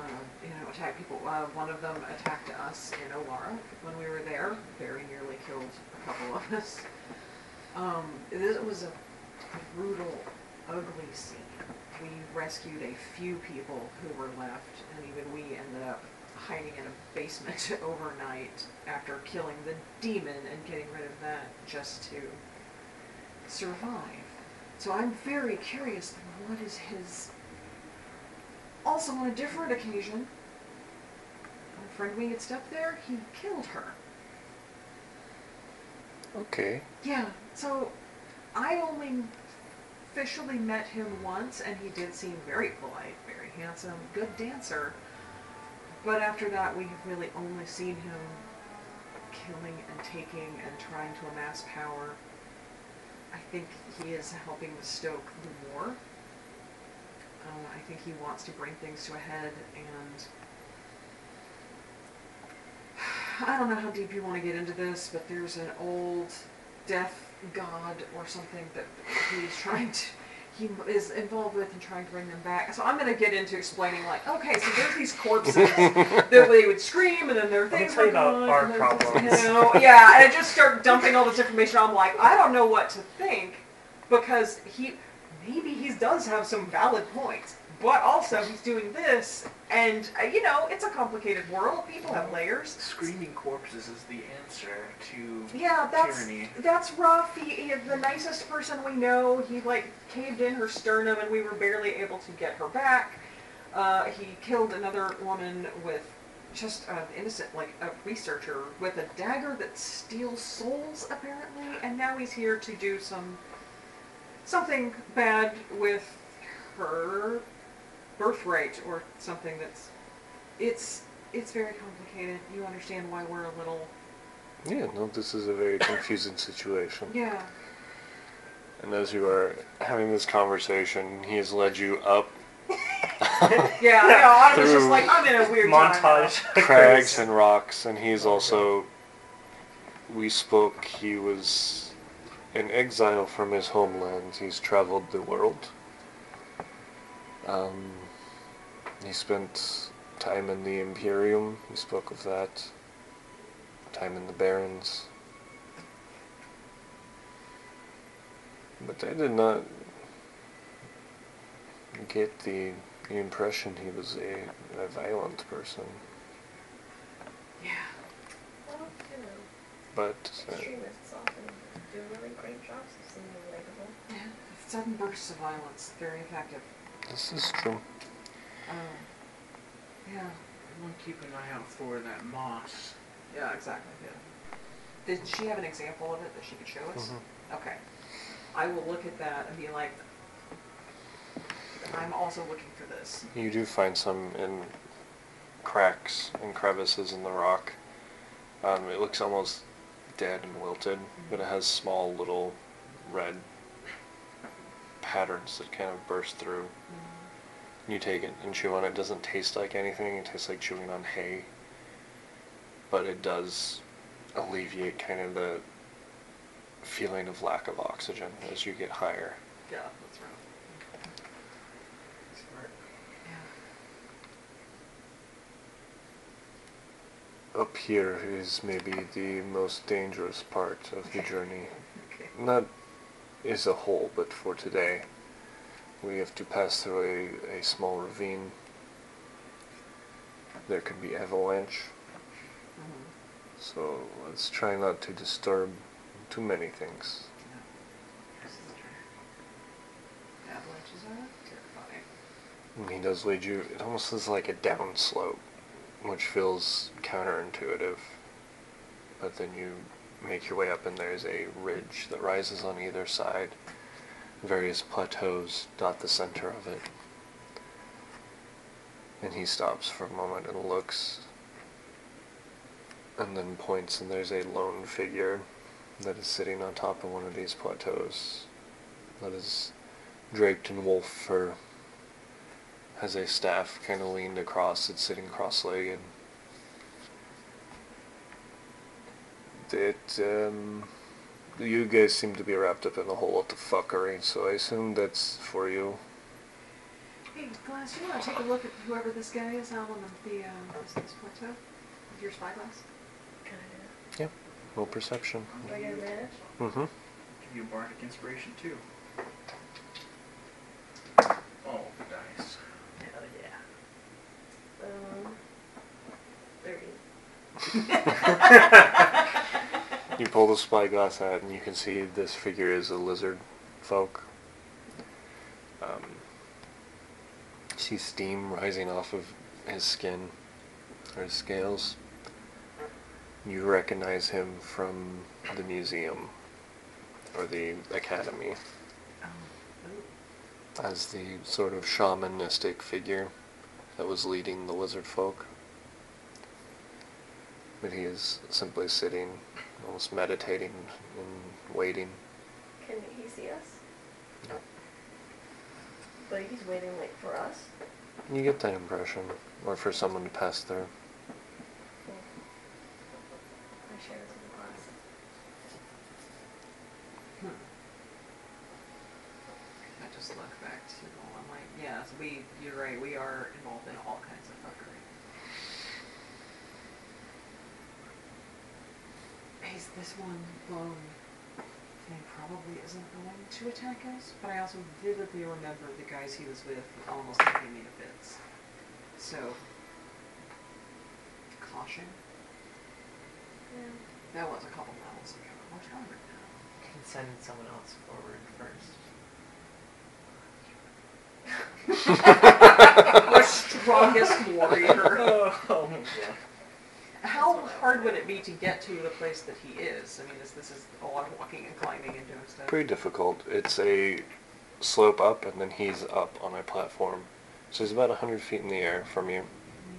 S4: you know, attack people. Uh, one of them attacked us in Olara when we were there, very nearly killed a couple of us. Um, it was a brutal, ugly scene. We rescued a few people who were left, and even we ended up hiding in a basement overnight after killing the demon and getting rid of that just to survive. So I'm very curious, what is his... Also, on a different occasion, our friend Winged Step there, he killed her.
S1: Okay.
S4: Yeah, so I only officially met him once, and he did seem very polite, very handsome, good dancer. But after that, we have really only seen him killing and taking and trying to amass power. I think he is helping to stoke the war. Uh, I think he wants to bring things to a head, and I don't know how deep you want to get into this, but there's an old death god or something that he's trying to he is involved with and trying to bring them back. So I'm going to get into explaining like, okay, so there's these corpses that they would scream and then their
S5: Let me
S4: things
S5: tell you
S4: would
S5: about
S4: run,
S5: our
S4: and their things-
S5: problems.
S4: You know, yeah, and I just start dumping all this information. I'm like, I don't know what to think because he maybe he does have some valid points, but also he's doing this and uh, you know, it's a complicated world. People have layers.
S3: screaming corpses is the answer to
S4: Yeah, that's
S3: tyranny.
S4: that's rough. He, he is the nicest person we know. He like caved in her sternum, and we were barely able to get her back. Uh, he killed another woman with just an innocent, like a researcher, with a dagger that steals souls apparently, and now he's here to do some something bad with her birthright or something that's it's it's very complicated. You understand why we're a little
S1: Yeah, no, this is a very confusing situation.
S4: yeah.
S1: And as you are having this conversation, he has led you up
S4: Yeah, I know. I was just
S1: Through
S4: like, I'm in a weird time now.
S5: montage.
S1: crags and rocks, and he's also. We spoke, he was in exile from his homeland. He's traveled the world. Um, he spent time in the Imperium, he spoke of that. time in the Barrens. But I did not get the, the impression he was a, a violent person.
S4: Yeah.
S2: Well, you know,
S1: But uh,
S2: extremists often do really great jobs of seeming relatable.
S4: yeah. Sudden bursts of violence, very effective.
S1: this is true.
S4: Um, yeah.
S3: I'm gonna keep an eye out for that moss.
S4: Yeah, exactly. Yeah. Did she have an example of it that she could show us?
S1: Mhm.
S4: Okay. I will look at that and be like, I'm also looking for this.
S1: You do find some in cracks and crevices in the rock. Um, it looks almost dead and wilted, but it has small little red patterns that kind of burst through. You take it and chew on it. It doesn't taste like anything. It tastes like chewing on hay. But it does alleviate kind of the feeling of lack of oxygen as you get higher.
S4: Yeah, that's right.
S5: Smart.
S4: Yeah.
S1: Up here is maybe the most dangerous part of the journey.
S4: Okay.
S1: Not as a whole, but for today, we have to pass through a, a small ravine. There could be avalanche,
S4: Mm-hmm.
S1: so let's try not to disturb too many things.
S4: Avalanches are terrifying.
S1: And He does lead you, it almost is like a down slope, which feels counterintuitive. But then you make your way up, and there's a ridge that rises on either side, various plateaus dot the center of it. And he stops for a moment and looks, and then points, and there's a lone figure that is sitting on top of one of these plateaus that is draped in wolf fur has a staff kind of leaned across. It's sitting cross-legged. It, um, you guys seem to be wrapped up in a whole lot of fuckery, so I assume that's for you.
S4: Hey, Glass, you want to take a look at whoever this guy is out on the, the uh, is this plateau? With your spyglass?
S2: Can I
S1: Yeah. No perception.
S2: do that? Do I get advantage?
S1: Mm-hmm.
S3: Give you a bardic inspiration too. Oh, dice.
S2: Hell yeah. Um, 30.
S1: You pull the spyglass out, and you can see this figure is a lizard folk. Um, see steam rising off of his skin, or his scales. You recognize him from the museum, or the academy, as the sort of shamanistic figure that was leading the lizard folk. But he is simply sitting, almost meditating and waiting.
S2: Can he see us?
S1: No.
S2: But he's waiting like for us.
S1: You get that impression, or for someone to pass through.
S2: I share this with the class.
S4: Hmm. I just look back to all, I'm like, yes, we, you're right, we are involved in all kinds of fuckery. He's this one lone thing probably isn't going to attack us, but I also vividly remember the guys he was with almost taking me to bits. So, caution.
S2: Yeah.
S4: That was a couple levels ago. We're tired now.
S5: You can send someone else forward first.
S4: Our strongest warrior.
S5: oh, yeah.
S4: How hard would it be to get to the place that he is? I mean, is this is a lot of walking and climbing and doing stuff.
S1: Pretty difficult. It's a slope up, and then he's up on a platform. So he's about 100 feet in the air from you.
S4: We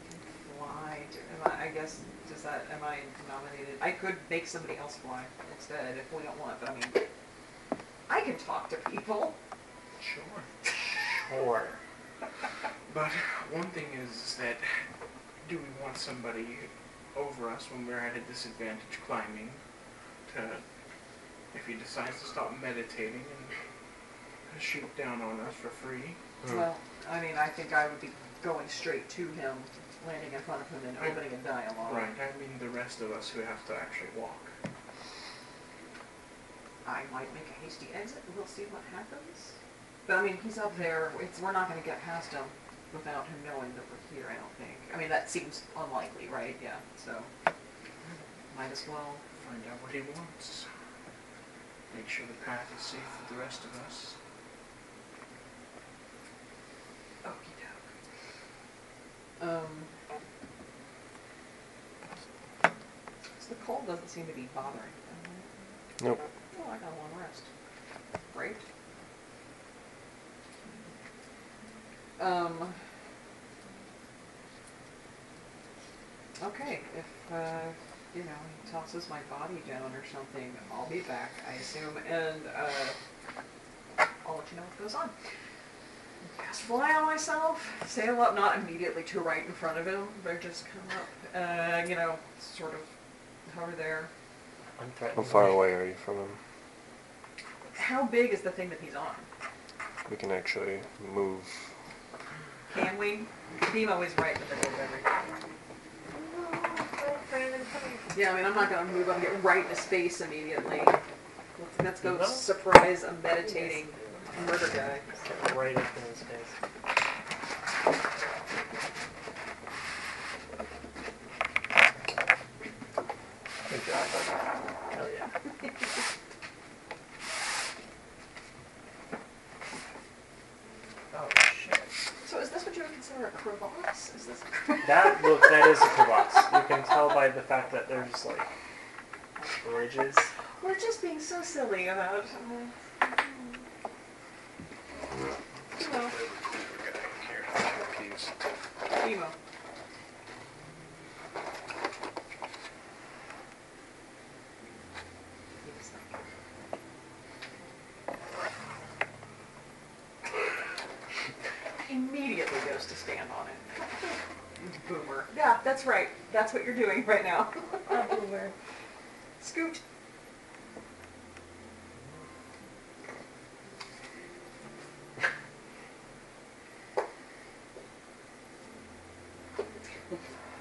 S4: can fly. To, am I, I guess does that? Am I nominated? I could make somebody else fly instead if we don't want. But I mean, I can talk to people.
S3: Sure.
S5: Or
S3: But one thing is that do we want somebody over us when we're at a disadvantage climbing to if he decides to stop meditating and shoot down on us for free?
S1: Hmm.
S4: Well, I mean, I think I would be going straight to him landing in front of him and
S3: Right.
S4: opening a dialogue.
S3: Right, I mean the rest of us who have to actually walk.
S4: I might make a hasty exit and we'll see what happens. But I mean, he's up there. It's, we're not going to get past him without him knowing that we're here, I don't think. I mean, that seems unlikely, right? Yeah, so might as well.
S3: Find out what he wants. Make sure the path is safe for the rest of us.
S4: Okey doke. Um. So the cold doesn't seem to be bothering him.
S1: Nope.
S4: Oh, I got a long rest. Great. Um. Okay, if, uh, you know, he tosses my body down or something, I'll be back, I assume, and, uh, I'll let you know what goes on. Cast a fly on myself, sail up, not immediately to right in front of him, but just come up, uh, you know, sort of hover there.
S5: I'm threatening.
S1: How far away are you from him?
S4: How big is the thing that he's on?
S1: We can actually move.
S4: Can we? Beam always right in the middle of everything. Yeah, I mean, I'm not gonna move, I'm getting right in his face immediately. Let's- Let's go
S5: Well-
S4: surprise a meditating murder guy.
S5: Get right up in his face.
S1: Good job.
S5: Hell yeah. oh shit.
S4: So is this what you would consider a crevasse? Is this?
S5: That look, that is a crevasse. You can tell by the fact that there's like ridges.
S4: We're just being so silly about, uh, you know, Emo. Immediately goes to stand on it. Boomer. Yeah, that's right. That's what you're doing right now. Scoot.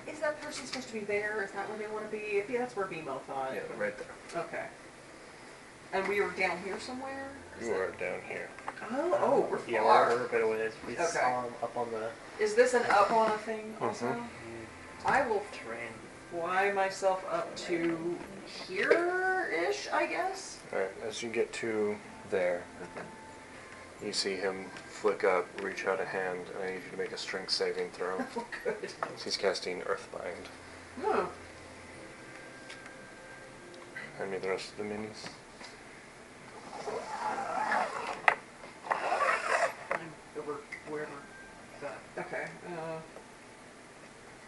S4: Is that person supposed to be there? Is that where they want to be? Yeah, that's where BMO thought.
S1: Yeah, right there.
S4: Okay. And we were down here somewhere? Is
S1: You
S4: it-
S1: are down here.
S4: Oh, oh, we're
S5: Um, yeah,
S4: far.
S5: we're a bit away. We
S4: Okay.
S5: saw him up on the
S4: Is this an up on a thing also?
S1: Mhm.
S4: I will
S5: terrain.
S4: fly myself up to here-ish, I guess.
S1: Alright, as you get to there, you see him flick up, reach out a hand, and I need you to make a strength saving throw.
S4: Oh, good.
S1: Since He's casting Earthbind.
S4: Hmm.
S1: Hand me the rest of the minis.
S4: I'm over wherever that. Okay. Uh,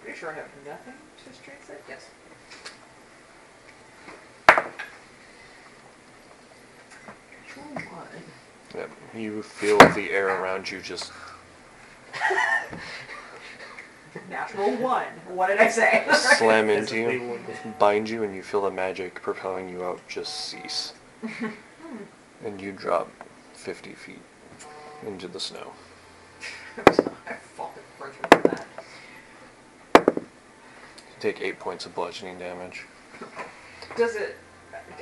S4: pretty sure I have nothing to strength save. Yes. Control one.
S1: Yep. You feel the air around you just
S4: Natural one. What did I say?
S1: slam into
S5: Physically
S1: you,
S5: wounded.
S1: bind you, and you feel the magic propelling you out just cease. and you drop 50 feet into the snow.
S4: I fall further than that.
S1: Take 8 points of bludgeoning damage.
S4: Does it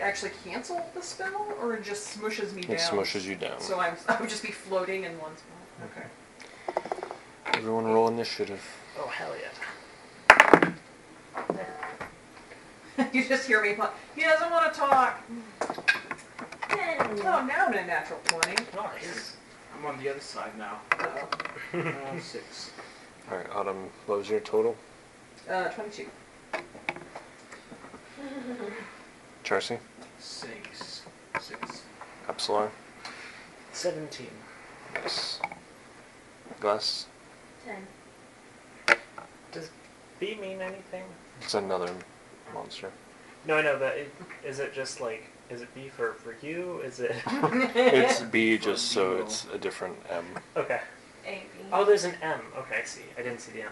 S4: actually cancel the spell, or it just smushes me down?
S1: It smushes you down.
S4: So I'm, I would just be floating in one spot. Okay.
S1: Everyone roll initiative.
S5: Oh hell yeah.
S4: you just hear me. pu- He doesn't want to talk.
S2: Ten.
S4: Oh, now I'm in a natural twenty.
S5: Nice.
S3: I'm on the other side now.
S4: Uh-oh.
S3: Uh, six.
S1: Alright, Autumn, what was your total?
S4: Uh, twenty-two.
S1: Charcy?
S3: Six. Six.
S1: Epsilon?
S5: Seventeen.
S1: Yes. Glass?
S2: Ten.
S5: Does B mean anything?
S1: It's another monster.
S5: No, I know, but it, is it just like is it B for for you? Is it
S1: It's B just so it's a different M.
S5: okay?
S2: A, B.
S5: Oh, there's an M. Okay, I see. I didn't see the M.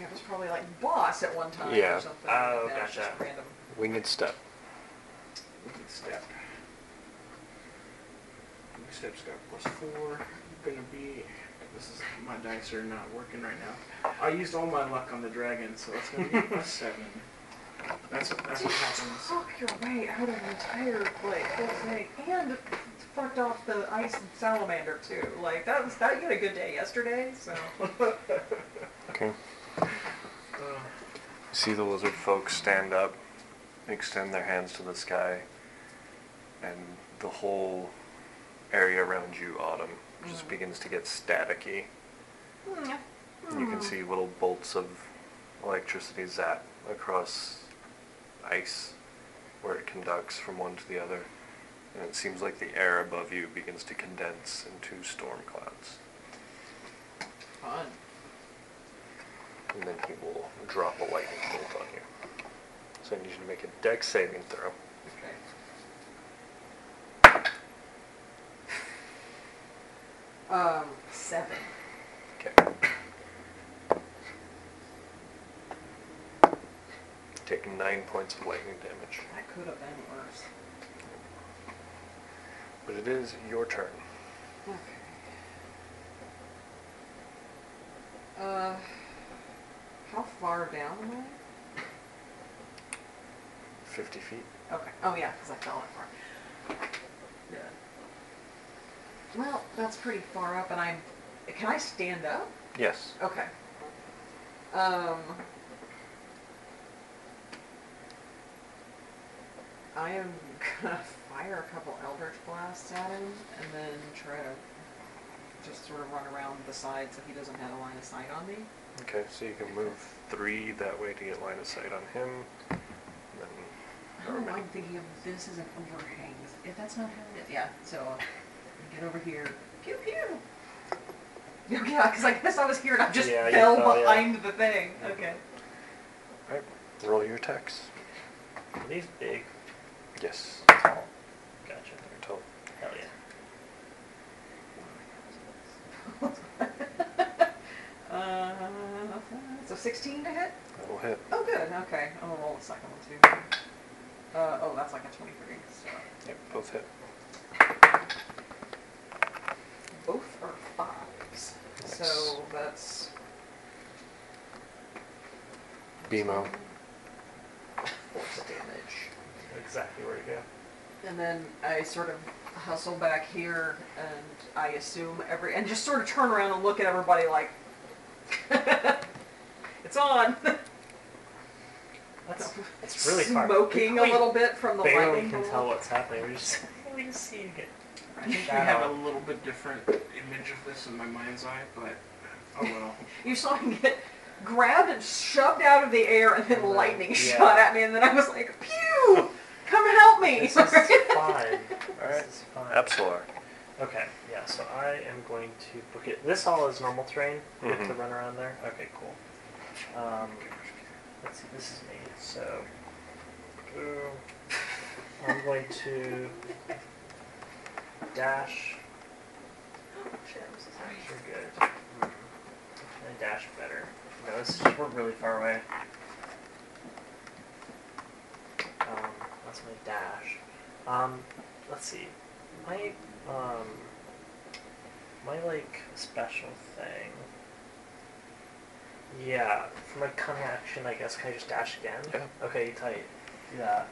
S4: It was probably like boss at one time
S1: Yeah.
S4: or something.
S5: Oh,
S4: Now it's just
S5: gotcha.
S4: Random.
S1: Winged step.
S3: Wicked Step. Wicked Step's got plus four. Gonna be This is my dice are not working right now. I used all my luck on the dragon, so it's gonna be a seven. That's that's what happens.
S4: Fuck your way out of the entire like whole thing, and fucked off the ice and salamander too. Like that was that. You had a good day yesterday, so
S1: Okay.
S3: Uh,
S1: See the lizard folk stand up, extend their hands to the sky, and the whole area around you, Autumn, just begins to get staticky.
S4: yeah.
S1: And You can see little bolts of electricity zap across ice where it conducts from one to the other. And it seems like the air above you begins to condense into storm clouds.
S4: fun.
S1: And then he will drop a lightning bolt on you. So I need you to make a deck saving throw.
S4: Okay. Um, seven.
S1: Okay. Taking nine points of lightning damage.
S4: That could have been worse.
S1: But it is your turn.
S4: Okay. Uh, how far down am I?
S1: 50 feet.
S4: Okay. Oh yeah, because I fell that far. Yeah. Well, that's pretty far up, and I'm. Can I stand up?
S1: Yes.
S4: Okay. Um. I am gonna fire a couple Eldritch Blasts at him, and then try to just sort of run around the side so he doesn't have a line of sight on me.
S1: Okay, so you can move three that way to get line of sight on him. And then
S4: I don't
S1: however
S4: know why
S1: many.
S4: I'm thinking of this as an overhang. If that's not how it is, yeah. So I get over here. Pew pew. Yeah, because I guess I was here and I just
S1: Yeah, you
S4: fell
S1: fell, yeah.
S4: behind the thing. Okay.
S1: Alright, roll your attacks.
S5: Are these big?
S1: Yes.
S5: Tall. Gotcha.
S1: They're tall.
S5: Hell yeah.
S4: uh, so 16 to hit.
S1: That'll hit.
S4: Oh, good. Okay, I'm gonna roll the second one too. Uh, oh, that's like a 23. So
S1: Yep, both hit.
S4: both are fives. So that's
S1: BMO.
S4: force damage.
S5: Exactly where to go.
S4: And then I sort of hustle back here, and I assume every and just sort of turn around and look at everybody like, it's on.
S5: That's it's really far.
S4: smoking
S5: We-
S4: a little bit from the
S5: Barely
S4: lightning
S5: can
S4: bolt.
S5: tell what's happening. We just we just see you get.
S3: I think I have a little bit different image of this in my mind's eye, but oh well.
S4: You saw him get grabbed and shoved out of the air, and then
S5: And then-
S4: lightning
S5: yeah.
S4: shot at me, and then I was like, "Pew! Come help me!"
S5: This is fine.
S1: Alright.
S5: This is fine.
S1: Absolar.
S5: Okay, yeah, so I am going to book it. This all is normal terrain. We have to
S1: Mhm.
S5: run around there. Okay, cool. Um, let's see, this is me. So uh, I'm going to dash.
S2: Shit, I'm so sorry.
S5: You're good. Mm. And dash better. No, this is, we're really far away. Um, that's my dash. Um, let's see. My um, my like special thing. Yeah, for my cunning action, I guess can I just dash again?
S1: Yeah.
S5: Okay, tight. Yeah.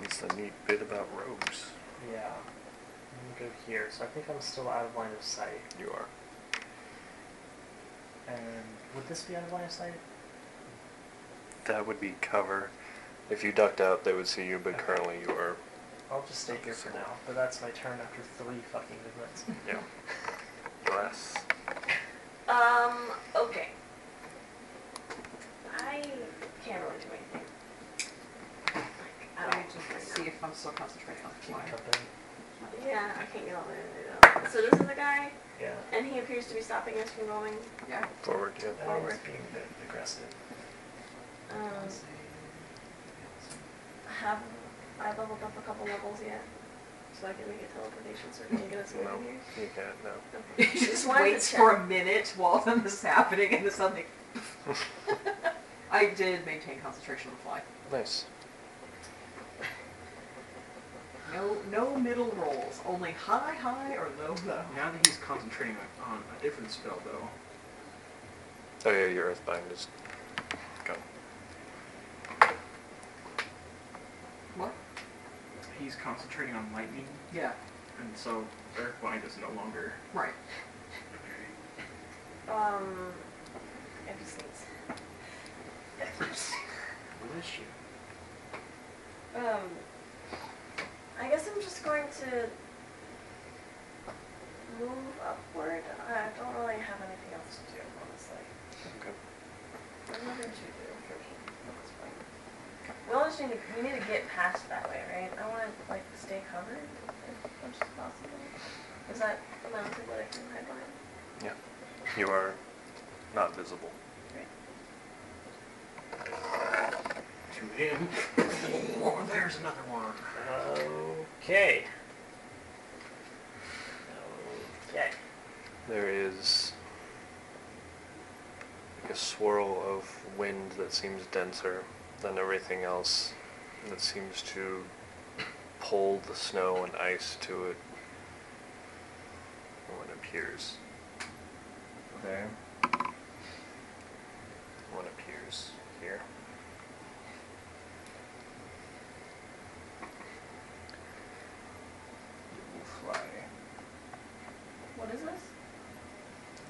S1: That's the neat bit about rogues.
S5: Yeah. I'm gonna go here. So I think I'm still out of line of sight.
S1: You are.
S5: And would this be out of line of sight?
S1: That would be cover. If you ducked out, they would see you, but
S5: Okay.
S1: currently you are.
S5: I'll just stay here for now, but that's my turn after three fucking movements.
S1: Yeah. Bless.
S2: Um, okay. I can't really do anything. Like, I
S4: Let me
S2: don't
S4: just see if I'm still concentrating on the
S5: Keep
S4: fly.
S5: jumping.
S2: Yeah, I can't get all the way to it. So this is a guy,
S5: Yeah.
S2: and he appears to be stopping us from going.
S4: Yeah.
S1: Forward, yeah.
S5: That was being a bit aggressive.
S2: Um, have I leveled up a couple levels yet? So I can make a teleportation circle and get us over
S1: No,
S2: here?
S1: you can't, no.
S4: He
S2: Okay.
S4: just
S2: wanted to
S4: waits for
S2: check.
S4: a minute while then this is happening, and then something. I did maintain concentration on the fly.
S1: Nice.
S4: No no middle rolls, only high, high, or low, low.
S3: Now that he's concentrating on a different spell, though,
S1: Oh yeah, your earthbind is gone.
S4: What?
S3: he's concentrating on lightning,
S4: Yeah,
S3: and so Earthbind is no longer.
S4: right.
S2: Um, empty seats.
S3: What is she?
S2: Um, I guess I'm just going to move upward. I don't really have anything else to do, honestly.
S1: Okay.
S2: There's nothing to do for me at this point. We all just need to, we need to get past that way, right? I want to, like, stay covered if much as possible. Is that, am I on what I can hide behind?
S1: Yeah. You are not visible.
S3: To him. Oh, there's another one.
S5: Okay. Okay.
S1: There is like a swirl of wind that seems denser than everything else that seems to pull the snow and ice to it when it appears. There. When it appears here. It will fly.
S2: What is this?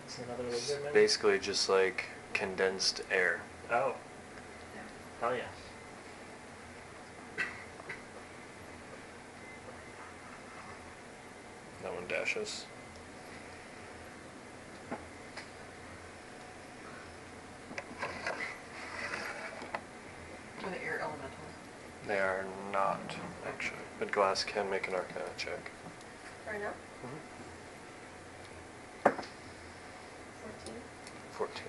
S5: It's another
S1: It's
S5: lizard man.
S1: basically just like condensed air.
S5: Oh. Hell yeah.
S1: That one dashes.
S4: Or the air elemental.
S1: They are not, actually. But Glass can make an arcana check.
S2: Right now? 14?
S1: 14.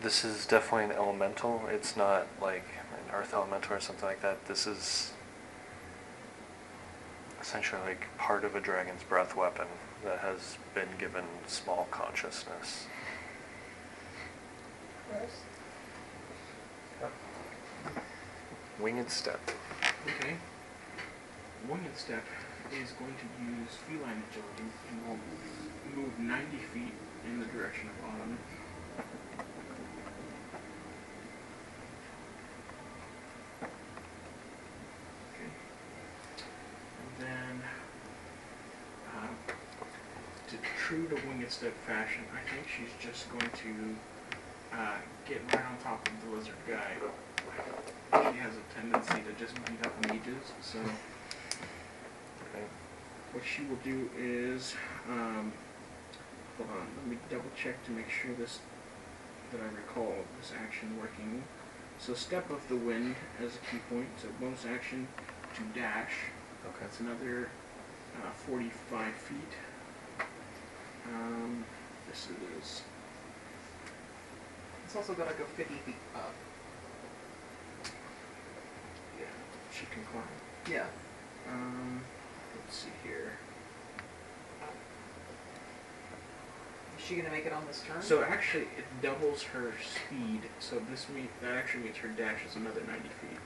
S1: This is definitely an elemental. It's not like an earth elemental or something like that. This is essentially like part of a dragon's breath weapon that has been given small consciousness.
S2: Gross.
S5: Oh.
S1: Winged step.
S3: Okay. Winged Step is going to use feline agility and will move 90 feet in the direction of Autumn. Okay. And then, uh, to, true to Winged Step fashion, I think she's just going to uh, get right on top of the lizard guy. She has a tendency to just beat up mages, so
S1: Okay.
S3: what she will do is, um, hold on, let me double check to make sure this, that I recall this action working. So step of the wind as a key point, so bonus action to dash,
S1: Okay.
S3: that's another uh, 45 feet. Um, this is,
S4: It's also gotta go 50 feet up.
S3: yeah, she can climb.
S4: Yeah.
S3: Um, let's see here.
S4: Is she gonna make it on this turn?
S3: So actually, it doubles her speed. So this mean that actually means her dash is another 90 feet.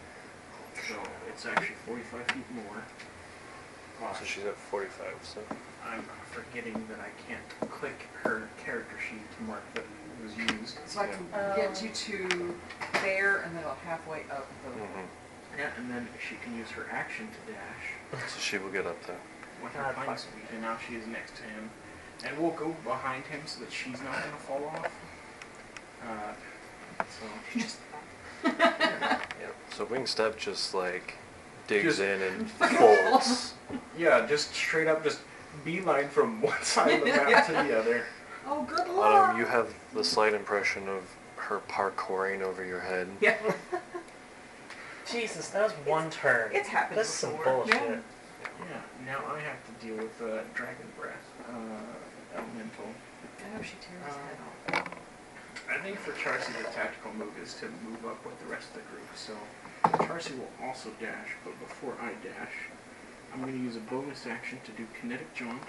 S3: So it's actually 45 feet more. Wow,
S1: So she's at 45, so.
S3: I'm forgetting that I can't click her character sheet to mark that it was used.
S4: So I can get you to there and then about halfway up the.
S1: hmm
S3: Yeah, and then she can use her action to dash
S1: So she will get up there.
S3: with
S5: Ah,
S3: her
S5: fine.
S3: climb speed, and now she is next to him. And we'll go behind him so that she's not gonna fall off. Uh, so
S4: Just
S1: Yep. So Wingstep just like digs
S3: Just-
S1: in and folds.
S3: Yeah, just straight up, just beeline from one side of the map to the other.
S4: Oh, good luck.
S1: Autumn, you have the slight impression of her parkouring over your head.
S4: Yeah.
S5: Jesus, that was one turn.
S4: It's happened
S5: That's some
S4: before.
S5: bullshit.
S4: Yeah.
S3: Yeah, now I have to deal with uh, dragon breath, uh, elemental.
S4: I know she tears his head off.
S3: I think for Charcy, the tactical move is to move up with the rest of the group. So Charcy will also dash, but before I dash, I'm going to use a bonus action to do kinetic jaunt.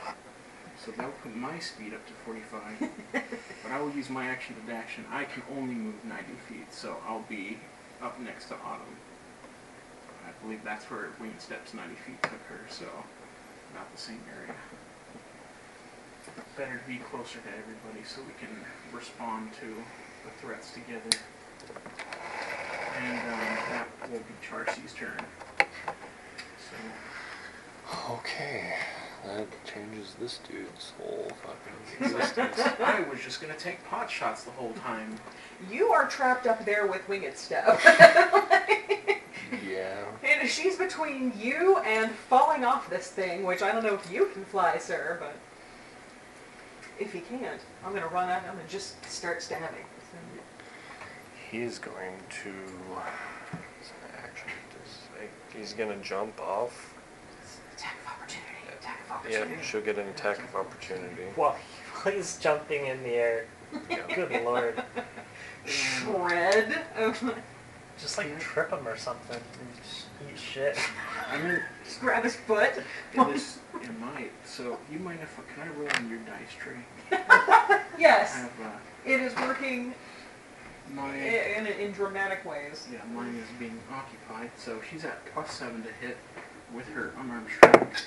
S3: So that will put my speed up to 45. but I will use my action to dash, and I can only move 90 feet, so I'll be up next to Autumn. I believe that's where Winged Steps 90 feet took her, so not the same area. Better to be closer to everybody so we can respond to the threats together. And um, that will be Charcy's turn. So
S1: Okay, that changes this dude's whole fucking existence.
S3: I was just gonna take pot shots the whole time.
S4: Uh-huh. You are trapped up there with winged stuff.
S1: yeah.
S4: and she's between you and falling off this thing, which I don't know if you can fly, sir, but if you can't, I'm gonna run at him and just start stabbing.
S1: He's going to. It's an action. Just, like, he's gonna jump off.
S4: Attack of opportunity, attack of
S1: Yeah,
S4: opportunity.
S1: she'll get an attack of opportunity.
S5: While he's jumping in the air.
S1: Yeah.
S5: Good lord.
S4: Shred. Oh,
S5: Just like trip him or something. and just Eat shit.
S3: I mean,
S4: just grab his foot.
S3: in this, it might. So you mind if I- can I roll on your dice tray? I
S4: Yes,
S3: have uh,
S4: it is working i-
S3: my
S4: in, in dramatic ways.
S3: yeah mine is being occupied, so she's at plus seven to hit with her unarmed strike.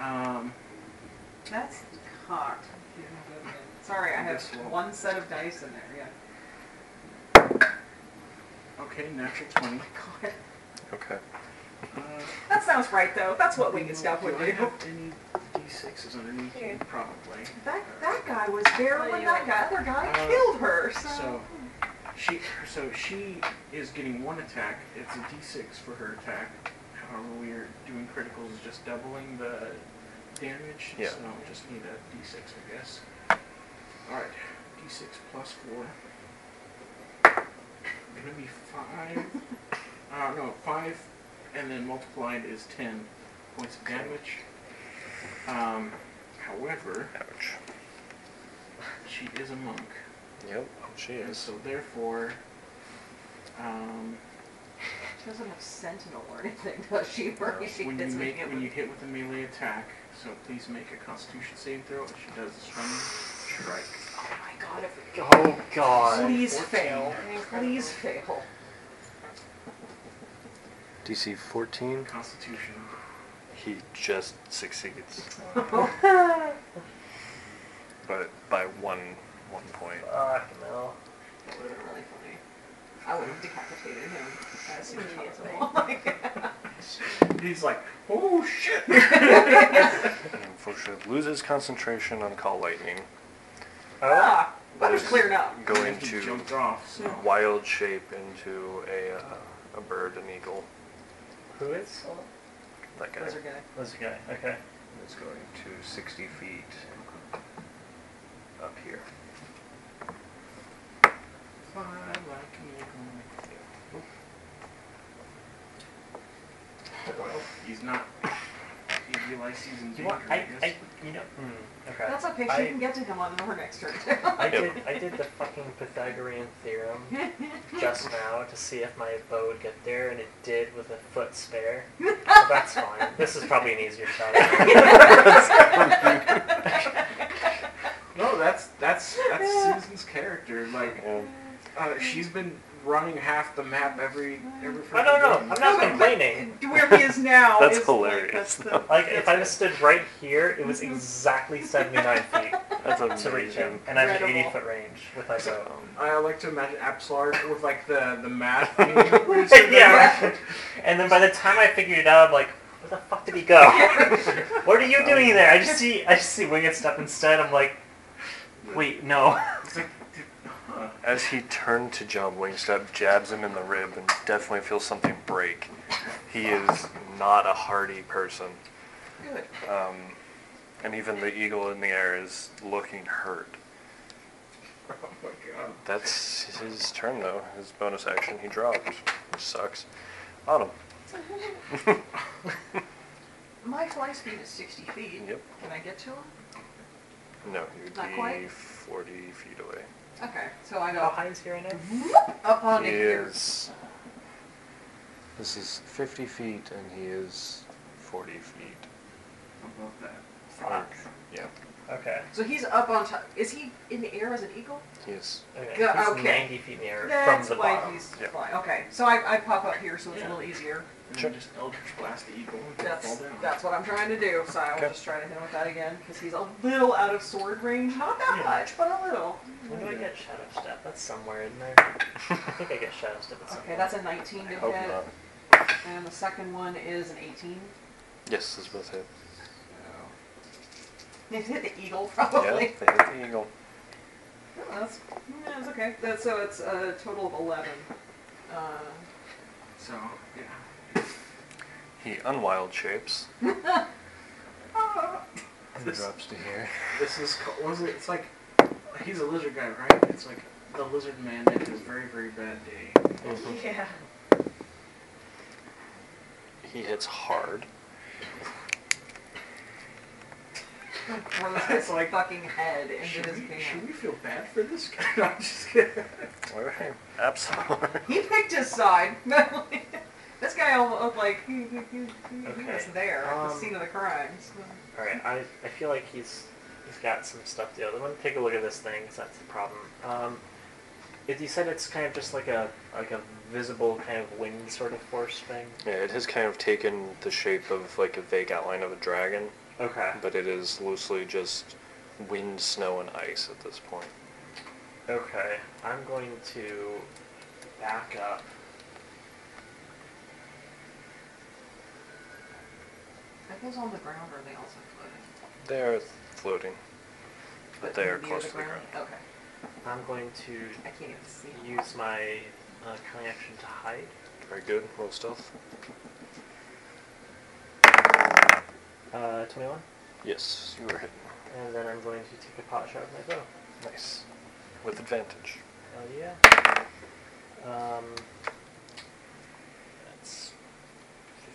S3: Um,
S4: That's cocked. Sorry, I have
S3: This one.
S4: one set of dice in there, yeah.
S3: okay, natural twenty.
S4: God.
S1: Okay.
S3: Uh,
S4: That sounds right, though. That's what winged stuff
S3: do
S4: would
S3: I
S4: do.
S3: have any d6s underneath?
S2: Here.
S3: Probably.
S4: That, that guy was there
S2: What do
S4: when
S2: you
S4: that
S2: want?
S4: guy, other guy
S3: Uh,
S4: killed her. So,
S3: So she so she is getting one attack. It's a D6 for her attack. However, we are doing criticals is just doubling the damage.
S1: Yeah.
S3: So we just need a D6, I guess. All right, D6 plus four. Gonna be five. uh, no, five, and then multiplied is ten points of damage. Um, however,
S1: Ouch.
S3: she is a monk.
S1: Yep, she
S3: And
S1: is.
S3: so therefore, um,
S4: she doesn't have sentinel or anything, does she? Where
S1: No,
S4: she
S3: when you
S4: hits me
S3: make
S4: in
S3: when
S4: the-
S3: you hit with a melee attack, so please make a Constitution saving throw. If she does this from strike.
S4: Oh my god! If it,
S5: Oh god.
S4: please
S3: 14.
S4: fail! Please fail!
S1: DC 14.
S3: Constitution.
S1: He just succeeds, but by one one point.
S5: Fuck no.
S4: That would have been really funny. I would have decapitated him as soon as possible.
S3: He's like, oh shit.
S1: And unfortunately, loses concentration on call lightning.
S5: Oh,
S4: ah, that was cleared up.
S1: Go
S3: And he
S1: into
S3: jumped off. So
S1: wild shape into a uh, a bird, an eagle.
S5: who is?
S4: Oh.
S1: That guy
S4: Those are good.
S5: This guy. Okay.
S1: is going to 60 feet up here.
S3: fly like an eagle. Well, he's not. He realized he's in
S5: You
S3: danger.
S5: want? I,
S3: guess.
S5: I you know. Mm, okay.
S4: That's okay. She
S5: I-
S4: can get to him on her next turn.
S5: I
S1: Yep.
S5: did, I did the fucking Pythagorean theorem just now to see if my bow would get there, and it did with a foot spare. So that's fine. This is probably an easier shot.
S3: No, that's that's that's Susan's character. Like, Uh, she's been running half the map every every.
S5: I don't know.
S3: freaking
S5: I'm
S3: game.
S5: not complaining.
S4: Where he is now.
S1: That's
S4: is, like,
S1: hilarious,
S4: that's the-
S1: though.
S5: Like, if I was stood right here, it was exactly 79 feet
S1: That's
S5: to reach
S1: amazing.
S5: him, and I'm in
S4: Incredible.
S5: 80 foot range with my bow.
S3: I like to imagine Abslar with like the the map.
S5: yeah. And then by the time I figured it out, I'm like, where the fuck did he go? what are you doing there? I just see, I just see winged stuff instead. I'm like, wait, no.
S3: It's like, huh.
S1: As he turned to John Wingstep, jabs him in the rib, and definitely feels something break. He is not a hardy person.
S4: Good.
S1: Um, and even the eagle in the air is looking hurt.
S3: Oh my god.
S1: That's his turn, though. His bonus action he dropped, which sucks. Autumn.
S4: My fly speed is 60 feet.
S1: Yep.
S4: Can I get to him?
S1: No, you would
S4: Not
S1: be
S4: quite.
S1: 40 feet away.
S4: Okay, so I
S5: How
S4: go
S5: high is he right now?
S4: whoop up on
S1: he
S4: the ears.
S1: is. This is 50 feet, and he is 40 feet.
S3: Above that.
S1: Or- yeah.
S5: Okay.
S4: So he's up on top. Is he in the air as an eagle?
S1: Yes.
S5: Okay.
S4: Go-
S5: he's
S4: okay.
S5: 90 feet in the air
S4: That's
S5: from the
S4: why
S5: bottom.
S4: he's
S1: Yeah.
S4: flying. Okay, so I, I pop up here, so it's a
S3: Yeah.
S4: little easier.
S3: And
S1: Sure.
S3: then just Eldritch Blast the eagle and
S4: That's
S3: fall down.
S4: that's what I'm trying to do. So I'll
S1: Okay.
S4: just try to hit him with that again because he's a little out of sword range. Not that
S5: Yeah.
S4: much, but a little.
S5: When do I get shadow step? That's somewhere in there. I think I get shadow step at some
S4: Okay,
S5: point.
S4: that's a 19 to
S1: I hope
S4: hit,
S1: not.
S4: and the second one is an 18.
S1: Yes, those both hit.
S4: You hit the eagle
S1: Yeah,
S4: probably.
S1: they hit the eagle.
S4: No, that's, yeah, that's okay. That, so it's a total of 11. Uh,
S3: So, yeah.
S1: He unwild shapes.
S4: Ah.
S1: and
S3: This-
S1: drops to here.
S3: This is co- what was it? It's like he's a lizard guy, right? It's like the lizard man had his very very bad day.
S2: Yeah.
S1: He hits hard.
S4: throws his like fucking head into
S3: Should
S4: his
S3: we, should
S4: pants.
S3: we feel bad for this guy? No, I'm just kidding.
S1: Alright, Absolutely.
S4: He picked his side. this guy almost oh, like he, he, he, he was
S5: Okay,
S4: there at the
S5: um,
S4: scene of the crimes.
S5: All right, I, I feel like he's he's got some stuff to do. Let me take a look at this thing. 'cause that's the problem. Um, if you said it's kind of just like a like a visible kind of wind sort of force thing.
S1: Yeah, it has kind of taken the shape of like a vague outline of a dragon,
S5: Okay.
S1: but it is loosely just wind, snow, and ice at this point.
S5: Okay. I'm going to back up.
S4: Are those on the ground or are they also floating?
S1: They are floating.
S4: But
S1: They are
S4: near
S1: close to the
S4: Okay,
S5: I'm going to
S4: I can't even see. 'em.
S5: use my uh, cunning action to hide.
S1: Very good. Roll stealth.
S5: Uh, 21.
S1: Yes, you were hit.
S5: And then I'm going to take a pot shot with my bow.
S1: Nice. With advantage.
S5: Hell Oh, yeah. Um, that's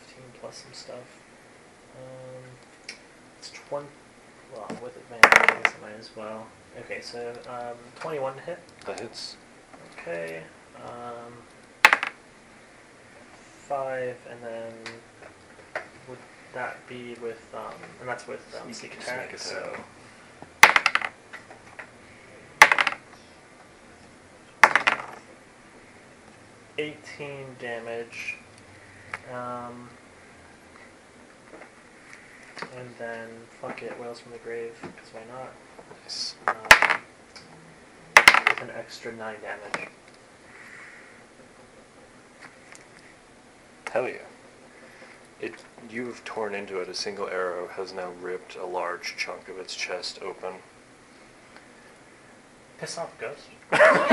S5: 15 plus some stuff. Um, it's 20. Well, with advantage, I guess I might as well. Okay, so um, 21 to hit.
S1: That hits.
S5: Okay. Um, 5, and then would that be with. Um, and that's with um,
S1: Sneak
S5: sneak
S1: attack.
S5: attack, so. Eighteen damage, um, and then fuck it, whales from the grave, because why not?
S1: Nice.
S5: Um, with an extra nine damage.
S1: Hell yeah. It, you've torn into it. A single arrow has now ripped a large chunk of its chest open.
S5: Piss off, ghost.
S2: So which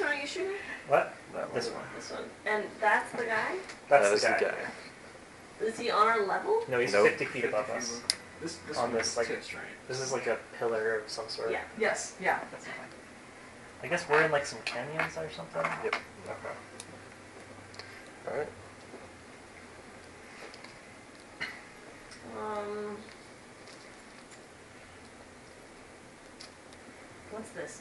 S2: one are you shooting?
S5: What?
S1: That
S5: This one.
S2: This one. And that's the guy?
S5: That's
S1: that is
S5: the, guy.
S2: Is he on our level?
S5: No, he's
S1: Nope.
S5: fifty feet above us.
S3: This this
S5: On
S3: one
S5: this, like-
S3: tits, right?
S5: This is like a pillar of some sort.
S2: Yeah.
S4: Yes, yeah, that's fine.
S5: I guess we're in like some canyons or something.
S1: Yep.
S5: Okay.
S1: Alright.
S2: Um. What's this?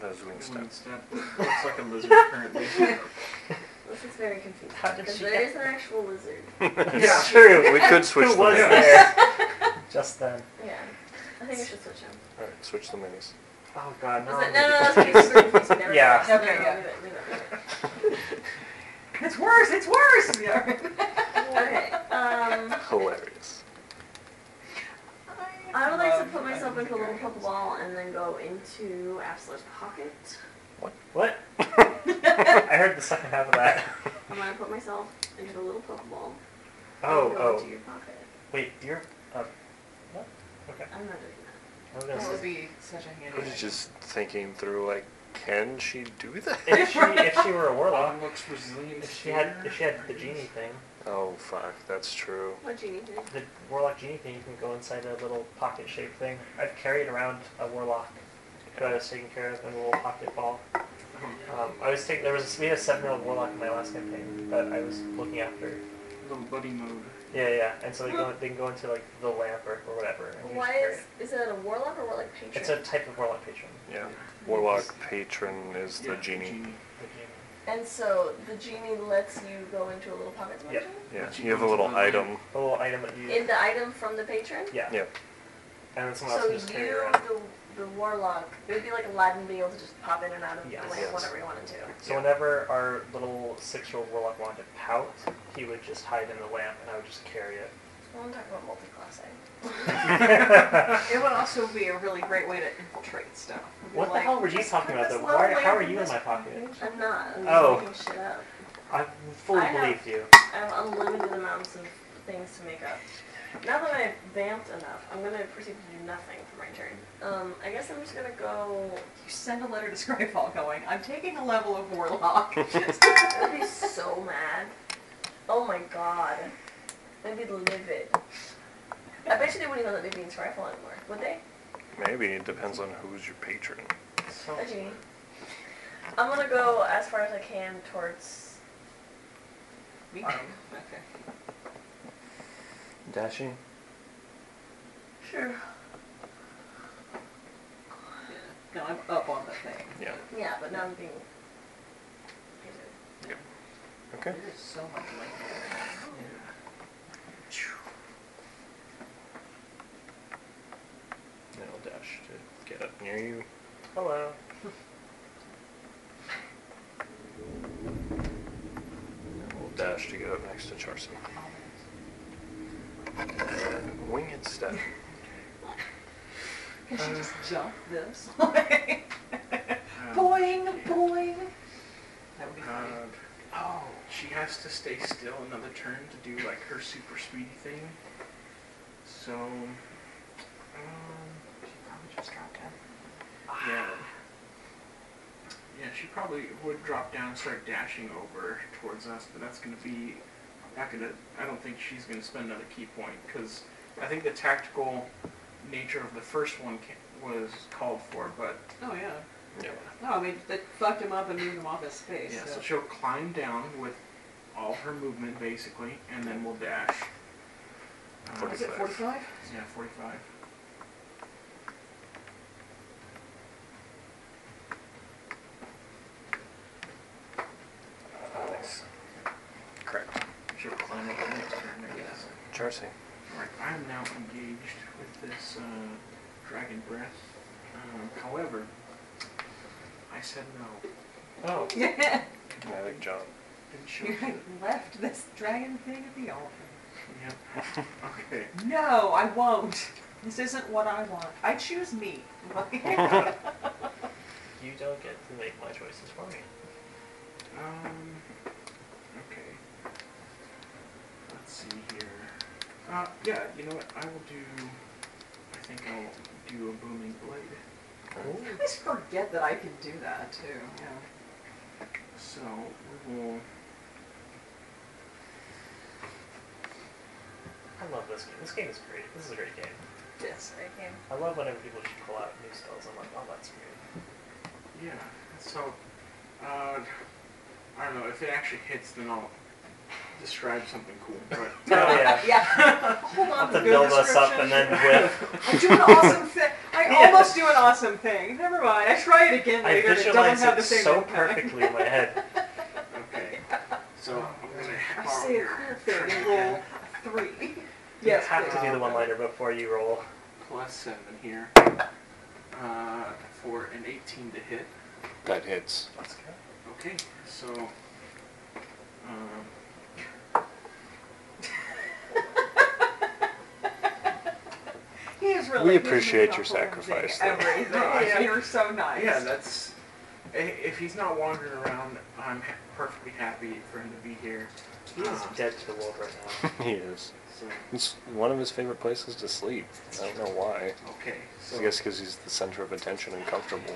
S1: That is wing
S3: One
S1: steps.
S3: step. Looks like a lizard currently.
S2: This is very confusing.
S5: How did
S2: Because
S5: she
S2: there
S5: get-
S2: is an actual lizard.
S5: It's true.
S1: We could switch
S5: Who
S1: the
S5: was
S1: minis.
S5: there? Just then.
S2: Yeah. I think we should switch him.
S1: Alright, switch the minis.
S5: Oh god,
S2: No,
S5: no.
S2: no, no,
S5: I'm
S2: that's
S5: gonna be-
S2: pretty super confusing. Never mind.
S5: Yeah.
S2: No, no,
S4: Okay, yeah.
S2: leave it, leave it, leave it.
S4: It's worse, it's worse! Yeah.
S2: Okay, um,
S1: Hilarious.
S2: I would like to put myself into a little purple ball and then go into Absol's pocket.
S5: What? I heard the second half of that.
S2: I'm gonna put myself into a little purple ball.
S5: Oh,
S2: and go
S5: oh.
S2: Into your pocket.
S5: Wait, you're. Uh, what? Okay.
S2: I'm not doing
S5: I was gonna
S4: That would
S5: say.
S4: be such a
S1: I
S4: handy.
S1: was just thinking through, like, can she do that?
S5: If she, if she were a warlock,
S3: Bottom looks resilient.
S5: if she had,
S3: here.
S5: if she had the genie thing,
S1: oh, fuck, that's true.
S2: that. What do you need? to-
S5: the warlock genie thing, you can go inside a little pocket-shaped thing. I've carried around a warlock who I was taking care of in a little pocket ball. Um, I was taking. There was we had a seven-year-old warlock in my last campaign that I was looking after.
S3: Little buddy mode.
S5: Yeah, yeah. And so they go. They can go into like the lamp or, or whatever. And you
S2: Why
S5: just carry
S2: is is it a warlock or warlock
S5: it. It's
S2: patron?
S5: a type of warlock patron.
S1: Yeah. Warlock patron is the
S3: Yeah,
S1: genie.
S5: The genie.
S2: And so the genie lets you go into a little pocket
S5: Yeah.
S2: dimension?
S1: Yeah,
S3: But you
S1: you have a
S3: don't
S1: little
S3: really-
S1: item.
S5: A little item that you.
S2: In the item from the patron?
S5: yeah.
S1: Yeah.
S5: And then someone else
S2: So
S5: can
S2: you,
S5: just carry it around.
S2: the, the warlock, it would be like Aladdin being able to just pop in and out of
S5: Yes.
S2: the lamp
S1: Yes.
S2: whenever you wanted to.
S5: So whenever our little six-year-old warlock wanted to pout, he would just hide in the lamp, and I would just carry it.
S2: Well, I'm talking about multi-classing.
S4: It would also be a really great way to infiltrate stuff. Be
S5: what the
S4: like,
S5: hell were you talking about?
S2: this
S5: Though?
S2: little
S5: Why? How
S2: lamp
S5: are
S2: in
S5: you in
S2: this
S5: my pocket?
S2: I'm not. I'm
S5: Oh.
S2: making shit up.
S5: I fully
S2: I have-
S5: believed you.
S2: I have unlimited amounts of things to make up. Now that I've vamped enough, I'm gonna proceed to do nothing for my turn. Um, I guess I'm just gonna go.
S4: You send a letter to Scryfall going, I'm taking a level of warlock.
S2: I'd be so mad. Oh my god. I'd be livid. I bet you they wouldn't even let me be in Rifle anymore, would they?
S1: Maybe it depends on who's your patron.
S5: So,
S2: A genie. I'm gonna go as far as I can towards.
S4: Me too. Okay.
S1: Dashing.
S2: Sure.
S4: No, I'm up on the thing.
S1: Yeah.
S2: Yeah, but now I'm being.
S1: Okay.
S4: There's so much light there.
S1: And I'll dash to get up near you.
S5: hello.
S1: And we'll dash to get up next to Charson. Winged step.
S4: Can she just jump this?
S3: Um,
S4: boing, boing. That would be
S3: uh,
S4: funny. Oh.
S3: she has to stay still another turn to do like her super speedy thing. So, um,
S4: She probably just dropped down.
S3: yeah, yeah, she probably would drop down and start dashing over towards us, but that's gonna be not gonna. I don't think she's gonna spend another key point because I think the tactical nature of the first one ca- was called for, but
S4: Oh, yeah.
S1: Yeah.
S4: No, I mean, they fucked him up and moved him off his space.
S3: Yeah,
S4: so-
S3: so she'll climb down with all her movement basically, and then we'll dash. Uh,
S4: Is it 45?
S3: yeah, 45.
S1: Nice. Correct.
S3: She'll climb up the next turn, I guess.
S1: Charcy.
S3: Alright, I'm now engaged with this uh, dragon breath. Um, however, I said no.
S5: Oh,
S4: Yeah.
S1: Magic John.
S3: Didn't show
S4: You
S3: you.
S4: left this dragon thing at the altar.
S3: Yep. Okay.
S4: No, I won't. This isn't what I want. I choose me.
S5: you don't get to make my choices for me.
S3: Um, okay. Let's see here. Uh, yeah, you know what? I will do. I think I'll do a booming blade.
S4: I always forget that I can do that too. Yeah.
S3: So we will.
S5: I love this game. This game is great. This is a great game.
S4: Yes.
S2: Sorry, I came.
S5: I love whenever people just pull out new spells. I'm like, oh, that's great.
S3: Yeah. So, uh, I don't know if it actually hits, then I'll describe something cool. But uh,
S5: Oh yeah.
S4: Hold
S5: I'll
S4: on
S5: have
S4: to
S5: to
S4: the
S5: build
S4: good
S5: us up and then
S4: description.
S5: whip.
S4: I do an awesome thing. I
S5: Yeah.
S4: almost do an awesome thing. Never mind. I try it again
S5: I
S4: later. and it doesn't
S5: visualize
S4: have
S5: it
S4: the same
S5: so
S4: impact.
S5: perfectly in my head.
S3: okay. So I'm gonna.
S4: I
S3: borrow
S4: say a
S3: your
S4: cool thing and
S3: trinket
S4: roll a three. Yes.
S5: you have to
S4: please.
S5: do the one-liner before you roll.
S3: Plus seven here. Uh, for an 18 to hit.
S1: That hits.
S5: Let's go.
S3: Okay, so. Um,
S4: He is really
S1: We
S4: giving me
S1: appreciate your
S4: compliments in
S1: sacrifice, though.
S4: Everything.
S3: No, I think-
S4: You're so nice.
S3: yeah, that's. i- If he's not wandering around, I'm ha- perfectly happy for him to be here.
S5: He is
S3: Uh,
S5: dead to the world right now.
S1: he is.
S3: So,
S1: It's one of his favorite places to sleep. I don't know why.
S3: okay, so
S1: I guess because he's the center of attention and comfortable.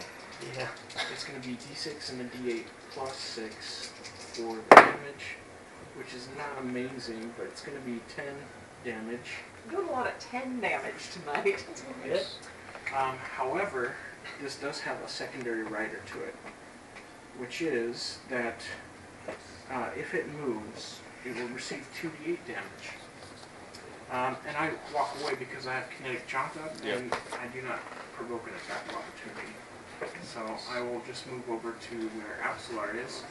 S5: Yeah.
S3: it's going to be d6 and a d8 plus 6 for the damage, which is not amazing, but it's going to be 10 damage.
S4: Doing a lot of ten damage tonight.
S5: Hit.
S3: Um, however, this does have a secondary rider to it, which is that uh, if it moves, it will receive 2d8 damage. Um, and I walk away because I have kinetic jump up,
S1: Yep.
S3: and I do not provoke an attack of opportunity. So I will just move over to where Absolar is,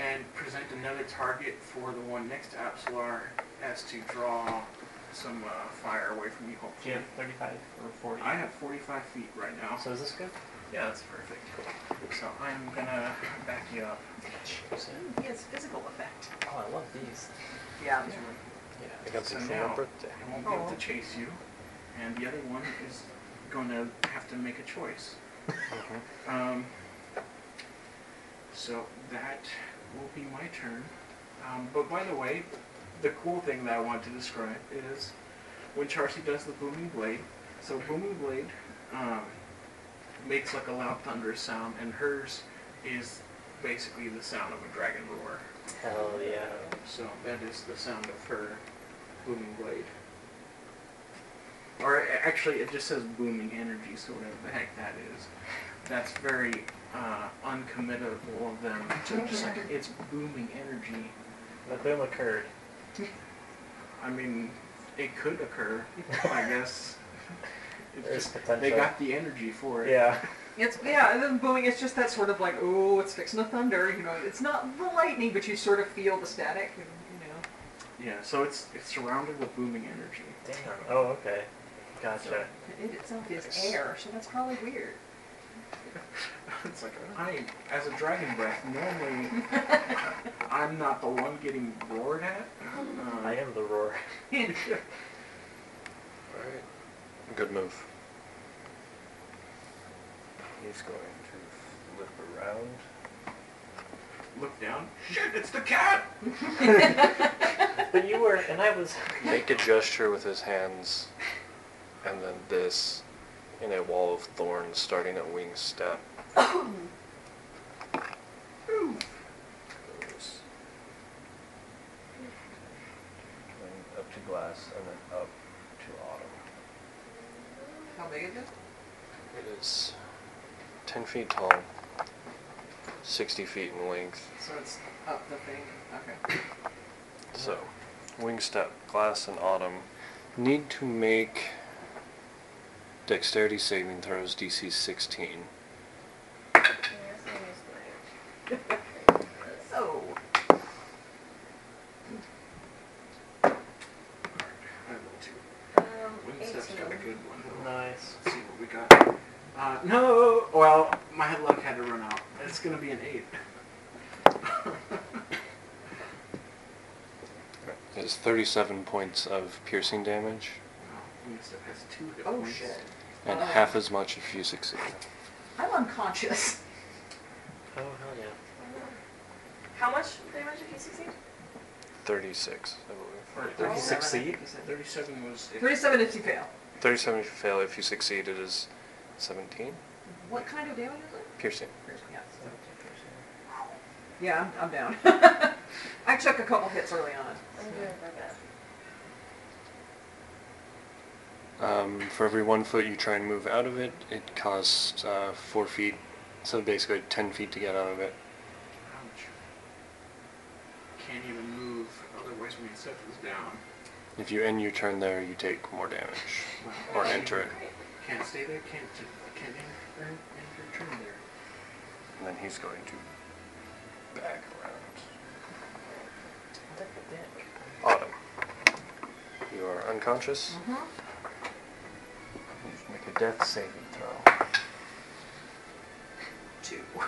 S3: and present another target for the one next to Absolar as to draw some uh, fire away from you,
S5: Do
S3: hopefully.
S5: you have 35 or 40?
S3: I have 45 feet right now,
S5: So is this good?
S3: Yeah, that's
S5: perfect.
S3: so I'm gonna back you up.
S4: Yes, physical effect.
S5: Oh, I love these.
S4: Yeah.
S1: I got
S3: So
S1: them for
S3: now-
S1: my birthday.
S3: I won't be able
S4: Oh.
S3: to chase you, and the other one is gonna have to make a choice.
S1: Mhm.
S3: Um, so that will be my turn. Um, but by the way, the cool thing that I want to describe is when Charcy does the booming blade. So booming blade um, makes like a loud thunderous sound, and hers is basically the sound of a dragon roar.
S5: Hell yeah.
S3: So that is the sound of her booming blade. Or a- actually, it just says booming energy, so whatever the heck that is. That's very uh, uncommittable of them. So just like it's booming energy.
S5: The boom occurred.
S3: I mean, it could occur, I guess. It's
S5: There's
S3: just-
S5: potential.
S3: They got the energy for it.
S5: Yeah.
S4: It's yeah, and then booming. It's just that sort of like, oh, it's fixing to thunder. You know, it's not the lightning, but you sort of feel the static. And, you know.
S3: Yeah. So it's it's surrounded with booming energy.
S5: Damn. Oh, okay. Gotcha.
S4: It itself is air, so that's probably weird.
S3: It's like I, as a dragon breath, normally I'm not the one getting roared at.
S5: I
S3: Uh,
S5: am the roar.
S1: Alright. Good move. He's going to flip around.
S3: look down. Shit! It's the cat.
S5: But you were, and I was.
S1: Make a gesture with his hands, and then this, in a wall of thorns starting at wing step.
S3: Ooh.
S1: goes and up to glass and then up to autumn.
S4: How big is it?
S1: It is 10 feet tall, 60 feet in length.
S4: So it's up the thing. Okay.
S1: So, wing step, glass, and autumn need to make dexterity saving throws DC 16.
S4: So
S3: I will too.
S2: Um,
S3: Windstep's got a good one.
S5: Nice.
S3: Let's see what we got. Uh, no. Well, my luck had to run out. It's gonna be an eight.
S1: It is 37 points of piercing damage,
S3: Windstep has two hit
S4: Oh
S3: points.
S4: shit.
S1: and
S4: Oh.
S1: half as much if you succeed.
S4: I'm unconscious.
S5: Oh, hell yeah.
S2: How much damage did you succeed?
S1: 36, I believe.
S3: Or
S5: Did he
S3: 37.
S5: succeed?
S3: Thirty-seven was. if-
S4: Thirty-seven if you fail.
S1: 37 if you fail, if you succeed, it is 17
S4: What kind of damage is it?
S1: piercing.
S4: Yeah. so- Yeah, I'm, I'm down. I took a couple hits early on.
S2: I'm doing my best.
S1: Um, for every one foot you try and move out of it, it costs uh, four feet, so basically 10 feet to get out of it.
S3: Ouch. Can't even move. Otherwise, Windstep is down.
S1: If you end your turn there, you take more damage. Or enter it.
S3: Can't stay there. Can't can't end, end your turn there.
S1: And then he's going to back around.
S5: Dick a dick.
S1: Autumn. You are unconscious.
S4: Mm-hmm.
S1: Make a death saving throw.
S4: Two.
S3: I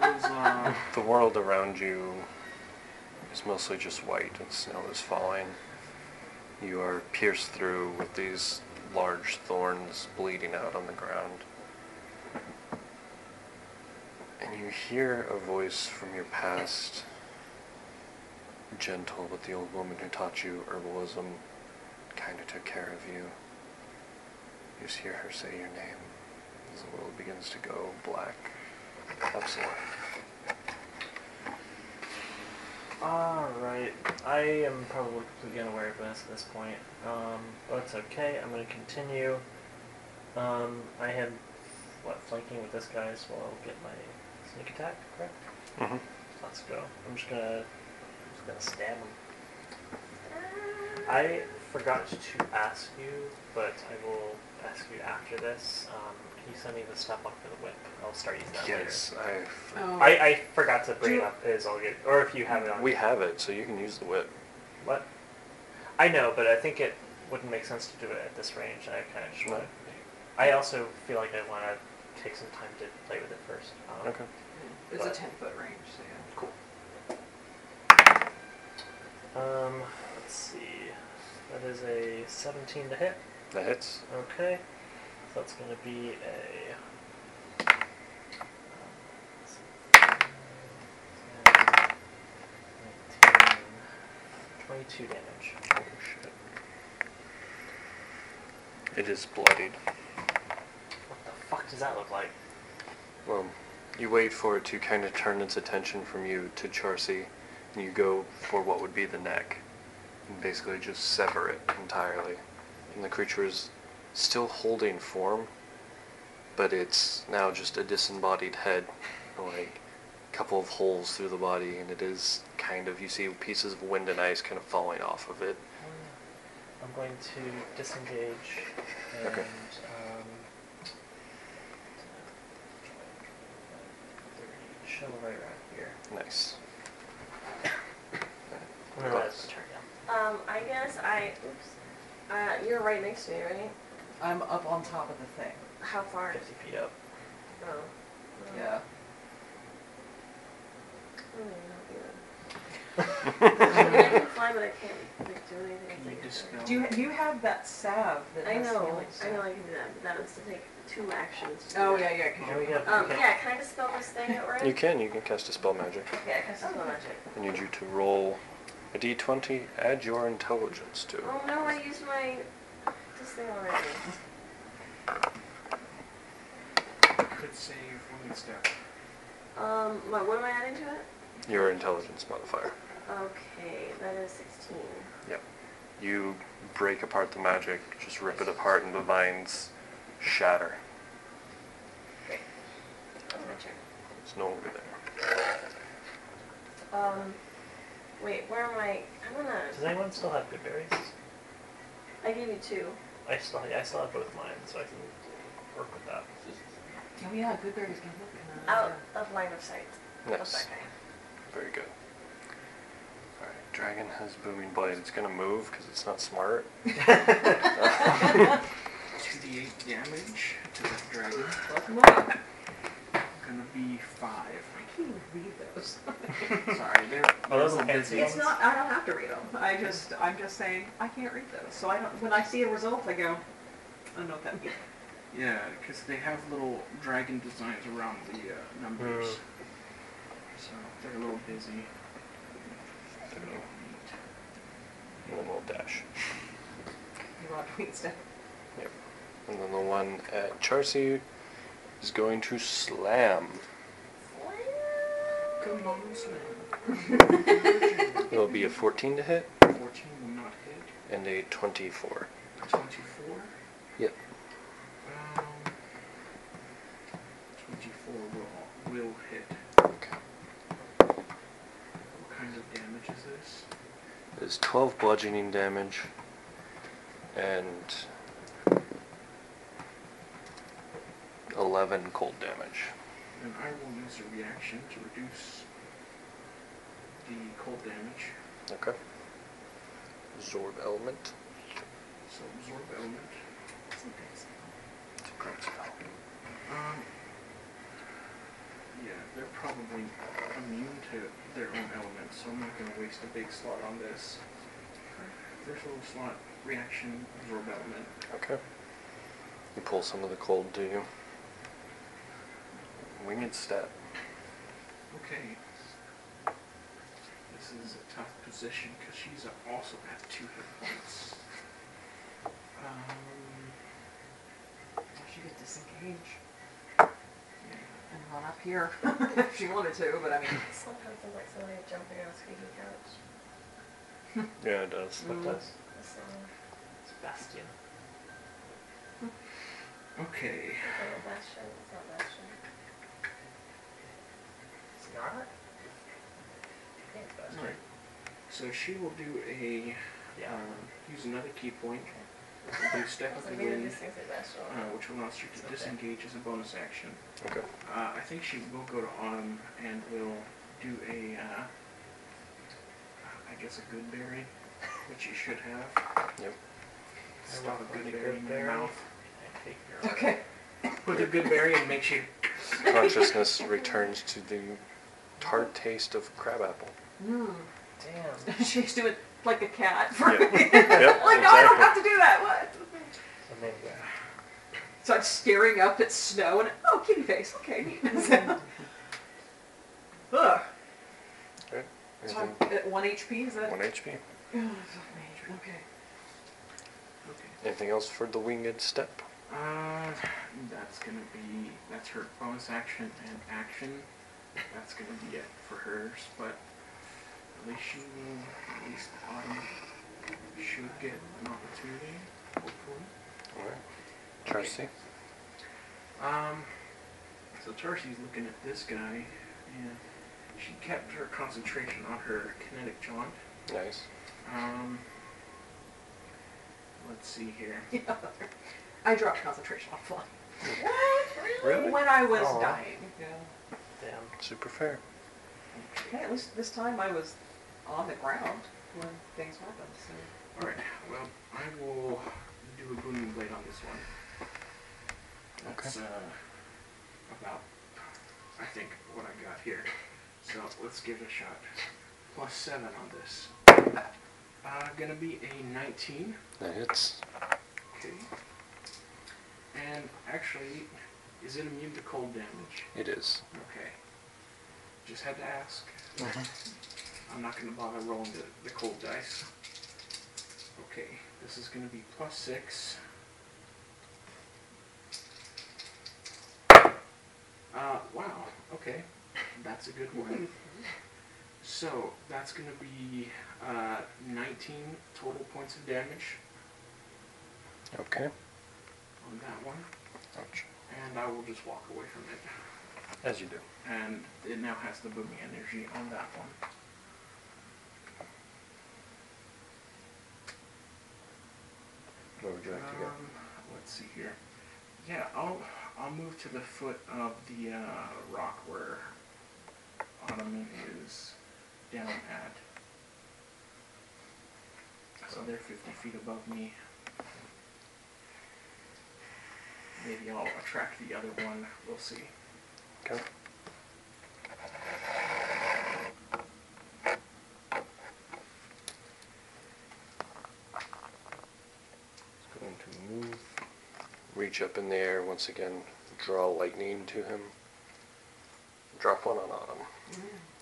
S3: was uh,
S1: The world around you is mostly just white and snow is falling. You are pierced through with these large thorns bleeding out on the ground. And you hear a voice from your past, gentle, but the old woman who taught you herbalism kind of took care of you. You just hear her say your name as the world begins to go black. Absolutely.
S5: Alright, I am probably completely unaware of this at this point, um, but it's okay, I'm gonna continue. Um, I had, what, flanking with this guy, so I'll get my sneak attack, correct?
S1: Mm-hmm.
S5: Let's go. I'm just gonna, I'm just gonna stab him. I forgot to ask you, but I will rescued after this. Um, can you send me the stuff up for the whip? I'll start using that
S1: Yes, I.
S4: Oh,
S5: later. I, I forgot to bring
S4: Do
S5: it
S4: you-
S5: up. Is all good, or if you have it on.
S1: We have it, so you can use the whip.
S5: What? I know, but I think it wouldn't make sense to do it at this range. I kind of just want. to I also feel like I want to take some time to play with it first. Um,
S1: Okay.
S4: it's a
S5: but-
S4: ten foot range, so yeah. Cool.
S5: Um, let's see. That is a 17 to hit.
S1: That hits.
S5: Okay. So that's going to be a. um, 19, 22 damage.
S1: Oh shit. It is bloodied.
S5: What the fuck does that look like?
S1: Well, you wait for it to kind of turn its attention from you to Charcy, and you go for what would be the neck, and basically just sever it entirely. And the creature is still holding form, but it's now just a disembodied head, like a couple of holes through the body, and it is kind of, you see pieces of wind and ice kind of falling off of it.
S5: I'm going to disengage and
S1: Okay.
S5: um, chill right around here.
S1: Nice.
S5: And then that's turn down.
S2: Um, I guess I. Oops. Uh, you're right next to me, right?
S4: I'm up on top of the thing.
S2: How far?
S5: 50 feet up.
S2: Oh. Oh.
S4: Yeah.
S2: I don't even know what I'm doing. I mean, I can fly, but I can't like, do anything.
S3: Can
S2: with
S3: you
S2: it.
S3: dispel?
S4: Do you, you have that salve that
S2: I
S4: has
S2: know.
S4: healing
S2: I know
S4: salve?
S2: I can do that, but that has to take two actions. to do
S4: Oh
S2: that.
S4: yeah, yeah. 'cause
S5: Here we
S4: you're-
S5: go.
S2: Um,
S5: Okay.
S2: yeah, can I dispel this thing at
S1: You
S2: right?
S1: can, you can cast a spell magic.
S2: Yeah, I can dispel magic.
S1: I need you to roll a d20, add your intelligence to it.
S2: Oh no, I used my this thing already.
S3: Could save one step.
S2: Um, what, what am I adding to it?
S1: Your intelligence modifier.
S2: Okay, that is 16.
S1: Yep. You break apart the magic, just rip it apart, and the vines shatter.
S2: Great. That was my turn.
S1: It's no longer there.
S2: Um, wait, where am I? I'm gonna.
S5: Does anyone still have good berries?
S2: I gave you two.
S5: I still, I still have both mine, so I can work with that.
S4: Oh yeah, good berries can look.
S2: Out of line of sight. of
S1: Nice.
S2: that guy.
S1: Very good. Alright, dragon has booming blade. It's gonna move because it's not smart.
S3: 2d8 damage to that dragon.
S4: Come on.
S3: Gonna be 5.
S4: I can't even read those.
S3: Sorry, they're,
S5: Oh,
S3: they're a
S5: those
S3: little
S5: are fancy.
S3: busy.
S4: It's not. I don't have to read them. I just. I'm just saying. I can't read those. So I don't. When I see a result, I go. I don't know what that means.
S3: Yeah, because they have little dragon designs around the uh, numbers.
S5: Mm.
S3: So they're a little busy.
S1: They're little- And then we'll dash.
S4: You want to read stuff?
S1: Yep. And then the one at Charcy is going to slam.
S3: Come on, Slam.
S1: It'll be a 14 to hit
S3: 14 will not hit.
S1: and a 24.
S3: 24.
S1: Yep.
S3: Um, 24 will, will hit.
S1: Okay.
S3: What kind of damage is this?
S1: is 12 bludgeoning damage and 11 cold damage.
S3: And I will use a reaction to reduce the cold damage.
S1: Okay. Absorb element.
S3: So absorb element.
S1: It's a great spell.
S3: Um, yeah, they're probably immune to their own elements, so I'm not going to waste a big slot on this. First little slot, reaction, absorb element.
S1: Okay. You pull some of the cold, do you? Winged step.
S3: Okay. This is a tough position because she's also at two hit points. Um,
S4: She could disengage
S3: yeah.
S4: and run up here if she wanted to. But I mean,
S2: Sometimes I'm like somebody jumping on a squeaky couch.
S1: Yeah, it does.
S5: What does?
S2: So,
S5: Sebastian.
S3: Okay.
S2: it's not a bastion, it's not bastion.
S5: It's not? I think it's Bastion.
S3: Alright. So she will do a.
S5: Yeah.
S3: Um, use another key point. Blue step of
S2: Wasn't
S3: the
S2: meaning
S3: wind,
S2: these things like that, so-
S3: uh, which will not strictly
S5: Okay.
S3: disengage as a bonus action.
S1: Okay.
S3: Uh, I think she will go to Autumn and will do a, uh, I guess a good berry, which she should have.
S1: Yep.
S3: Stop
S5: I
S3: a
S5: want
S3: good
S5: a
S3: berry
S5: good
S3: in your
S5: berry.
S3: mouth.
S5: I take your order.
S4: Okay.
S3: Put a good berry and makes you
S1: Consciousness returns to the tart taste of crabapple.
S4: Mm.
S5: Damn.
S4: She's doing like a cat. For
S1: Yeah.
S4: me. like, no, I don't
S1: exactly.
S4: have to do that. What?
S5: Amazing.
S4: So I'm staring up at snow and, oh, kitty face. Okay, neat. Ugh.
S1: Right?
S4: So I'm at 1 HP, is that?
S1: One HP.
S4: Ugh, Oh, it's not major. Okay.
S3: Okay.
S1: Anything else for the winged step?
S3: Uh, that's gonna be that's her bonus action and action. That's gonna be it for hers, but at least she will at least Autumn should get an opportunity, hopefully.
S1: All right. Tracy.
S3: Um, so Tarsi's looking at this guy, and she kept her concentration on her kinetic jaunt.
S1: Nice.
S3: Um, let's see here.
S4: Yeah. I dropped concentration on flying.
S1: Really?
S4: When I was
S5: Aw.
S4: dying. Yeah.
S5: Damn.
S1: Super fair.
S4: Okay, at least this time I was on the ground when things happened, so.
S3: All right. Well, I will do a booming blade on this one. That's uh, about, I think, what I got here. So let's give it a shot. Plus seven on this. Uh, gonna be a 19.
S1: That hits.
S3: Okay. And actually, is it immune to cold damage?
S1: It is.
S3: Okay. Just had to ask. I'm not gonna bother rolling the, the cold dice. Okay, this is gonna be plus six. Uh, wow, okay. That's a good one. So, that's gonna be uh, 19 total points of damage
S1: Okay.
S3: on that one,
S1: Ouch.
S3: and I will just walk away from it.
S1: As you do.
S3: and it now has the booming energy on that one.
S1: Where would you like to go?
S3: Um, let's see here. Yeah, I'll I'll move to the foot of the uh, rock where Ottoman is down at. So they're 50 feet above me. Maybe I'll attract the other one. We'll see.
S1: Okay. It's going to move. Reach up in the air once again. Draw lightning to him. Drop one on Autumn.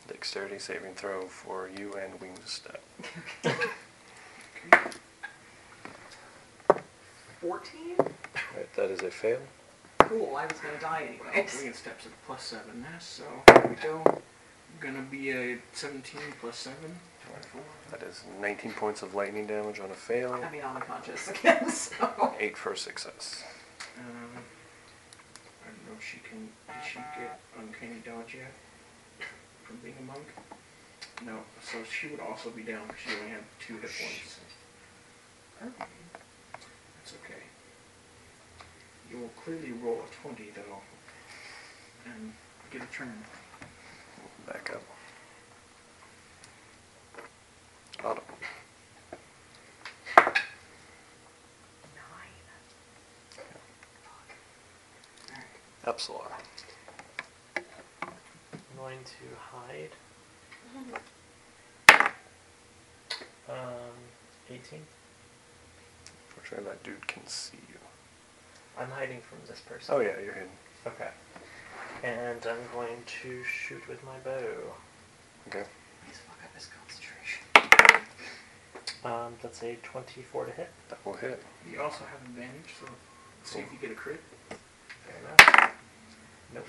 S1: Dexterity saving throw for you and winged step.
S4: 14?
S1: Alright, that is a fail.
S4: Cool, I was gonna die
S3: Well,
S4: anyway.
S3: winged steps at plus seven there, so here we go. Gonna be a 17 plus seven. 24.
S1: That is 19 points of lightning damage on a fail.
S4: I mean, I'm unconscious again, so.
S1: Eight for success.
S3: Um, I don't know if she can. Did she get uncanny dodge yet from being a monk? No. So she would also be down because she only had two hit points. That's okay. You will clearly roll a twenty though, and get a turn.
S1: Back up. Autumn. Epsilon.
S5: I'm going to hide. Um, 18.
S1: Unfortunately, that dude can see you.
S5: I'm hiding from this person.
S1: Oh yeah, you're hidden.
S5: Okay. And I'm going to shoot with my bow.
S1: Okay.
S4: Please fuck up his concentration.
S5: Um, that's a 24 to hit.
S1: That will hit.
S3: You also have advantage, so see if you get a crit.
S5: Fair enough. Nope.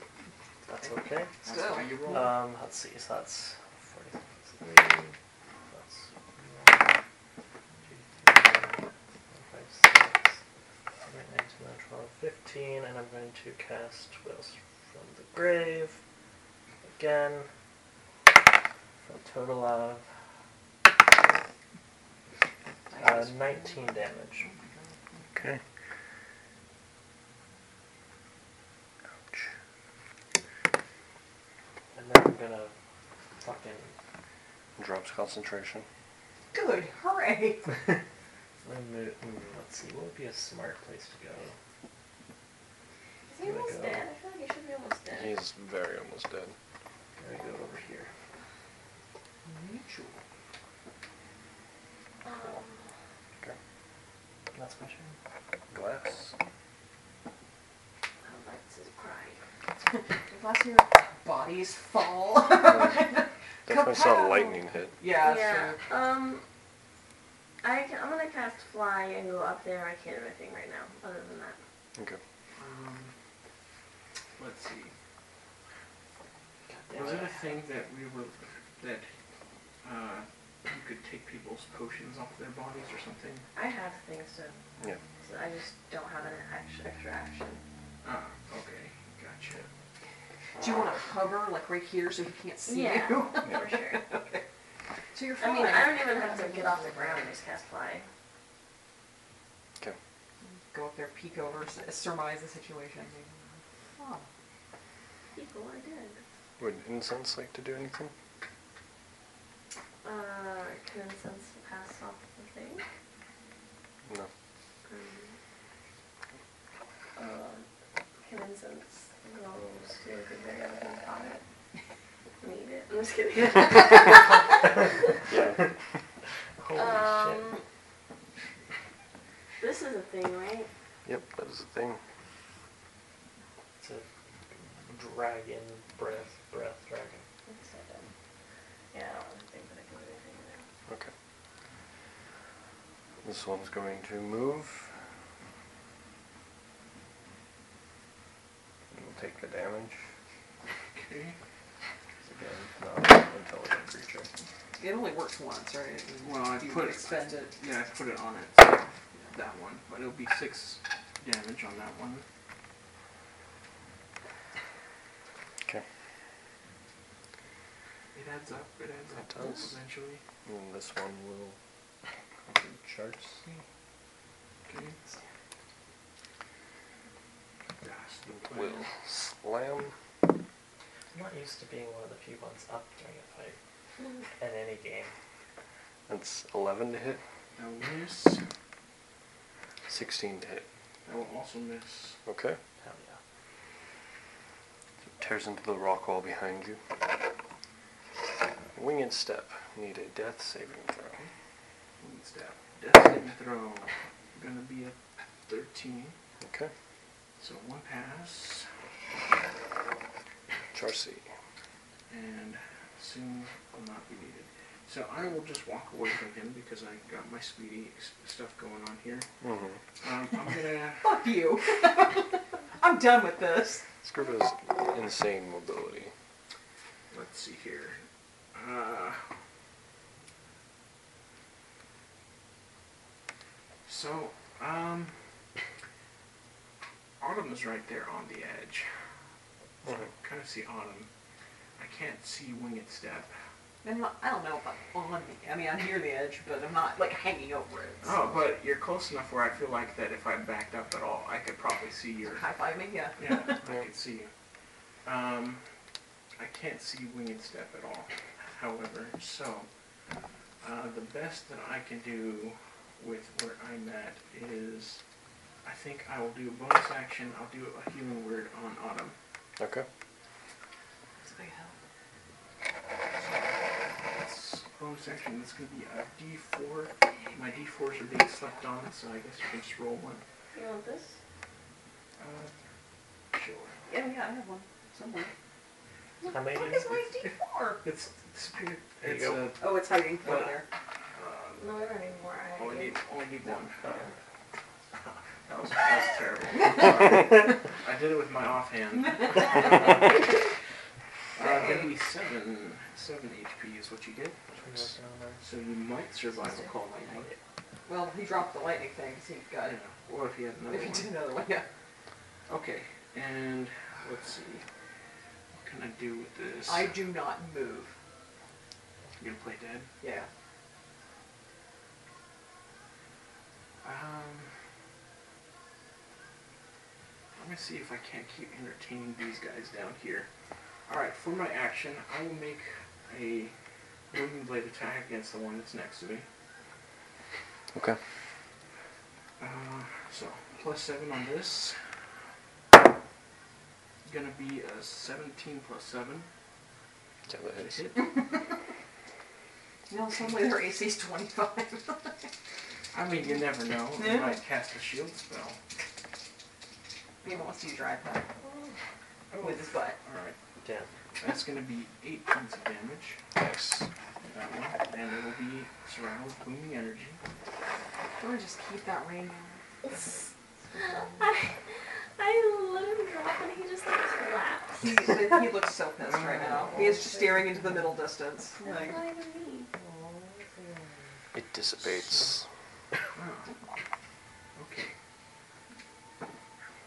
S5: That's okay.
S3: That's
S4: Still.
S3: why you roll.
S5: Um, let's see, so that's 43. That's one, two, three, four, five, six, seven, eight, nine, 12, 15, and I'm going to cast Wills from the Grave again for a total of uh, 19 damage.
S4: Oh my god.
S1: Okay. Ouch.
S5: And then I'm gonna fucking.
S1: Drops concentration.
S4: Good, hooray!
S5: Let me, mm, let's see, what would be a smart place to go?
S2: Is he almost dead? I feel like he should be almost dead.
S1: He's very almost dead.
S5: I'm gonna go over here.
S4: Mutual.
S2: Um,
S5: That's my turn.
S1: Glass.
S2: oh, that's his crying.
S4: Unless your bodies fall.
S1: Definitely saw
S4: Kapow!
S1: lightning hit.
S4: Yeah,
S2: yeah.
S4: sure.
S2: Um, I can, I'm gonna cast fly and go up there. I can't do anything right now, other than that.
S1: Okay.
S3: Um, let's see.
S5: God damn
S3: Was it
S5: it.
S3: a thing that we were that uh, you could take people's potions off their bodies or something?
S2: I have things to.
S1: Yeah.
S2: So I just don't have an action, extra action.
S3: Ah, okay, gotcha.
S4: Do you want to hover like right here so he can't see
S2: Yeah.
S4: you?
S2: For sure.
S4: okay. So you're
S2: I
S4: fine.
S2: mean, I don't even have to get off the ground. I just cast fly.
S1: Okay.
S4: Go up there, peek over, s- surmise the situation. Oh,
S2: People are dead.
S1: Would incense like to do anything?
S2: Uh, can sense pass off the thing?
S1: No.
S2: Um, uh, can incense goes to the very open product. Need it. I'm just kidding.
S1: Yeah.
S5: Holy
S2: um, this is a thing, right?
S1: yep, that was the thing.
S5: shit. It's a dragon breath, breath dragon.
S2: It's so dumb. Yeah, I don't want to think that I can do anything with it.
S1: Okay. This one's going to move. It will take the damage.
S3: Okay.
S1: It's again not an intelligent creature.
S4: it only works once, right? And
S3: Well, I
S4: you
S3: put-
S4: expend it.
S3: Yeah, I put it on it. So that one, but it'll be six damage on that one.
S1: Okay.
S3: It adds up. It adds up
S1: It does.
S3: eventually.
S1: And then this one will charge me.
S3: Okay. Gosh,
S1: Will slam.
S5: I'm not used to being one of the few ones up during a fight in any game.
S1: That's 11 to hit,
S3: That will miss. That
S1: 16 to hit.
S3: will also miss.
S1: Okay.
S5: Hell yeah.
S1: Tears into the rock wall behind you. Winged step. Need a death saving throw.
S3: Winged stab. Death saving throw. Gonna be a 13.
S1: Okay.
S3: So one pass.
S1: Charcy.
S3: and soon will not be needed. So I will just walk away from him because I got my speedy s- stuff going on here.
S1: Mm-hmm.
S3: Um, I'm gonna.
S4: Fuck you. I'm done with this.
S1: Scriba's insane mobility.
S3: Let's see here. Uh, so, um, Autumn is right there on the edge. So I kind of see Autumn. I can't see Winged Step.
S4: I'm not, I don't know if I'm on the. I mean, I'm near the edge, but I'm not like hanging over it.
S3: Oh, but you're close enough where I feel like that if I backed up at all, I could probably see your
S4: High five me, yeah.
S3: Yeah, I can see you. Um, I can't see winged step at all, however, so, uh, the best that I can do with where I'm at is, I think I will do a bonus action, I'll do a healing word on Autumn.
S1: Okay.
S4: It's a big help.
S3: That's bonus action, that's gonna be a D4, my D4s are being slept on, so I guess you can just roll one.
S2: You want this?
S3: Uh, sure.
S4: Yeah, yeah, I have one somewhere.
S5: How many
S4: What
S5: do you
S4: is my D4?
S3: It's, it's,
S5: There you
S3: it's
S5: go.
S3: a,
S4: Oh, it's hiding
S3: Well,
S4: down there.
S3: uh,
S2: No, I don't need more. I
S3: Only need, only need one.
S5: Oh.
S3: That was, that was terrible. I did it with my offhand. Uh, gonna be seven, seven HP is what you get.
S5: Which one's down there?
S3: So you might survive a call lightning.
S4: Well, he dropped the lightning thing 'cause he got
S3: I
S4: it.
S3: don't know. Or if you had another
S4: If he did
S3: one.
S4: another one, yeah.
S3: Okay, and let's see. What can I do with this?
S4: I do not move.
S3: You're gonna play dead?
S4: Yeah.
S3: Um, see if I can't keep entertaining these guys down here. Alright, for my action, I will make a wooden blade attack against the one that's next to me.
S1: Okay.
S3: Uh, so, plus 7 on this. Gonna be a 17 plus 7.
S1: Yeah, that
S3: Did I
S1: hits.
S3: hit?
S4: No, suddenly their AC is 25.
S3: I mean, you never know. I
S4: Yeah.
S3: might cast a shield spell.
S4: he wants you to drive that
S3: Oh.
S4: with his butt.
S3: Alright,
S5: Damn.
S3: that's gonna be 8 points of damage.
S1: Nice.
S3: That one. And it will be surrounded with booming energy.
S4: Or just keep that rain down.
S2: I, I let him drop and he just like collapsed.
S4: He, he looks so pissed right now. He is just staring into the middle distance.
S2: That's
S4: Like,
S2: not even me.
S1: It dissipates.
S3: Wow. Okay.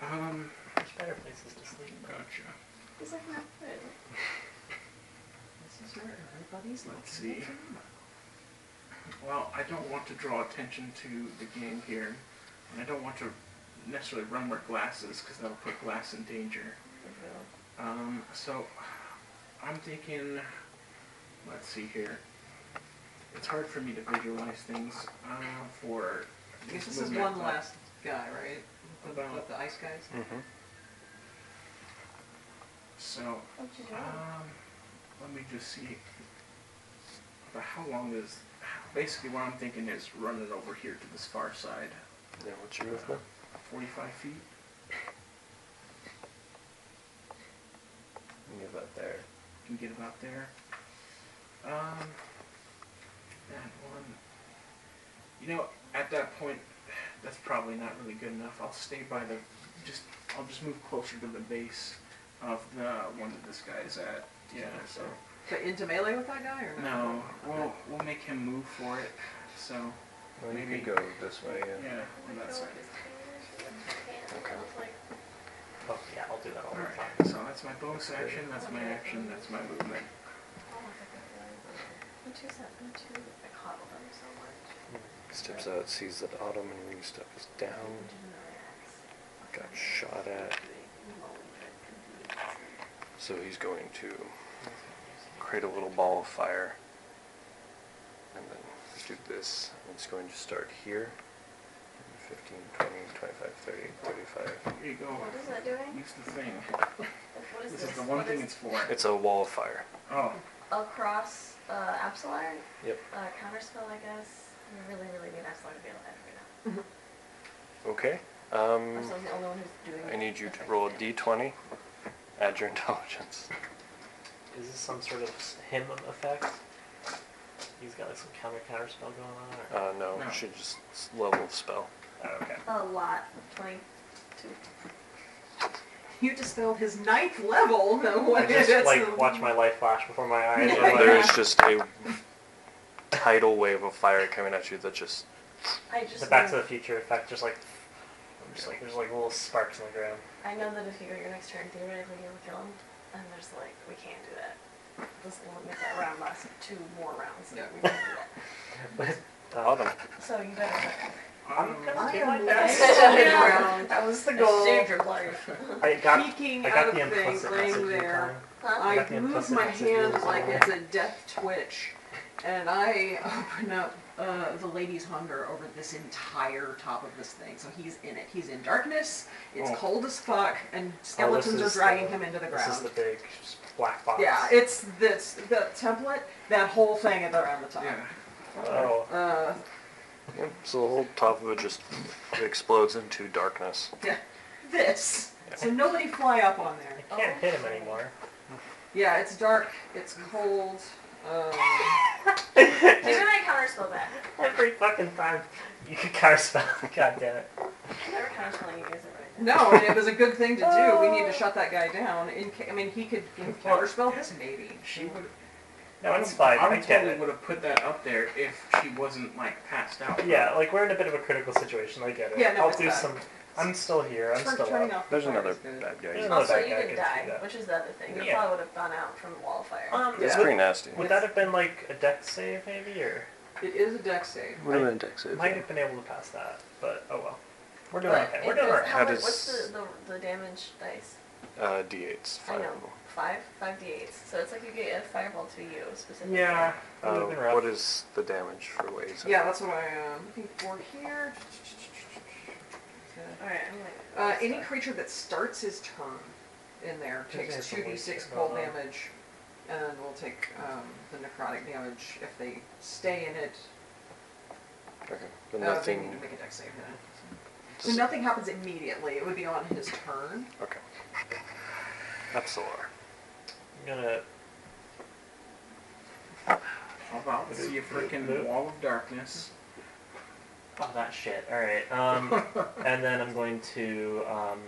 S3: Um,
S5: There's better places to sleep.
S3: gotcha.
S2: He's like not good.
S4: this is where everybody's
S3: Let's
S4: looking.
S3: see. Well, I don't want to draw attention to the game here, and I don't want to necessarily run my glasses because that'll put glass in danger. Um, so I'm thinking, let's see here. It's hard for me to visualize things uh, for.
S4: Because this is
S3: movement,
S4: one
S3: but-
S4: last guy, right? With the,
S3: About-
S4: with the ice guys?
S1: Mm-hmm.
S3: So
S2: What you doing?
S3: Um, let me just see. But how long is? Basically, what I'm thinking is running over here to this far side,
S1: Yeah, what's your movement?
S3: 45 feet.
S1: You have that there.
S3: Can get about there. Um, that one. You know, at that point, that's probably not really good enough. I'll stay by the. Just, I'll just move closer to the base of the one that this guy is at. Yeah. So.
S4: But into melee with that guy or
S3: No, we'll we'll make him move for it. So.
S1: Well, you
S3: Maybe.
S1: could go this way, yeah.
S3: Yeah,
S2: I
S3: on
S2: feel
S3: that
S2: like
S3: side.
S2: his fingers are in his hands.
S1: Okay.
S2: I was like,
S5: Oh yeah, I'll do that all the
S3: Alright,
S5: time.
S3: so that's my bonus action, that's my action, that's my movement.
S2: I'm too sad. I'm too. I coddled him so much.
S1: Steps out, sees that Autumn and Ring step is down. Got shot at. So he's going to create a little ball of fire. And then do this. And It's going to start here. 15, 20, 25, 30, 35.
S3: Here you go.
S2: What is that doing?
S3: Use the thing.
S2: What is
S3: This
S2: this?
S3: is the one
S2: What
S3: thing
S2: is-
S3: it's for.
S1: It's a wall of fire.
S3: Oh,
S2: across uh, Absalon,
S1: Yep.
S2: uh, counterspell, I guess. We really, really need Absalon to be alive right now.
S1: Okay. Um,
S2: Absalon's the only one who's doing.
S1: I need you to
S2: effective
S1: roll a
S2: damage.
S1: d20. Add your intelligence.
S5: Is this some sort of s- him effect? He's got like some counter counter spell going on. Or...
S1: Uh, no,
S3: No.
S1: you should just s- level spell.
S5: oh, okay.
S2: A lot. Twenty-two.
S4: You dispelled his ninth level. No way.
S5: I just
S4: That's
S5: like
S4: the-
S5: watch my life flash before my eyes.
S4: Yeah.
S5: I'm like,
S1: There is just a tidal wave of fire coming at you that just
S2: I just.
S5: the Back to
S2: know,
S5: the Future effect, just like I'm just like there's like little sparks on the ground.
S2: I know that if you go your next turn, theoretically you'll kill him, and there's like we can't do that. This will make that round last two more rounds.
S4: Yeah.
S2: We can't do that.
S5: But uh,
S1: autumn.
S2: So you better.
S5: I'm
S3: um,
S5: gonna do
S4: am
S5: my
S4: next.
S5: best.
S4: That
S5: was the
S2: I saved your life.
S5: I got
S4: Peeking
S5: I
S4: out
S5: got
S4: of
S5: the
S4: things
S5: implicit
S4: laying
S5: message
S4: there.
S5: there.
S2: Huh?
S4: I
S5: Got the
S4: move
S5: implicit
S4: my
S5: message
S4: hand
S5: used
S4: like
S5: somewhere.
S4: it's a death twitch, and I open up uh, the lady's hunger over this entire top of this thing. So he's in it. He's in darkness. It's
S3: Oh.
S4: cold as fuck, and
S5: Oh, this
S4: skeletons are
S5: is
S4: dragging
S5: the-
S4: him into the
S5: This is
S4: ground.
S5: the big black box.
S4: yeah, it's this the template. That whole thing at around the top.
S3: yeah.
S5: oh,
S4: Uh,
S1: Yep, so the whole top of it just explodes into darkness.
S4: yeah, this. So nobody fly up on there.
S5: I can't hit him anymore.
S4: Yeah, it's dark. It's cold. Um,
S2: Maybe my counterspell back.
S5: Every fucking time you could counter spell. God damn it.
S2: Never counterspelling you guys are right.
S4: No, and it was a good thing to do. We need to shut that guy down. In ca- I mean, he could counterspell this maybe.
S3: She would.
S5: No, it's fine.
S3: I
S5: I
S3: would
S5: get
S3: totally
S5: it.
S3: would have put that up there if she wasn't like passed out.
S5: Yeah, like we're in a bit of a critical situation. I get it.
S4: Yeah, no,
S5: I'll
S4: it's
S5: do
S4: bad.
S5: some. I'm still here. I'm
S4: Turn-
S5: still
S4: turning
S5: up.
S4: off the
S1: There's
S4: fire
S1: another
S4: is good.
S1: bad guy.
S5: There's
S1: here.
S5: another-
S2: Also,
S5: that
S2: Oh, you
S5: guy
S2: can
S5: could do
S2: die,
S5: that.
S2: which is the other thing. You
S5: Yeah.
S2: probably would have gone out from wildfire.
S5: Um,
S1: It's
S4: Yeah.
S1: pretty nasty.
S5: Would that have been like a deck save maybe, or
S4: It is a deck save.
S1: Would have been a deck save.
S5: might have been able to pass that? But oh well. We're doing
S2: But
S5: okay.
S2: it
S5: We're doing
S2: does-
S5: alright.
S2: How
S1: How
S2: much,
S1: does-
S2: what's the, the, the damage dice?
S1: Uh, D8's
S2: I
S1: fine.
S2: know. Five? Five d8s. So it's like you get a fireball to you specifically.
S5: Yeah. that
S1: Uh,
S5: would've been rough.
S1: what is the damage for waves?
S4: Yeah, that's what I am looking for here.
S2: Alright, I'm like.
S4: Uh, any creature that starts his turn in there
S5: Does it
S4: takes
S5: have
S4: two
S5: the
S4: d
S5: waste
S4: six
S5: to-
S4: cold
S5: uh-huh.
S4: damage, and will take um, the necrotic damage if they stay in it.
S1: Okay. But
S4: Uh, they need
S1: nothing.
S4: to make a dex save. then. So nothing happens immediately. It would be on his turn.
S1: Okay. Epsilor.
S5: I'm gonna.
S3: How about see a freaking wall of darkness?
S5: Oh, that shit. Alright. Um, and then I'm going to um,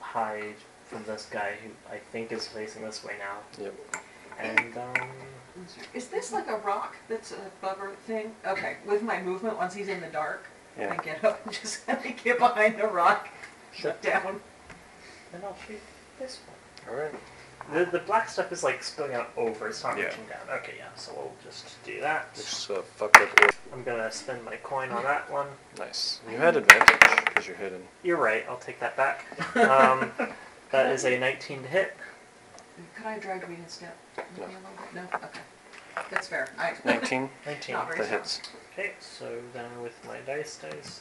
S5: hide from this guy who I think is facing this way now.
S1: Yep.
S5: And um,
S4: Is this like a rock that's a bubber thing? Okay, with my movement, once he's in the dark,
S1: Yeah.
S4: I get up and just get behind the rock, look down.
S5: then I'll shoot this one.
S1: All right.
S5: The, the black stuff is like spilling out over, it's not
S1: Yeah.
S5: reaching down. Okay, yeah, so we'll just do that.
S1: Just uh, fuck up. Wave.
S5: I'm gonna spend my coin on that one.
S1: Nice. You had advantage because you're hidden.
S5: You're right, I'll take that back. Um, that is a 19 to hit.
S4: Could I drag me instead?
S1: No.
S4: Maybe a little bit? No? Okay. That's fair. I,
S1: 19.
S5: 19.
S4: Not very
S1: that hits.
S5: Okay, so then with my dice dice.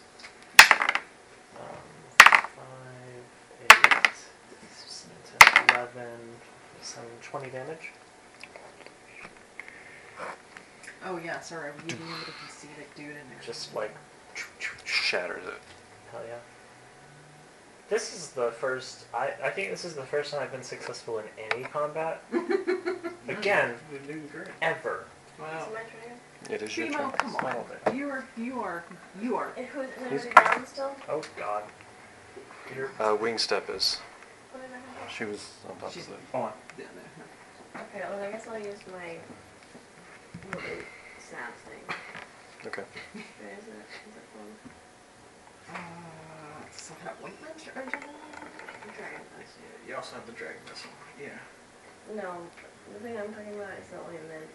S5: Um, 5, 8, 10, 11, some 20 damage.
S4: oh yeah, sorry, I'm using a little conceited dude in there.
S5: Just like,
S1: Shatters it.
S5: hell yeah. This is the first, I, I think this is the first time I've been successful in any combat. Again,
S3: They're doing great.
S5: ever.
S4: Wow.
S2: Is it my turn?
S1: It is your turn.
S4: Shimo, come
S5: It's my
S4: on.
S5: whole thing.
S4: You are, you are, you are.
S2: It, who, is
S1: Who's-
S2: everybody down still?
S5: Oh god. You're oh,
S1: Uh, wing step is.
S2: What did I
S1: She was on top
S4: She's-
S1: of it.
S5: on.
S4: Yeah, no.
S2: have? Okay, well, I guess I'll use my little snap thing.
S1: Okay.
S2: Where is it? Is it one?
S4: Uh, so that ointment or
S2: Dragon.
S3: Yeah, you also have the dragon missile. Yeah.
S2: No, the thing I'm talking about is the ointment.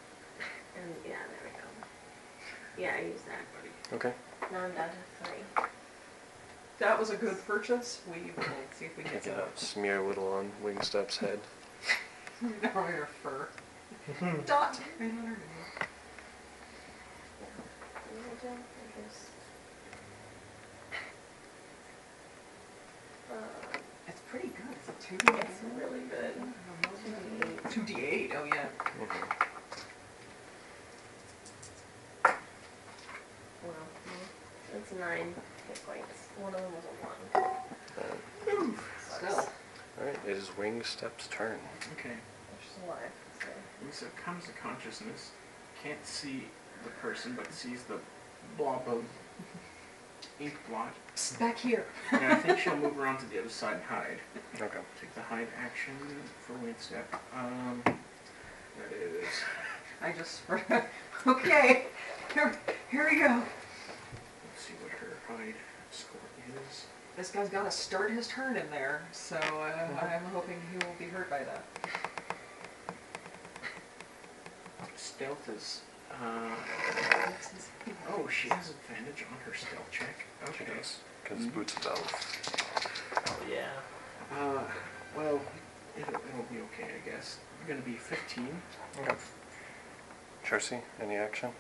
S2: And yeah, there we go. Yeah, I used that.
S3: Buddy.
S1: Okay.
S2: Now I'm down to three.
S4: That was a good purchase. We will see if we can
S1: You
S4: get
S1: can
S4: some.
S1: uh, smear a little on wing step's head.
S4: Or your fur. Dot.
S2: Uh,
S4: It's pretty good. It's a two.
S2: It's really good.
S4: Two D eight. Oh yeah.
S1: Mhm.
S2: Well, that's nine hit points. One of them was a one.
S4: Still.
S1: All right. It is wing step's turn.
S3: Okay.
S2: Which is alive. So.
S3: So it comes to consciousness. Can't see the person, but sees the blob of ink blot.
S4: Psst, Back here.
S3: And I think she'll move around to the other side and hide.
S1: Okay.
S3: Take the hide action for wing step. Um, that is.
S4: I just. okay. Here, here we go.
S3: Let's see what her hide score is.
S4: This guy's got to start his turn in there, so uh, I'm hoping he will be hurt by that.
S3: Stealth is. Uh, oh, she has advantage on her stealth check.
S1: She
S3: Okay.
S1: does. Because boots of elf.
S5: Oh yeah.
S3: Uh, well, it'll, it'll be okay, I guess. I'm gonna be 15.
S1: Okay. Charcy, any action?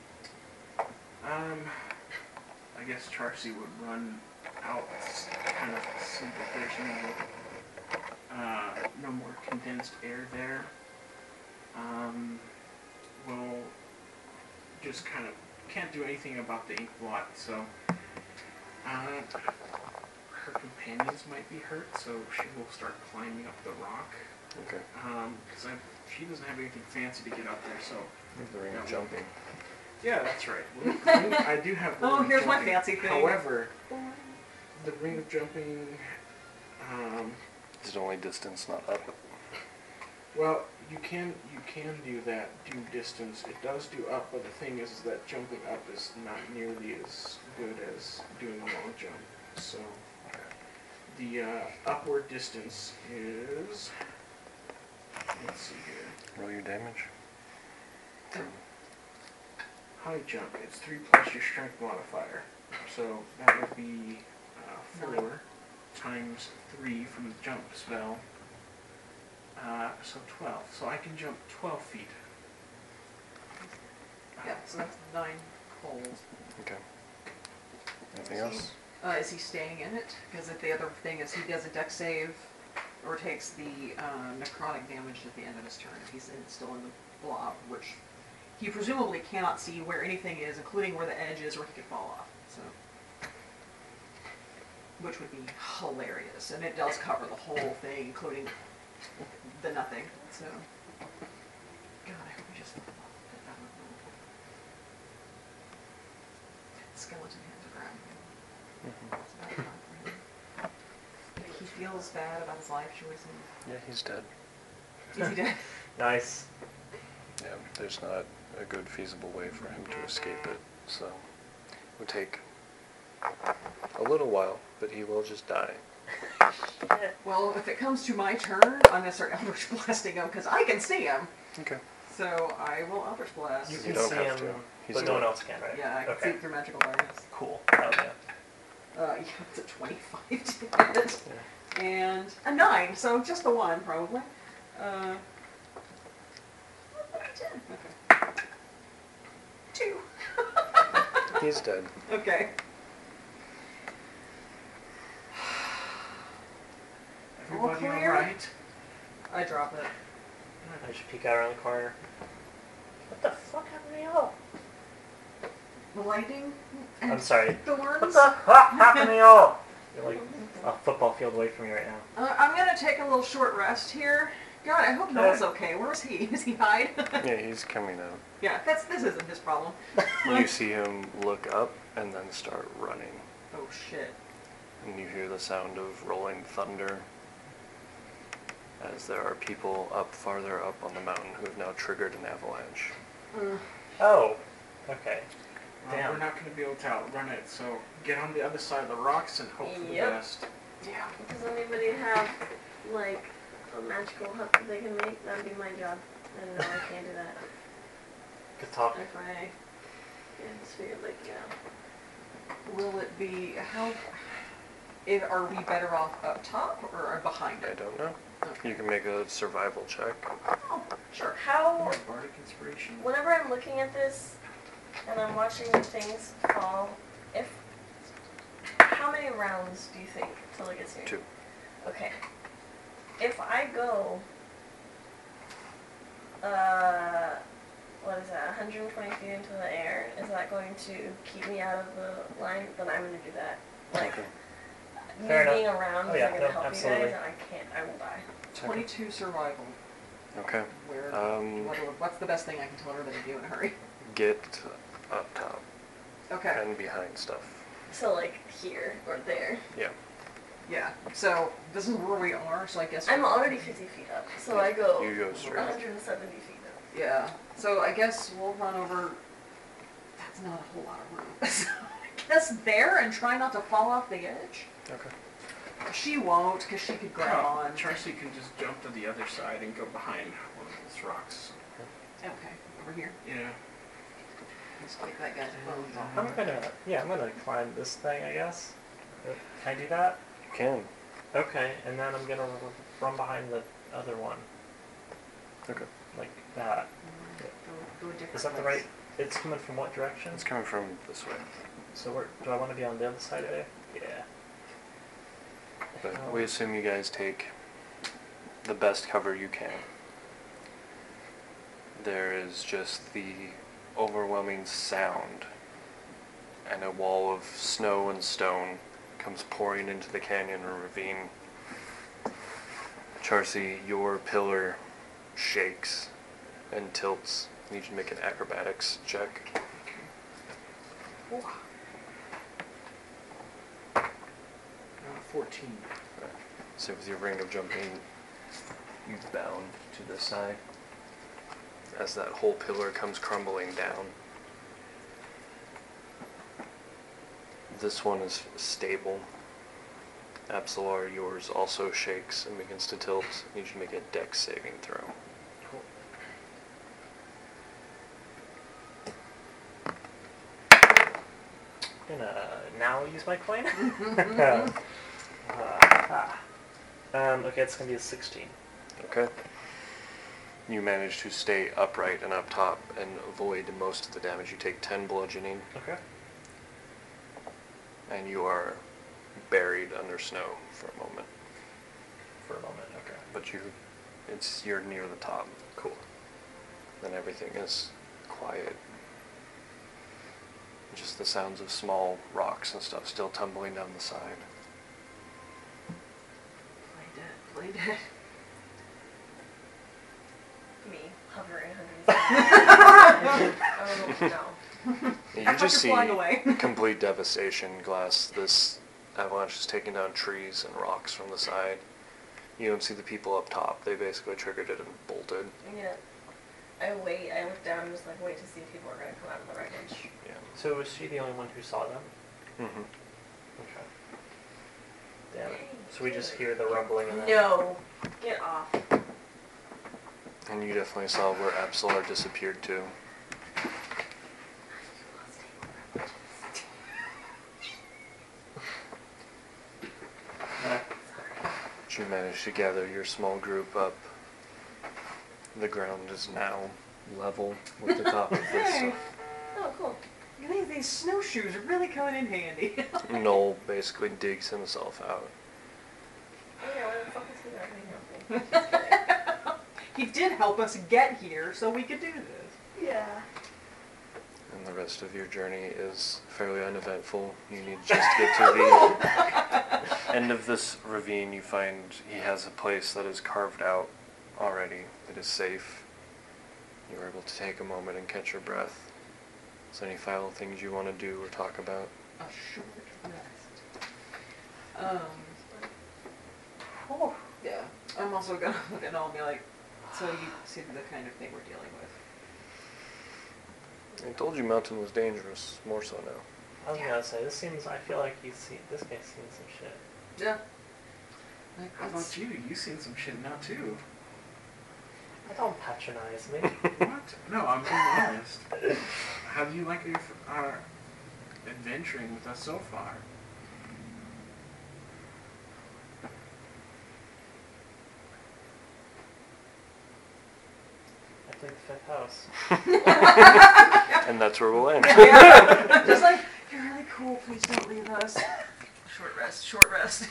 S3: Um, I guess Charcy would run out, s- kind of see that there's no, uh, no more condensed air there. Um, we'll just kind of can't do anything about the ink blot, so uh, her companions might be hurt, so she will start climbing up the rock.
S1: Okay.
S3: Um, cause I, she doesn't have anything fancy to get up there, so
S1: The ring
S3: Yeah.
S1: of jumping.
S3: yeah, that's right. Well, I do- I do have.
S4: Oh,
S3: ring of
S4: here's my
S3: jumping.
S4: fancy thing.
S3: However, the ring of jumping. Um,
S1: Is it only distance, not up?
S3: well, you can you can do that. Do distance. It does do up, but the thing is, is that jumping up is not nearly as good as doing a long jump. So the uh, upward distance is. Let's see here.
S1: Roll your damage.
S3: High jump. It's three plus your strength modifier. So that would be uh, four times three from the jump spell. Uh, so twelve. So I can jump twelve feet. Uh,
S4: Yeah, so that's nine holes.
S1: Okay. Anything else?
S4: Uh, is he staying in it? Because if the other thing is he does a deck save or takes the uh, necrotic damage at the end of his turn, if he's in, still in the blob, which he presumably cannot see where anything is, including where the edge is, where he could fall off. So, which would be hilarious, and it does cover the whole thing, including the nothing. So, God, I hope he just fell off. Skeleton hands around him.
S1: Mm-hmm.
S4: It's about time for him. Like, He feels bad about his life choices.
S1: Yeah, he's dead.
S4: Is he dead?
S5: Nice.
S1: Yeah, there's not a good feasible way for him to escape it, so it would take a little while, but he will just die.
S4: Well, if it comes to my turn, I'm gonna start Eldritch blasting him because I can see him.
S1: Okay.
S4: So I will Eldritch blast.
S5: You
S1: You
S5: can
S1: don't
S5: see him,
S1: have to. He's
S5: but no one
S1: not.
S5: else can, right?
S4: Yeah, I can
S5: okay.
S4: see through magical awareness.
S5: Cool. Oh, yeah.
S4: Uh, yeah, it's a 25 to hit. And a 9, so just the one probably. Uh, okay. 2.
S1: He's dead.
S4: Okay. All
S3: Everybody all
S4: clear?
S3: right?
S4: I drop it.
S5: I just peek out around the corner. What the fuck happened to y'all?
S4: The lighting and
S5: I'm sorry. What
S4: thorns.
S5: the fuck happened to y'all? You're like a football field away from me right now.
S4: Uh, I'm gonna take a little short rest here. God, I hope Noah's okay. Where is he? Is he hide?
S1: Yeah, he's coming out.
S4: yeah, that's this isn't his problem.
S1: You see him look up and then start running.
S4: Oh shit.
S1: And you hear the sound of rolling thunder as there are people up farther up on the mountain who have now triggered an avalanche.
S5: Oh, okay.
S3: Uh,
S5: Damn.
S3: We're not going to be able to outrun it, so get on the other side of the rocks and hope for the
S2: Yep.
S3: best.
S4: Yeah.
S2: Does anybody have like a magical hut that they can make? That'd be my job. And no, I can't do that.
S5: Good topic.
S2: If I yeah, just figured like you know.
S4: Will it be how? If, are we better off up top or behind
S1: I
S4: it?
S1: don't know. You can make a survival check.
S4: Oh, sure.
S2: How
S3: More bardic inspiration.
S2: whenever I'm looking at this and I'm watching the things fall, if how many rounds do you think till it gets here?
S1: Two.
S2: Okay. If I go, uh, what is that, 120 feet into the air, is that going to keep me out of the line? Then I'm gonna do that. Like,
S1: Okay.
S2: me
S5: Fair enough.
S2: being around
S5: Oh,
S2: is
S5: yeah,
S2: not gonna
S5: no,
S2: help
S5: absolutely.
S2: you guys, and I can't, I will die.
S4: Twenty-two survival.
S1: Okay.
S4: Where?
S1: Um,
S4: what, what's the best thing I can tell everybody to do in a hurry?
S1: get up top
S4: Okay.
S1: and behind stuff.
S2: So, like, here or there.
S1: Yeah.
S4: Yeah. So this is where we are. So I guess
S2: I'm already 50 feet up, so I go
S1: You go straight.
S2: 170 feet up.
S4: Yeah. So I guess we'll run over. That's not a whole lot of room. So I guess there and try not to fall off the edge.
S1: Okay.
S4: She won't, because she could grab
S3: Oh,
S4: on.
S3: Chauncey can just jump to the other side and go behind one of those rocks.
S4: Okay, over here.
S3: Yeah.
S4: Let's take that guy's bones off.
S5: I'm gonna, yeah, I'm gonna climb this thing, I guess. Uh, Can I do that?
S1: You can.
S5: Okay, and then I'm gonna r- run behind the other one,
S1: Okay.
S5: like that.
S4: Go, go a different
S5: Is that the
S4: place.
S5: right? It's coming from what direction?
S1: It's coming from this way.
S5: So where, do I want to be on the other side of it? Yeah.
S1: But we assume you guys take the best cover you can. There is just the overwhelming sound, and a wall of snow and stone comes pouring into the canyon or ravine. Charcy, your pillar shakes and tilts. I need you to make an acrobatics check.
S3: Uh, 14.
S1: So with your ring of jumping, you bound to the side as that whole pillar comes crumbling down. This one is stable. Absolar, yours also shakes and begins to tilt. You should make a dex saving throw.
S3: Cool.
S5: gonna now use my coin. uh, ah. um, okay, it's gonna be a 16.
S1: Okay. You manage to stay upright and up top and avoid most of the damage. You take 10 bludgeoning
S5: Okay.
S1: and you are buried under snow for a moment.
S5: For a moment, okay.
S1: But you, it's you're near the top.
S5: Cool.
S1: Then everything is quiet. Just the sounds of small rocks and stuff still tumbling down the side.
S4: Play dead, play dead.
S2: Me, hovering 170. oh, no.
S1: You
S4: I'm
S1: just see
S4: flying away.
S1: complete devastation. Glass. This avalanche is taking down trees and rocks from the side. You don't see the people up top. They basically triggered it and bolted.
S2: Yeah. I wait, I look down, I'm just like, wait to see if people are gonna come out of the wreckage.
S1: Yeah.
S5: So was she the only one who saw them?
S1: Mm-hmm.
S5: Okay. Damn it. So we just hear the rumbling and then...
S2: No! Get
S4: Uh,
S2: off.
S1: And you definitely saw where Absalar disappeared to. But you managed to gather your small group up. The ground is now level with the top of this
S4: Hey.
S2: Oh, cool.
S4: You think these snowshoes are really coming in handy?
S1: uh, knoll. Basically, digs himself out.
S2: Oh, yeah, why the fuck is he not doing nothing?
S4: he did help us get here so we could do this.
S2: Yeah.
S1: And the rest of your journey is fairly uneventful. You need just to get to the end of this ravine. You find he has a place that is carved out already that is safe. You're able to take a moment and catch your breath. Is there any final things you want to do or talk about?
S4: A short rest. Um. Oh, yeah. I'm also gonna look at all and be like, so you see the kind of thing we're dealing with.
S1: I told you mountain was dangerous. More so now.
S5: I was gonna say, this seems... I feel like you see... This guy's seen some shit.
S4: Yeah. Like,
S3: How
S4: what's-
S3: about you? You've seen some shit now too.
S5: I don't patronize me.
S3: What? No, I'm being honest. How do you like your, our adventuring with us so far?
S5: I think the fifth house.
S1: And that's where we'll end.
S4: Yeah. Just like, you're really cool, please don't leave us. Short rest, short rest.